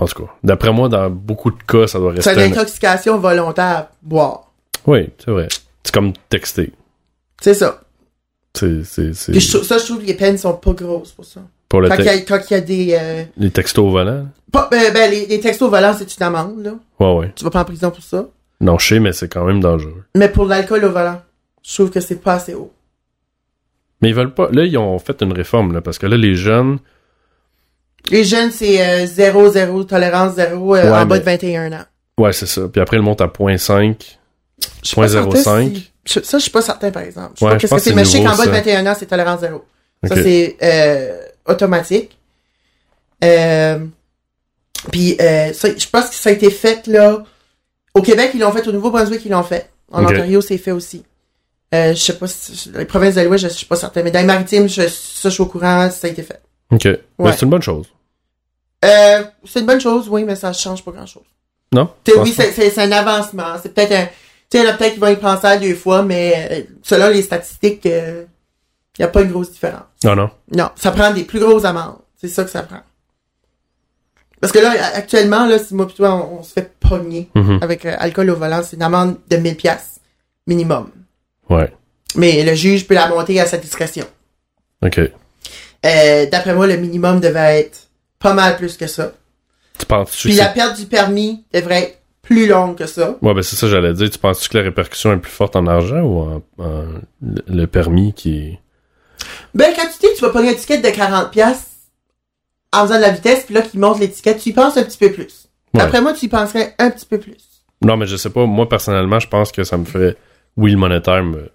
[SPEAKER 4] En tout cas, d'après moi, dans beaucoup de cas, ça doit rester.
[SPEAKER 5] C'est une
[SPEAKER 4] un-
[SPEAKER 5] intoxication volontaire, boire.
[SPEAKER 4] Oui, c'est vrai. C'est comme texter.
[SPEAKER 5] C'est ça.
[SPEAKER 4] C'est, c'est, c'est-
[SPEAKER 5] Puis je trouve- ça, je trouve que les peines sont pas grosses pour ça.
[SPEAKER 4] Pour le
[SPEAKER 5] Quand il
[SPEAKER 4] te-
[SPEAKER 5] y, a- quand il y a des. euh,
[SPEAKER 4] les textos au volant.
[SPEAKER 5] pas- ben, ben, les, les textos volants, c'est une amende, là.
[SPEAKER 4] Ouais, ouais.
[SPEAKER 5] Tu vas pas en prison pour ça.
[SPEAKER 4] Non, je sais, mais c'est quand même dangereux.
[SPEAKER 5] Mais pour l'alcool au volant, je trouve que c'est pas assez haut.
[SPEAKER 4] Mais ils veulent pas. Là, ils ont fait une réforme, là, parce que là, les jeunes.
[SPEAKER 5] Les jeunes, c'est euh, zéro, zéro, tolérance zéro euh,
[SPEAKER 4] Ouais,
[SPEAKER 5] en bas
[SPEAKER 4] mais-
[SPEAKER 5] de 21 ans.
[SPEAKER 4] Ouais, c'est ça. Puis après, ils montent à 0.5.
[SPEAKER 5] Je suis pas certain
[SPEAKER 4] 0.05.
[SPEAKER 5] si- je- Ça, je suis pas certain, par exemple. Je sais
[SPEAKER 4] Ouais,
[SPEAKER 5] pas
[SPEAKER 4] je
[SPEAKER 5] qu'est-ce
[SPEAKER 4] pense
[SPEAKER 5] que c'est,
[SPEAKER 4] que
[SPEAKER 5] mais
[SPEAKER 4] c'est
[SPEAKER 5] je sais qu'en
[SPEAKER 4] nouveau,
[SPEAKER 5] bas de
[SPEAKER 4] ça.
[SPEAKER 5] 21 ans, c'est tolérance zéro. Ça,
[SPEAKER 4] Ok.
[SPEAKER 5] c'est euh, automatique. Euh, puis, euh, ça, je pense que ça a été fait, là. Au Québec, ils l'ont fait. Au Nouveau-Brunswick, ils l'ont fait. En
[SPEAKER 4] Ok.
[SPEAKER 5] Ontario, c'est fait aussi. Euh, je sais pas si, les provinces de l'Ouest, je, je suis pas certain. Mais dans les maritimes, je, ça, je suis au courant, ça a été fait.
[SPEAKER 4] Ok. Mais
[SPEAKER 5] Ouais.
[SPEAKER 4] c'est une bonne chose.
[SPEAKER 5] Euh, c'est une bonne chose, oui, mais ça change pas grand-chose.
[SPEAKER 4] Non?
[SPEAKER 5] T'sais,
[SPEAKER 4] Je pense
[SPEAKER 5] oui, c'est- c'est c'est un avancement. C'est peut-être un. Tu sais, là, peut-être qu'ils vont y penser à deux fois, mais euh, selon les statistiques, euh, il n'y a pas une grosse différence.
[SPEAKER 4] Non, non.
[SPEAKER 5] Non, ça prend des plus grosses amendes. C'est ça que ça prend. Parce que là, a- actuellement, là, si moi pis toi, on, on se fait pogner
[SPEAKER 4] Mhm.
[SPEAKER 5] avec euh, alcool au volant, c'est une amende de 1000 pièces minimum.
[SPEAKER 4] Ouais.
[SPEAKER 5] Mais le juge peut la monter à sa discrétion.
[SPEAKER 4] Ok.
[SPEAKER 5] Euh, D'après moi, le minimum devait être pas mal plus que ça.
[SPEAKER 4] Tu penses-tu
[SPEAKER 5] Puis
[SPEAKER 4] que
[SPEAKER 5] la
[SPEAKER 4] c'est
[SPEAKER 5] perte du permis devrait être plus longue que ça.
[SPEAKER 4] Ouais, ben c'est ça, j'allais dire. Tu penses-tu que la répercussion est plus forte en argent ou en, en- le- le permis qui est.
[SPEAKER 5] Ben, quand tu dis que tu vas pogner une étiquette de 40$ piastres en faisant de la vitesse, puis là, qui monte l'étiquette, tu y penses un petit peu plus.
[SPEAKER 4] Ouais.
[SPEAKER 5] Après moi, tu y penserais un petit peu plus.
[SPEAKER 4] Non, mais je sais pas. Moi, personnellement, je pense que ça me ferait. Oui, le monétaire me,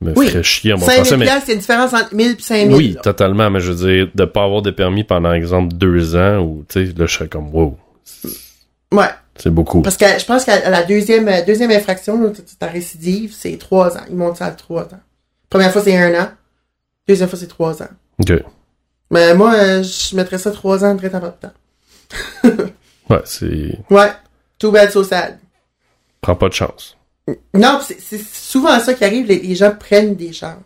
[SPEAKER 4] me
[SPEAKER 5] Oui.
[SPEAKER 4] ferait chier à mon
[SPEAKER 5] 5
[SPEAKER 4] français,
[SPEAKER 5] 000
[SPEAKER 4] mais.
[SPEAKER 5] piastres, il y a une différence entre 1000 et 5 000.
[SPEAKER 4] Oui,
[SPEAKER 5] là.
[SPEAKER 4] totalement. Mais je veux dire, de pas avoir de permis pendant, exemple, deux ans, ou, tu sais, là, je serais comme, wow,
[SPEAKER 5] Ouais.
[SPEAKER 4] c'est beaucoup.
[SPEAKER 5] Parce que je pense qu'à à la deuxième, euh, deuxième infraction, là, t- ta récidive, c'est 3 ans. Ils montent ça à 3 ans. Première fois, c'est 1 an. Deuxième fois, c'est 3 ans.
[SPEAKER 4] Ok.
[SPEAKER 5] Mais moi, euh, je mettrais ça 3 ans de traite en temps.
[SPEAKER 4] Ouais, c'est.
[SPEAKER 5] Ouais. Too bad, so sad.
[SPEAKER 4] Prends pas de chance.
[SPEAKER 5] Non, pis c'est c'est souvent ça qui arrive. Les, les gens prennent des chances.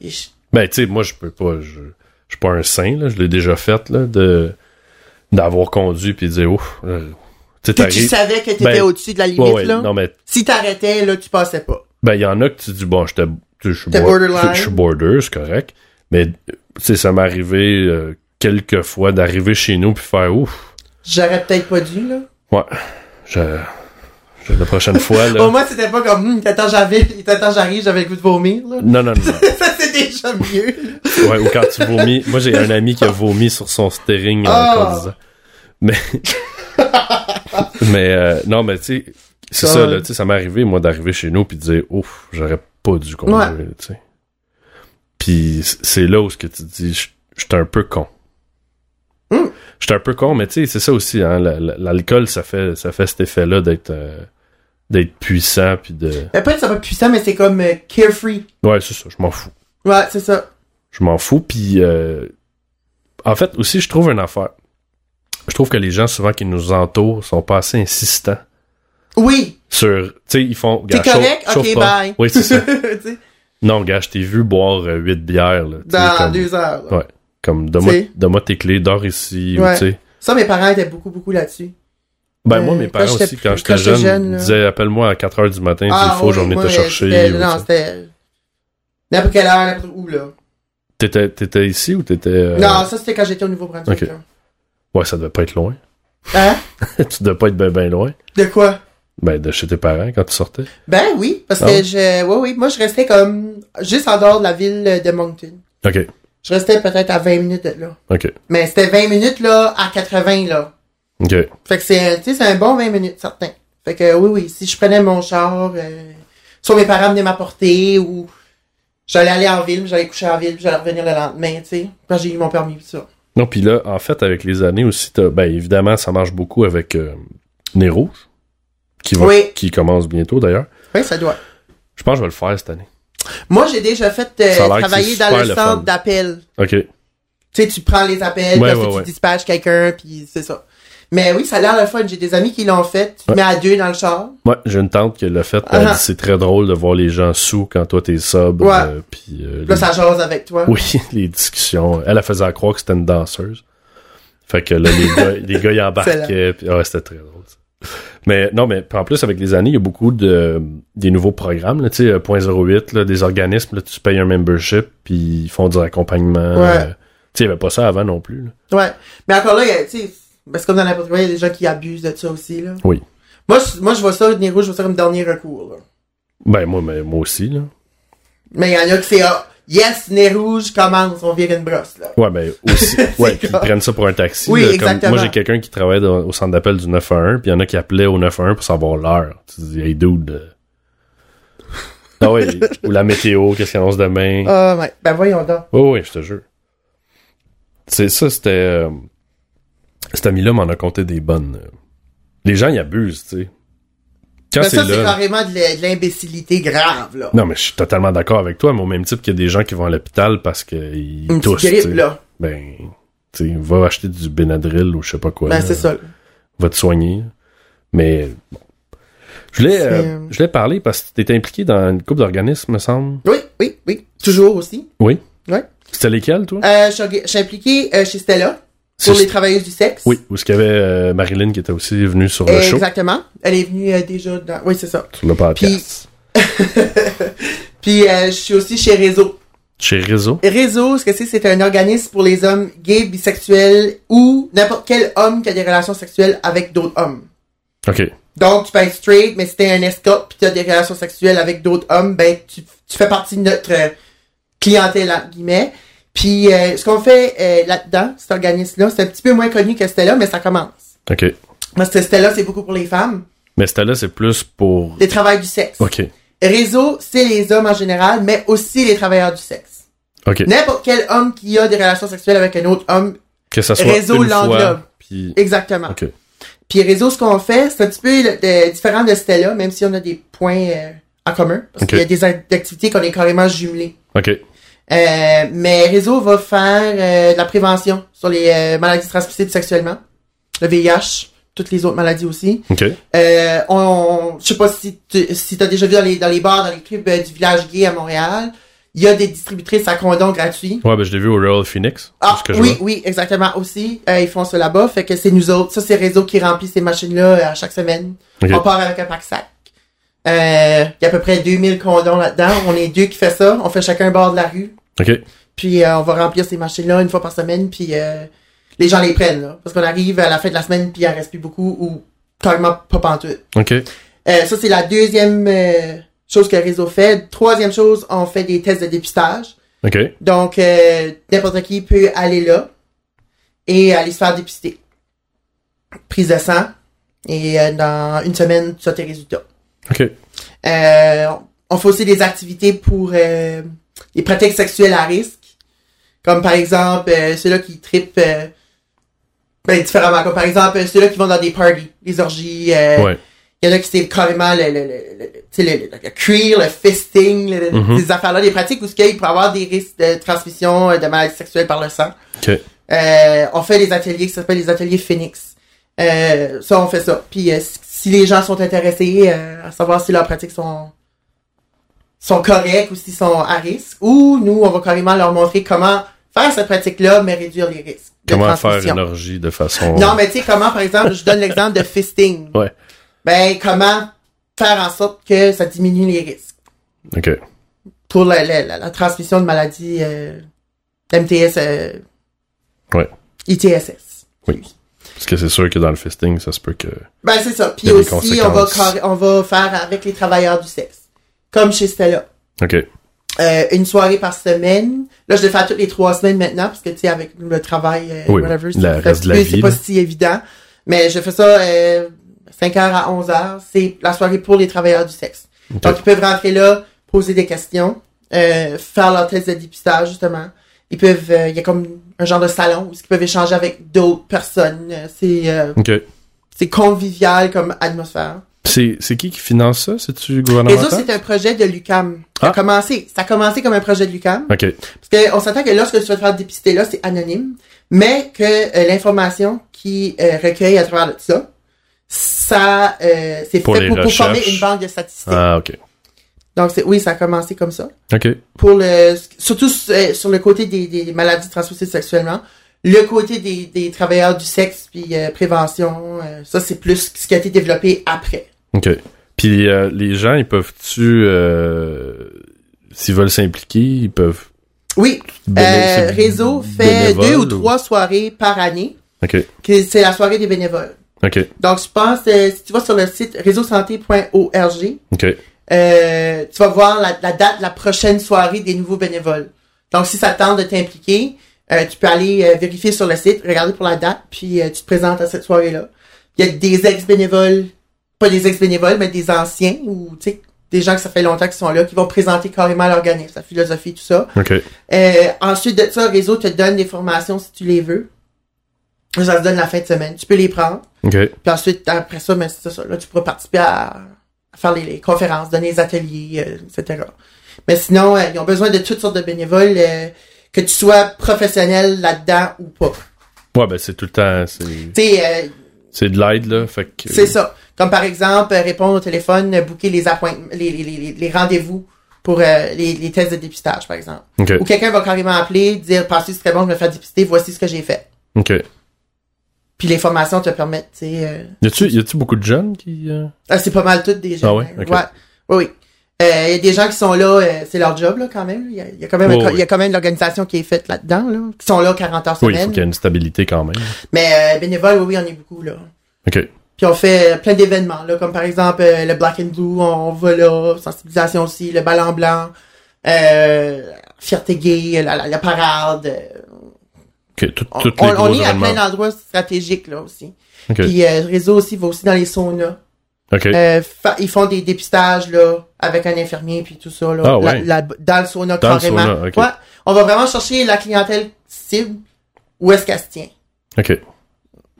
[SPEAKER 5] Et je-
[SPEAKER 4] Ben, tu sais, moi, je peux pas. Je, je suis pas un saint, là. Je l'ai déjà fait, là, de. D'avoir conduit puis de dire, ouf. euh, Tu sais,
[SPEAKER 5] Que tu
[SPEAKER 4] t'arrives-
[SPEAKER 5] savais que t'étais
[SPEAKER 4] Ben,
[SPEAKER 5] au-dessus de la limite,
[SPEAKER 4] Ouais, ouais,
[SPEAKER 5] là.
[SPEAKER 4] non, mais
[SPEAKER 5] Si t'arrêtais, là, tu passais pas.
[SPEAKER 4] Ben, il y en a que tu dis, bon, j'étais- tu sais, je suis
[SPEAKER 5] T'es
[SPEAKER 4] bor-
[SPEAKER 5] borderline.
[SPEAKER 4] je suis border, c'est correct. Mais, tu sais, ça m'est arrivé euh, quelques fois d'arriver chez nous puis faire, ouf,
[SPEAKER 5] J'aurais peut-être pas dû, là.
[SPEAKER 4] ouais, je, je- la prochaine fois, là.
[SPEAKER 5] Au moins, c'était pas comme, hum, il t'attend, [laughs] j'arrive, il t'attend, j'arrive, j'avais le goût de vomir, là.
[SPEAKER 4] Non, non, non. non.
[SPEAKER 5] ça, [laughs] c'est déjà mieux.
[SPEAKER 4] Ouais, ou quand tu vomis. Moi, j'ai un ami qui a vomi sur son steering en
[SPEAKER 5] Ah.
[SPEAKER 4] conduisant. Mais. [laughs] mais, euh, non, mais tu sais, c'est
[SPEAKER 5] Ça,
[SPEAKER 4] ça,
[SPEAKER 5] ouais.
[SPEAKER 4] là. Tu sais, ça m'est arrivé, moi, d'arriver chez nous puis de dire, ouf, j'aurais pas dû conduire, tu sais. Puis, c- c'est là où ce que tu dis, je je suis un peu con.
[SPEAKER 5] Mm.
[SPEAKER 4] Je suis un peu con, mais tu sais, c'est ça aussi, hein. la- la- L'alcool, ça fait, ça fait cet effet-là d'être. euh, d'être puissant puis de
[SPEAKER 5] Mais pas que ça va puissant, mais c'est comme euh, carefree.
[SPEAKER 4] ouais c'est ça je m'en fous
[SPEAKER 5] Ouais, c'est ça.
[SPEAKER 4] je m'en fous. Puis, euh, en fait, aussi, je trouve une affaire. Je trouve que les gens, souvent, qui nous entourent, sont pas assez insistants
[SPEAKER 5] Oui. [laughs]
[SPEAKER 4] sur. Tu sais, ils font.
[SPEAKER 5] T'es
[SPEAKER 4] Gars, chauffe-
[SPEAKER 5] correct?
[SPEAKER 4] chauffe
[SPEAKER 5] Ok,
[SPEAKER 4] pas.
[SPEAKER 5] bye.
[SPEAKER 4] Oui, c'est
[SPEAKER 5] [laughs]
[SPEAKER 4] ça.
[SPEAKER 5] Tu sais,
[SPEAKER 4] Non, gars, je t'ai vu boire 8 bières. Là, tu sais,
[SPEAKER 5] Dans
[SPEAKER 4] comme,
[SPEAKER 5] deux heures. là.
[SPEAKER 4] Ouais. comme donne-moi,
[SPEAKER 5] Tu sais.
[SPEAKER 4] donne-moi tes clés, dors ici. ou
[SPEAKER 5] Ouais.
[SPEAKER 4] tu sais.
[SPEAKER 5] Ça, mes parents étaient beaucoup, beaucoup là-dessus.
[SPEAKER 4] Ben,
[SPEAKER 5] Euh,
[SPEAKER 4] moi, mes
[SPEAKER 5] quand
[SPEAKER 4] parents
[SPEAKER 5] j'étais
[SPEAKER 4] aussi,
[SPEAKER 5] plus-
[SPEAKER 4] quand j'étais jeune,
[SPEAKER 5] là.
[SPEAKER 4] disaient appelle-moi à 4 h du matin, il faut,
[SPEAKER 5] Ah, oui,
[SPEAKER 4] j'en venais
[SPEAKER 5] moi,
[SPEAKER 4] te
[SPEAKER 5] c'était-
[SPEAKER 4] chercher. ou, tu
[SPEAKER 5] Non,
[SPEAKER 4] sais.
[SPEAKER 5] c'était. N'importe quelle heure, n'importe où, là.
[SPEAKER 4] T'étais, t'étais ici ou t'étais. euh,
[SPEAKER 5] Non, ça, c'était quand j'étais au Nouveau-Brunswick,
[SPEAKER 4] ok.
[SPEAKER 5] là.
[SPEAKER 4] Ouais, ça devait pas être loin. [laughs]
[SPEAKER 5] Hein?
[SPEAKER 4] tu devais pas être ben, ben loin.
[SPEAKER 5] De quoi?
[SPEAKER 4] Ben, de chez tes parents quand tu sortais.
[SPEAKER 5] Ben oui, parce
[SPEAKER 4] Ah.
[SPEAKER 5] que je. Oui, oui. Moi, je restais comme. Juste en dehors de la ville de Moncton.
[SPEAKER 4] Ok,
[SPEAKER 5] Je restais peut-être à 20 minutes de là.
[SPEAKER 4] ok,
[SPEAKER 5] Mais c'était 20 minutes, là, à 80, là.
[SPEAKER 4] ok.
[SPEAKER 5] Fait que c'est, tu sais, c'est un bon 20 minutes, certain. Fait que oui, oui, si je prenais mon char, euh, soit mes parents venaient m'apporter ou j'allais aller en ville, puis j'allais coucher en ville, puis j'allais revenir le lendemain, tu sais, quand j'ai eu mon permis, pis ça.
[SPEAKER 4] Non, puis là, en fait, avec les années aussi, t'as- ben évidemment, ça marche beaucoup avec euh, Nez Rouge, qui, va,
[SPEAKER 5] Oui.
[SPEAKER 4] qui commence bientôt d'ailleurs.
[SPEAKER 5] Oui, ça doit.
[SPEAKER 4] Je pense que je vais le faire cette année.
[SPEAKER 5] Moi, j'ai déjà fait euh,
[SPEAKER 4] Ça a l'air que
[SPEAKER 5] travailler
[SPEAKER 4] c'est
[SPEAKER 5] dans
[SPEAKER 4] super
[SPEAKER 5] le
[SPEAKER 4] le
[SPEAKER 5] centre
[SPEAKER 4] fun.
[SPEAKER 5] d'appel.
[SPEAKER 4] OK.
[SPEAKER 5] Tu sais, tu prends les appels,
[SPEAKER 4] Ouais,
[SPEAKER 5] puis
[SPEAKER 4] ouais,
[SPEAKER 5] tu
[SPEAKER 4] ouais.
[SPEAKER 5] dispatches quelqu'un, puis c'est ça. Mais oui, ça a l'air le fun. J'ai des amis qui l'ont fait. Tu te
[SPEAKER 4] Ouais.
[SPEAKER 5] mets à deux dans le char.
[SPEAKER 4] Ouais, j'ai une tante qui l'a fait. elle
[SPEAKER 5] Ah.
[SPEAKER 4] dit, c'est très drôle de voir les gens sous quand toi t'es sobre.
[SPEAKER 5] Ouais.
[SPEAKER 4] euh, puis euh,
[SPEAKER 5] Puis Là,
[SPEAKER 4] les-
[SPEAKER 5] ça jase avec toi.
[SPEAKER 4] Oui, [laughs] les discussions. Elle, elle faisait à croire que c'était une danseuse. Fait que là, les gars, les gars, ils embarquaient. puis- ouais, c'était très drôle, ça. Mais non, mais puis en plus, avec les années, il y a beaucoup de des nouveaux programmes. là, Tu sais, euh, 0.08, là, des organismes, là, tu payes un membership, puis ils font du accompagnement.
[SPEAKER 5] Ouais.
[SPEAKER 4] euh, tu sais, il n'y avait pas ça avant non plus. là.
[SPEAKER 5] Ouais. Mais encore là, il y a- tu sais, parce que comme dans n'importe quoi, il y a des gens qui abusent de ça aussi, là.
[SPEAKER 4] Oui.
[SPEAKER 5] Moi, je, moi, je vois ça, Nero, je vois ça comme dernier recours, là.
[SPEAKER 4] Ben, moi, mais, moi aussi. Là.
[SPEAKER 5] Mais il y en a qui c'est, ah, yes, nez rouge, commence, on vire une brosse, là.
[SPEAKER 4] Ouais, mais
[SPEAKER 5] [laughs]
[SPEAKER 4] aussi. ouais, puis ils
[SPEAKER 5] grave.
[SPEAKER 4] prennent ça pour un taxi.
[SPEAKER 5] Oui,
[SPEAKER 4] là,
[SPEAKER 5] exactement.
[SPEAKER 4] moi, j'ai quelqu'un qui travaille dans- au centre d'appel du 911, puis il y en a qui appelaient au 911 pour savoir l'heure. Tu dis, hey
[SPEAKER 5] [laughs]
[SPEAKER 4] dude. euh, Ah ouais, ou la météo, qu'est-ce qu'il annonce demain.
[SPEAKER 5] Ah, ouais. Ben, voyons donc.
[SPEAKER 4] Oh oui, je te jure. C'est ça, c'était. euh, cet ami-là m'en a compté des bonnes. euh. Les gens y abusent, tu sais. Quand
[SPEAKER 5] Ben,
[SPEAKER 4] c'est
[SPEAKER 5] ça, c'est
[SPEAKER 4] là.
[SPEAKER 5] carrément de la- de l'imbécilité grave, là.
[SPEAKER 4] Non, mais je suis totalement d'accord avec toi, mais au même type qu'il y a des gens qui vont à l'hôpital parce qu'ils
[SPEAKER 5] Une
[SPEAKER 4] toussent.
[SPEAKER 5] petite
[SPEAKER 4] tu sais.
[SPEAKER 5] grippe, là.
[SPEAKER 4] Ben, tu sais, va acheter du Benadryl ou je sais pas quoi.
[SPEAKER 5] Ben,
[SPEAKER 4] là.
[SPEAKER 5] c'est ça. là.
[SPEAKER 4] va te soigner. Mais bon. Je voulais,
[SPEAKER 5] C'est,
[SPEAKER 4] euh,
[SPEAKER 5] euh,
[SPEAKER 4] je voulais parler parce que tu étais impliqué dans une coupe d'organismes, me semble.
[SPEAKER 5] Oui, oui, oui. Toujours aussi.
[SPEAKER 4] Oui.
[SPEAKER 5] Ouais.
[SPEAKER 4] C'était lesquels, toi?
[SPEAKER 5] Euh, je suis- je suis impliquée euh, chez Stella,
[SPEAKER 4] C'est-
[SPEAKER 5] pour les travailleuses du sexe.
[SPEAKER 4] Oui, où ce qu'il y avait euh, Marilyn qui était aussi venue sur le
[SPEAKER 5] Euh,
[SPEAKER 4] show,
[SPEAKER 5] Exactement. Elle est venue euh, déjà dans... Oui, c'est ça.
[SPEAKER 4] sur le podcast.
[SPEAKER 5] Puis, euh, je suis aussi chez Réseau.
[SPEAKER 4] Chez Réseau.
[SPEAKER 5] Réseau, ce que c'est, c'est un organisme pour les hommes gays, bisexuels ou n'importe quel homme qui a des relations sexuelles avec d'autres hommes.
[SPEAKER 4] OK.
[SPEAKER 5] Donc, tu peux être straight, mais si t'es un escorte pis t'as des relations sexuelles avec d'autres hommes, ben, tu, tu fais partie de notre euh, clientèle, entre guillemets. Puis, euh, ce qu'on fait euh, là-dedans, cet organisme-là, c'est un petit peu moins connu que Stella, mais ça commence.
[SPEAKER 4] OK.
[SPEAKER 5] Parce que Stella, c'est beaucoup pour les femmes.
[SPEAKER 4] Mais c'était là, c'est plus pour.
[SPEAKER 5] Les travailleurs du sexe.
[SPEAKER 4] OK.
[SPEAKER 5] Réseau, c'est les hommes en général, mais aussi les travailleurs du sexe.
[SPEAKER 4] OK.
[SPEAKER 5] N'importe quel homme qui a des relations sexuelles avec un autre homme,
[SPEAKER 4] Que ça soit.
[SPEAKER 5] Réseau
[SPEAKER 4] une
[SPEAKER 5] l'englobe.
[SPEAKER 4] fois, puis-
[SPEAKER 5] exactement.
[SPEAKER 4] OK.
[SPEAKER 5] Puis réseau, ce qu'on fait, c'est un petit peu le- de- différent de Stella, même si on a des points euh, en commun. Parce
[SPEAKER 4] Ok.
[SPEAKER 5] qu'il y a des act- activités qu'on est carrément jumelées.
[SPEAKER 4] OK.
[SPEAKER 5] Euh, mais réseau va faire euh, de la prévention sur les euh, maladies transmissibles sexuellement, le VIH, toutes les autres maladies aussi.
[SPEAKER 4] OK.
[SPEAKER 5] Euh, on, on- je sais pas si tu si t'as déjà vu dans les, dans les bars, dans les clubs euh, du village gay à Montréal, il y a des distributrices à condoms gratuits.
[SPEAKER 4] Ouais, ben, je l'ai vu au Royal Phoenix.
[SPEAKER 5] Ah,
[SPEAKER 4] c'est ce que je
[SPEAKER 5] oui,
[SPEAKER 4] vois.
[SPEAKER 5] oui, exactement aussi. Euh, ils font ça là-bas. Fait que c'est nous autres. Ça, c'est Réseau qui remplit ces machines-là euh, à chaque semaine.
[SPEAKER 4] Ok.
[SPEAKER 5] On part avec un pack-sac. Euh, Il y a à peu près 2000 condoms là-dedans. On est deux qui fait ça. On fait chacun un bord de la rue.
[SPEAKER 4] OK.
[SPEAKER 5] Puis euh, on va remplir ces machines-là une fois par semaine. Puis euh, les gens les prennent. Là, parce qu'on arrive à la fin de la semaine puis il en reste plus beaucoup ou carrément pas pantoute.
[SPEAKER 4] OK.
[SPEAKER 5] Euh, ça, c'est la deuxième euh, chose que Réseau fait. Troisième chose, on fait des tests de dépistage.
[SPEAKER 4] OK.
[SPEAKER 5] Donc, euh, n'importe qui peut aller là et aller se faire dépister. Prise de sang. Et euh, dans une semaine, tu as tes résultats.
[SPEAKER 4] OK.
[SPEAKER 5] Euh, on fait aussi des activités pour euh, les pratiques sexuelles à risque. Comme par exemple, euh, ceux-là qui tripent euh, ben, différemment. Comme par exemple, euh, ceux-là qui vont dans des parties, des orgies. euh,
[SPEAKER 4] Ouais.
[SPEAKER 5] il y en a qui c'est carrément le, le, le, le- tu sais, le, le, le cuir, le fisting, le- le-
[SPEAKER 4] Mhm.
[SPEAKER 5] ces affaires-là, des pratiques où ce qu'il pourrait avoir des risques de transmission euh, de maladies sexuelles par le sang.
[SPEAKER 4] OK.
[SPEAKER 5] Euh, on fait des ateliers qui s'appellent les ateliers Phoenix. Euh, ça, on fait ça. Puis euh, si- si les gens sont intéressés euh, à savoir si leurs pratiques sont sont correctes ou s'ils sont à risque, ou nous, on va carrément leur montrer comment faire cette pratique-là, mais réduire les risques de
[SPEAKER 4] Comment faire
[SPEAKER 5] transmission.
[SPEAKER 4] une orgie de façon.
[SPEAKER 5] Non, mais tu sais, comment, par exemple, je donne l'exemple de fisting.
[SPEAKER 4] Oh. Ouais.
[SPEAKER 5] Ben, comment faire en sorte que ça diminue les risques
[SPEAKER 4] OK.
[SPEAKER 5] pour la, la- la- la transmission de maladies euh, MTS, euh,
[SPEAKER 4] Ouais.
[SPEAKER 5] ITSS.
[SPEAKER 4] Oui. Parce que c'est sûr que dans le fisting, ça se peut que.
[SPEAKER 5] Ben, c'est ça.
[SPEAKER 4] Il
[SPEAKER 5] Puis
[SPEAKER 4] y a des
[SPEAKER 5] aussi, on va,
[SPEAKER 4] conséquences.
[SPEAKER 5] car- on va faire avec les travailleurs du sexe. Comme chez Stella.
[SPEAKER 4] OK.
[SPEAKER 5] Euh, une soirée par semaine. Là, je le fais à toutes les trois semaines maintenant, parce que, tu sais, avec le travail, euh,
[SPEAKER 4] Oui,
[SPEAKER 5] whatever,
[SPEAKER 4] la
[SPEAKER 5] c'est-
[SPEAKER 4] reste de la
[SPEAKER 5] c'est
[SPEAKER 4] vie,
[SPEAKER 5] pas
[SPEAKER 4] là.
[SPEAKER 5] si évident. Mais je fais ça euh, 5h à 11h. C'est la soirée pour les travailleurs du sexe. Donc, ils peuvent rentrer là, poser des questions, euh, faire leur test de dépistage, justement. Ils peuvent... euh, Il y a comme un genre de salon où ils peuvent échanger avec d'autres personnes. Euh, C'est euh,
[SPEAKER 4] OK.
[SPEAKER 5] c'est convivial comme atmosphère.
[SPEAKER 4] C'est c'est qui qui finance ça? C'est-tu
[SPEAKER 5] Les autres,
[SPEAKER 4] gouvernemental?
[SPEAKER 5] c'est un projet de l'UCAM. Ça
[SPEAKER 4] Ah.
[SPEAKER 5] a commencé. Ça a commencé comme un projet de l'UCAM.
[SPEAKER 4] OK.
[SPEAKER 5] Parce qu'on s'attend que lorsque tu vas te faire dépister là, c'est anonyme, mais que euh, l'information qui euh, recueille à travers ça, ça euh, c'est
[SPEAKER 4] Pour
[SPEAKER 5] fait
[SPEAKER 4] les
[SPEAKER 5] pour, pour former
[SPEAKER 4] recherches.
[SPEAKER 5] une banque de statistiques.
[SPEAKER 4] Ah, OK.
[SPEAKER 5] Donc c'est oui, ça a commencé comme ça.
[SPEAKER 4] OK.
[SPEAKER 5] Pour le surtout euh, sur le côté des, des maladies transmissibles sexuellement, le côté des, des travailleurs du sexe puis euh, prévention, euh, ça c'est plus ce qui a été développé après.
[SPEAKER 4] OK. Puis euh, les gens, ils peuvent-tu, euh, s'ils veulent s'impliquer, ils peuvent...
[SPEAKER 5] Oui,
[SPEAKER 4] béné-
[SPEAKER 5] euh,
[SPEAKER 4] c'est
[SPEAKER 5] réseau fait
[SPEAKER 4] bénévole
[SPEAKER 5] deux ou trois soirées par année,
[SPEAKER 4] OK.
[SPEAKER 5] que c'est la soirée des bénévoles.
[SPEAKER 4] OK.
[SPEAKER 5] Donc, je pense, euh, si tu vas sur le site réseausanté.org,
[SPEAKER 4] OK.
[SPEAKER 5] euh, tu vas voir la, la date de la prochaine soirée des nouveaux bénévoles. Donc, si ça te tente de t'impliquer, euh, tu peux aller euh, vérifier sur le site, regarder pour la date, puis euh, tu te présentes à cette soirée-là. Il y a des ex-bénévoles, pas des ex-bénévoles, mais des anciens ou, tu sais, des gens que ça fait longtemps qu'ils sont là, qui vont présenter carrément l'organisme, la philosophie, tout ça.
[SPEAKER 4] OK.
[SPEAKER 5] Euh, ensuite de ça, Réseau te donne des formations si tu les veux. Ça te donne la fin de semaine. Tu peux les prendre.
[SPEAKER 4] OK.
[SPEAKER 5] Puis ensuite, après ça, mais c'est ça, là, tu pourras participer à, à faire les, les conférences, donner les ateliers, euh, etc. Mais sinon, euh, ils ont besoin de toutes sortes de bénévoles, euh, que tu sois professionnel là-dedans ou pas.
[SPEAKER 4] Ouais, ben c'est tout le temps... C'est
[SPEAKER 5] Tu sais, euh,
[SPEAKER 4] c'est de l'aide, là, fait que...
[SPEAKER 5] c'est ça. Comme par exemple, euh, répondre au téléphone, euh, booker les appoint- les, les, les, les rendez-vous pour euh, les, les tests de dépistage, par exemple.
[SPEAKER 4] OK.
[SPEAKER 5] Ou quelqu'un va carrément appeler, dire, pensez que c'est très bon, je vais me faire dépister, voici ce que j'ai fait.
[SPEAKER 4] OK.
[SPEAKER 5] Puis les formations te permettent, tu sais... euh,
[SPEAKER 4] Y a-tu y a-tu beaucoup de jeunes qui... euh,
[SPEAKER 5] Ah, c'est pas mal toutes des gens.
[SPEAKER 4] Ah ouais? Ok.
[SPEAKER 5] ouais. Oui, oui. Euh, Il y a des gens qui sont là, euh, c'est leur job là quand même. Il y a, il y a quand même,
[SPEAKER 4] Oh,
[SPEAKER 5] un co-
[SPEAKER 4] oui.
[SPEAKER 5] il y a quand même l'organisation qui est faite là-dedans, là, qui sont là 40 heures
[SPEAKER 4] Oui, il
[SPEAKER 5] semaine.
[SPEAKER 4] faut qu'il y ait une stabilité quand même.
[SPEAKER 5] Mais euh, bénévoles, oui, oui, on est beaucoup là.
[SPEAKER 4] OK.
[SPEAKER 5] Puis on fait plein d'événements, là, comme par exemple euh, le Black and Blue, on va là, sensibilisation aussi, le bal en blanc, euh, fierté gay, la, la- la parade. euh,
[SPEAKER 4] Que tout-
[SPEAKER 5] On,
[SPEAKER 4] tous les
[SPEAKER 5] on-
[SPEAKER 4] gros
[SPEAKER 5] on est à
[SPEAKER 4] événements.
[SPEAKER 5] plein d'endroits stratégiques là aussi.
[SPEAKER 4] Ok.
[SPEAKER 5] Puis euh, le réseau aussi va aussi dans les saunas.
[SPEAKER 4] Ok.
[SPEAKER 5] Euh, fa- ils font des dépistages là avec un infirmier puis tout ça là,
[SPEAKER 4] Ah ouais.
[SPEAKER 5] La- la- dans le sauna
[SPEAKER 4] Dans le
[SPEAKER 5] carrément.
[SPEAKER 4] sauna, ok.
[SPEAKER 5] Ouais, on va vraiment chercher la clientèle cible où est-ce qu'elle se tient.
[SPEAKER 4] ok.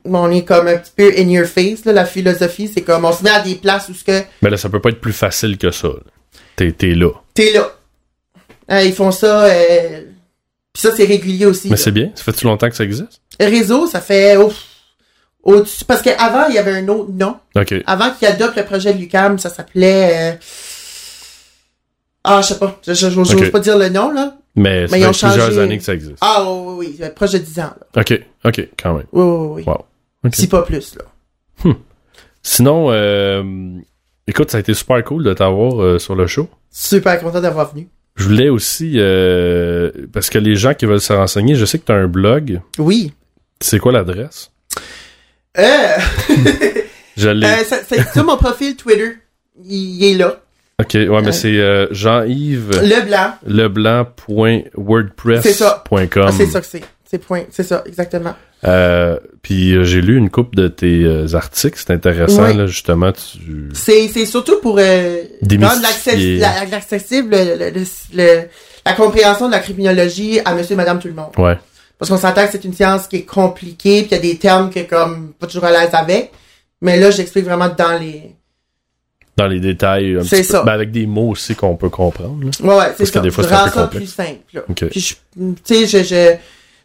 [SPEAKER 5] On est comme un petit peu in your face là, la philosophie c'est comme on se met à des places où ce que
[SPEAKER 4] Mais là, ça peut pas être plus facile que ça. là. T'es t'es là.
[SPEAKER 5] t'es là. Euh, ils font ça. euh, Puis ça c'est régulier aussi.
[SPEAKER 4] Mais
[SPEAKER 5] là.
[SPEAKER 4] c'est bien. Ça fait-tu longtemps que ça existe?
[SPEAKER 5] Réseau ça fait ouf, au-dessus parce qu'avant il y avait un autre nom.
[SPEAKER 4] Ok.
[SPEAKER 5] avant qu'il adopte le projet de Lucam, ça s'appelait. euh, Ah, je sais pas. Je je- je- j'ose
[SPEAKER 4] Ok.
[SPEAKER 5] pas dire le nom, là.
[SPEAKER 4] Mais ça
[SPEAKER 5] Mais ils
[SPEAKER 4] fait
[SPEAKER 5] ont
[SPEAKER 4] plusieurs
[SPEAKER 5] changé.
[SPEAKER 4] années que ça existe.
[SPEAKER 5] Ah, oui, oui, oui. euh, Proche de 10 ans, là.
[SPEAKER 4] Ok. Ok, quand même.
[SPEAKER 5] Oui, oui, oui. oui.
[SPEAKER 4] Wow. Ok.
[SPEAKER 5] Si pas plus, là.
[SPEAKER 4] Sinon, euh, écoute, ça a été super cool de t'avoir euh, sur le show.
[SPEAKER 5] Super content d'avoir venu.
[SPEAKER 4] Je voulais aussi, euh, parce que les gens qui veulent se renseigner, je sais que tu as un blog.
[SPEAKER 5] Oui.
[SPEAKER 4] C'est quoi l'adresse? [laughs]
[SPEAKER 5] Euh,
[SPEAKER 4] Je l'ai.
[SPEAKER 5] euh, ça- c'est sur mon profil Twitter. Il, il est là.
[SPEAKER 4] ok, ouais, mais c'est euh, Jean-Yves
[SPEAKER 5] Le blanc. C'est ça. Ah, c'est ça
[SPEAKER 4] Leblanc.wordpress.com.
[SPEAKER 5] que c'est. C'est point. C'est ça, exactement.
[SPEAKER 4] Euh, Puis euh, j'ai lu une coupe de tes euh, articles, c'est intéressant,
[SPEAKER 5] Ouais.
[SPEAKER 4] là, justement. Tu...
[SPEAKER 5] C'est, c'est surtout pour euh,
[SPEAKER 4] Hmm. Démystifier.
[SPEAKER 5] rendre l'access- la- l'accessible, le- le- le- la compréhension de la criminologie à monsieur et madame tout le monde.
[SPEAKER 4] Ouais.
[SPEAKER 5] Parce qu'on s'entend que c'est une science qui est compliquée, puis il y a des termes que comme pas toujours à l'aise avec. Mais là, j'explique vraiment dans les.
[SPEAKER 4] Dans les détails. un
[SPEAKER 5] C'est
[SPEAKER 4] petit peu.
[SPEAKER 5] ça.
[SPEAKER 4] Ben, avec des mots aussi qu'on peut comprendre. là.
[SPEAKER 5] Ouais, ouais, c'est
[SPEAKER 4] Parce que
[SPEAKER 5] ça.
[SPEAKER 4] des fois,
[SPEAKER 5] je
[SPEAKER 4] c'est un
[SPEAKER 5] rends
[SPEAKER 4] peu
[SPEAKER 5] ça
[SPEAKER 4] complexe.
[SPEAKER 5] plus simple. là.
[SPEAKER 4] Ok.
[SPEAKER 5] Puis je, tu sais, je, je,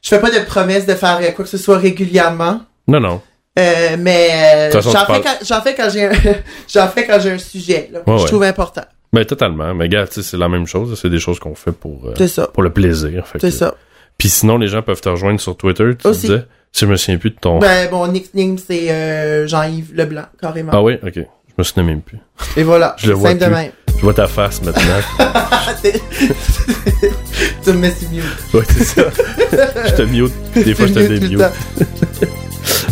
[SPEAKER 5] je fais pas de promesse de faire euh, quoi que ce soit régulièrement.
[SPEAKER 4] Non, non.
[SPEAKER 5] Euh, mais
[SPEAKER 4] De
[SPEAKER 5] euh,
[SPEAKER 4] toute façon,
[SPEAKER 5] j'en
[SPEAKER 4] tu
[SPEAKER 5] fais,
[SPEAKER 4] parles-
[SPEAKER 5] quand- j'en fais quand j'ai un, [laughs] j'en fais quand j'ai un sujet là, que
[SPEAKER 4] Ouais,
[SPEAKER 5] je
[SPEAKER 4] ouais.
[SPEAKER 5] trouve important.
[SPEAKER 4] Mais Ben, totalement. Mais gars, tu sais, c'est la même chose. C'est des choses qu'on fait pour, euh,
[SPEAKER 5] C'est ça.
[SPEAKER 4] pour le plaisir. fait
[SPEAKER 5] C'est
[SPEAKER 4] que-
[SPEAKER 5] ça.
[SPEAKER 4] Puis sinon, les gens peuvent te rejoindre sur Twitter. Tu
[SPEAKER 5] Aussi.
[SPEAKER 4] disais, si je me souviens plus de ton.
[SPEAKER 5] Ben, mon nickname, c'est euh, Jean-Yves Leblanc, carrément.
[SPEAKER 4] Ah oui, ok. Je me souviens même plus.
[SPEAKER 5] Et voilà,
[SPEAKER 4] Je le
[SPEAKER 5] c'est
[SPEAKER 4] vois
[SPEAKER 5] simple de
[SPEAKER 4] plus.
[SPEAKER 5] même.
[SPEAKER 4] Je vois ta face maintenant. [laughs]
[SPEAKER 5] [laughs] tu me mets sur mute.
[SPEAKER 4] ouais,
[SPEAKER 5] [laughs]
[SPEAKER 4] c'est ça. je te mute. Des fois, je te
[SPEAKER 5] Mute tout le
[SPEAKER 4] démute.
[SPEAKER 5] temps.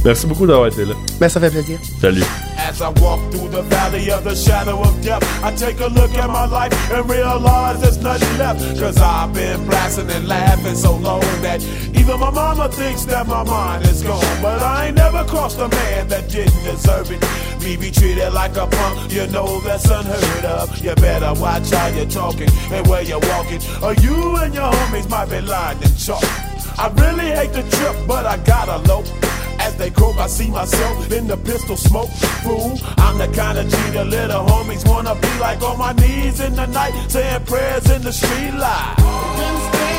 [SPEAKER 4] Merci beaucoup d'avoir été là.
[SPEAKER 5] Ben, ça fait plaisir.
[SPEAKER 4] Salut.
[SPEAKER 6] As I walk through the valley of the shadow of death, I take a look at my life and realize there's nothing left. Cause I've been blasting and laughing so long that even my mama thinks that my mind is gone. But I ain't never crossed a man that didn't deserve it. Me be treated like a punk, you know that's unheard of. You better watch how you're talking and where you're walking, or you and your homies might be lying and chalk. I really hate the trip, but I gotta low. As they croak, I see myself in the pistol smoke. Fool, I'm the kind of G the little homies wanna be like on my knees in the night, saying prayers in the street light.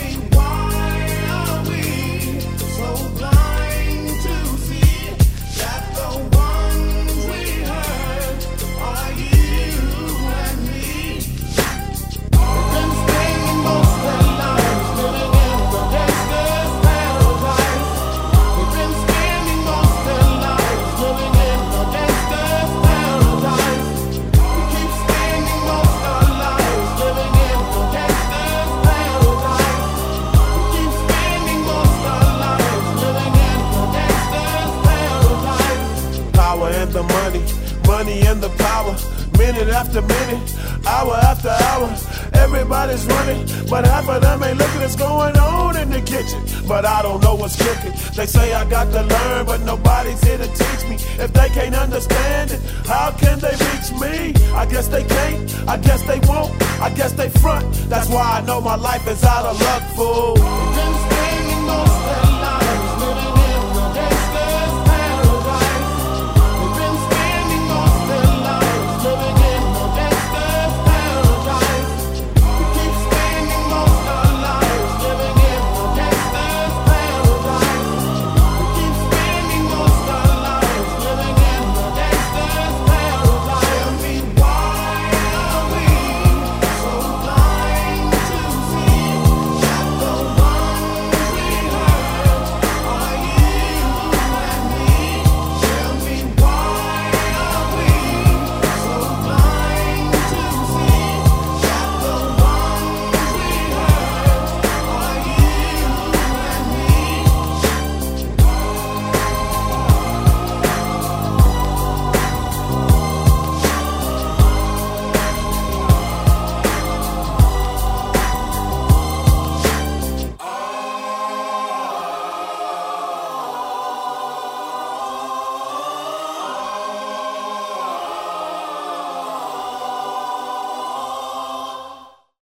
[SPEAKER 6] me why are we so blind to see that the ones we hurt are you and me? Power and the money, money and the power. Minute after minute, hour after hour, everybody. Everybody's running, but half of them ain't looking what's going on in the kitchen. But I don't know what's cooking. They say I got to learn, but nobody's here to teach me. If they can't understand it, how can they reach me? I guess they can't, I guess they won't, I guess they front. That's why I know my life is out of luck, fool.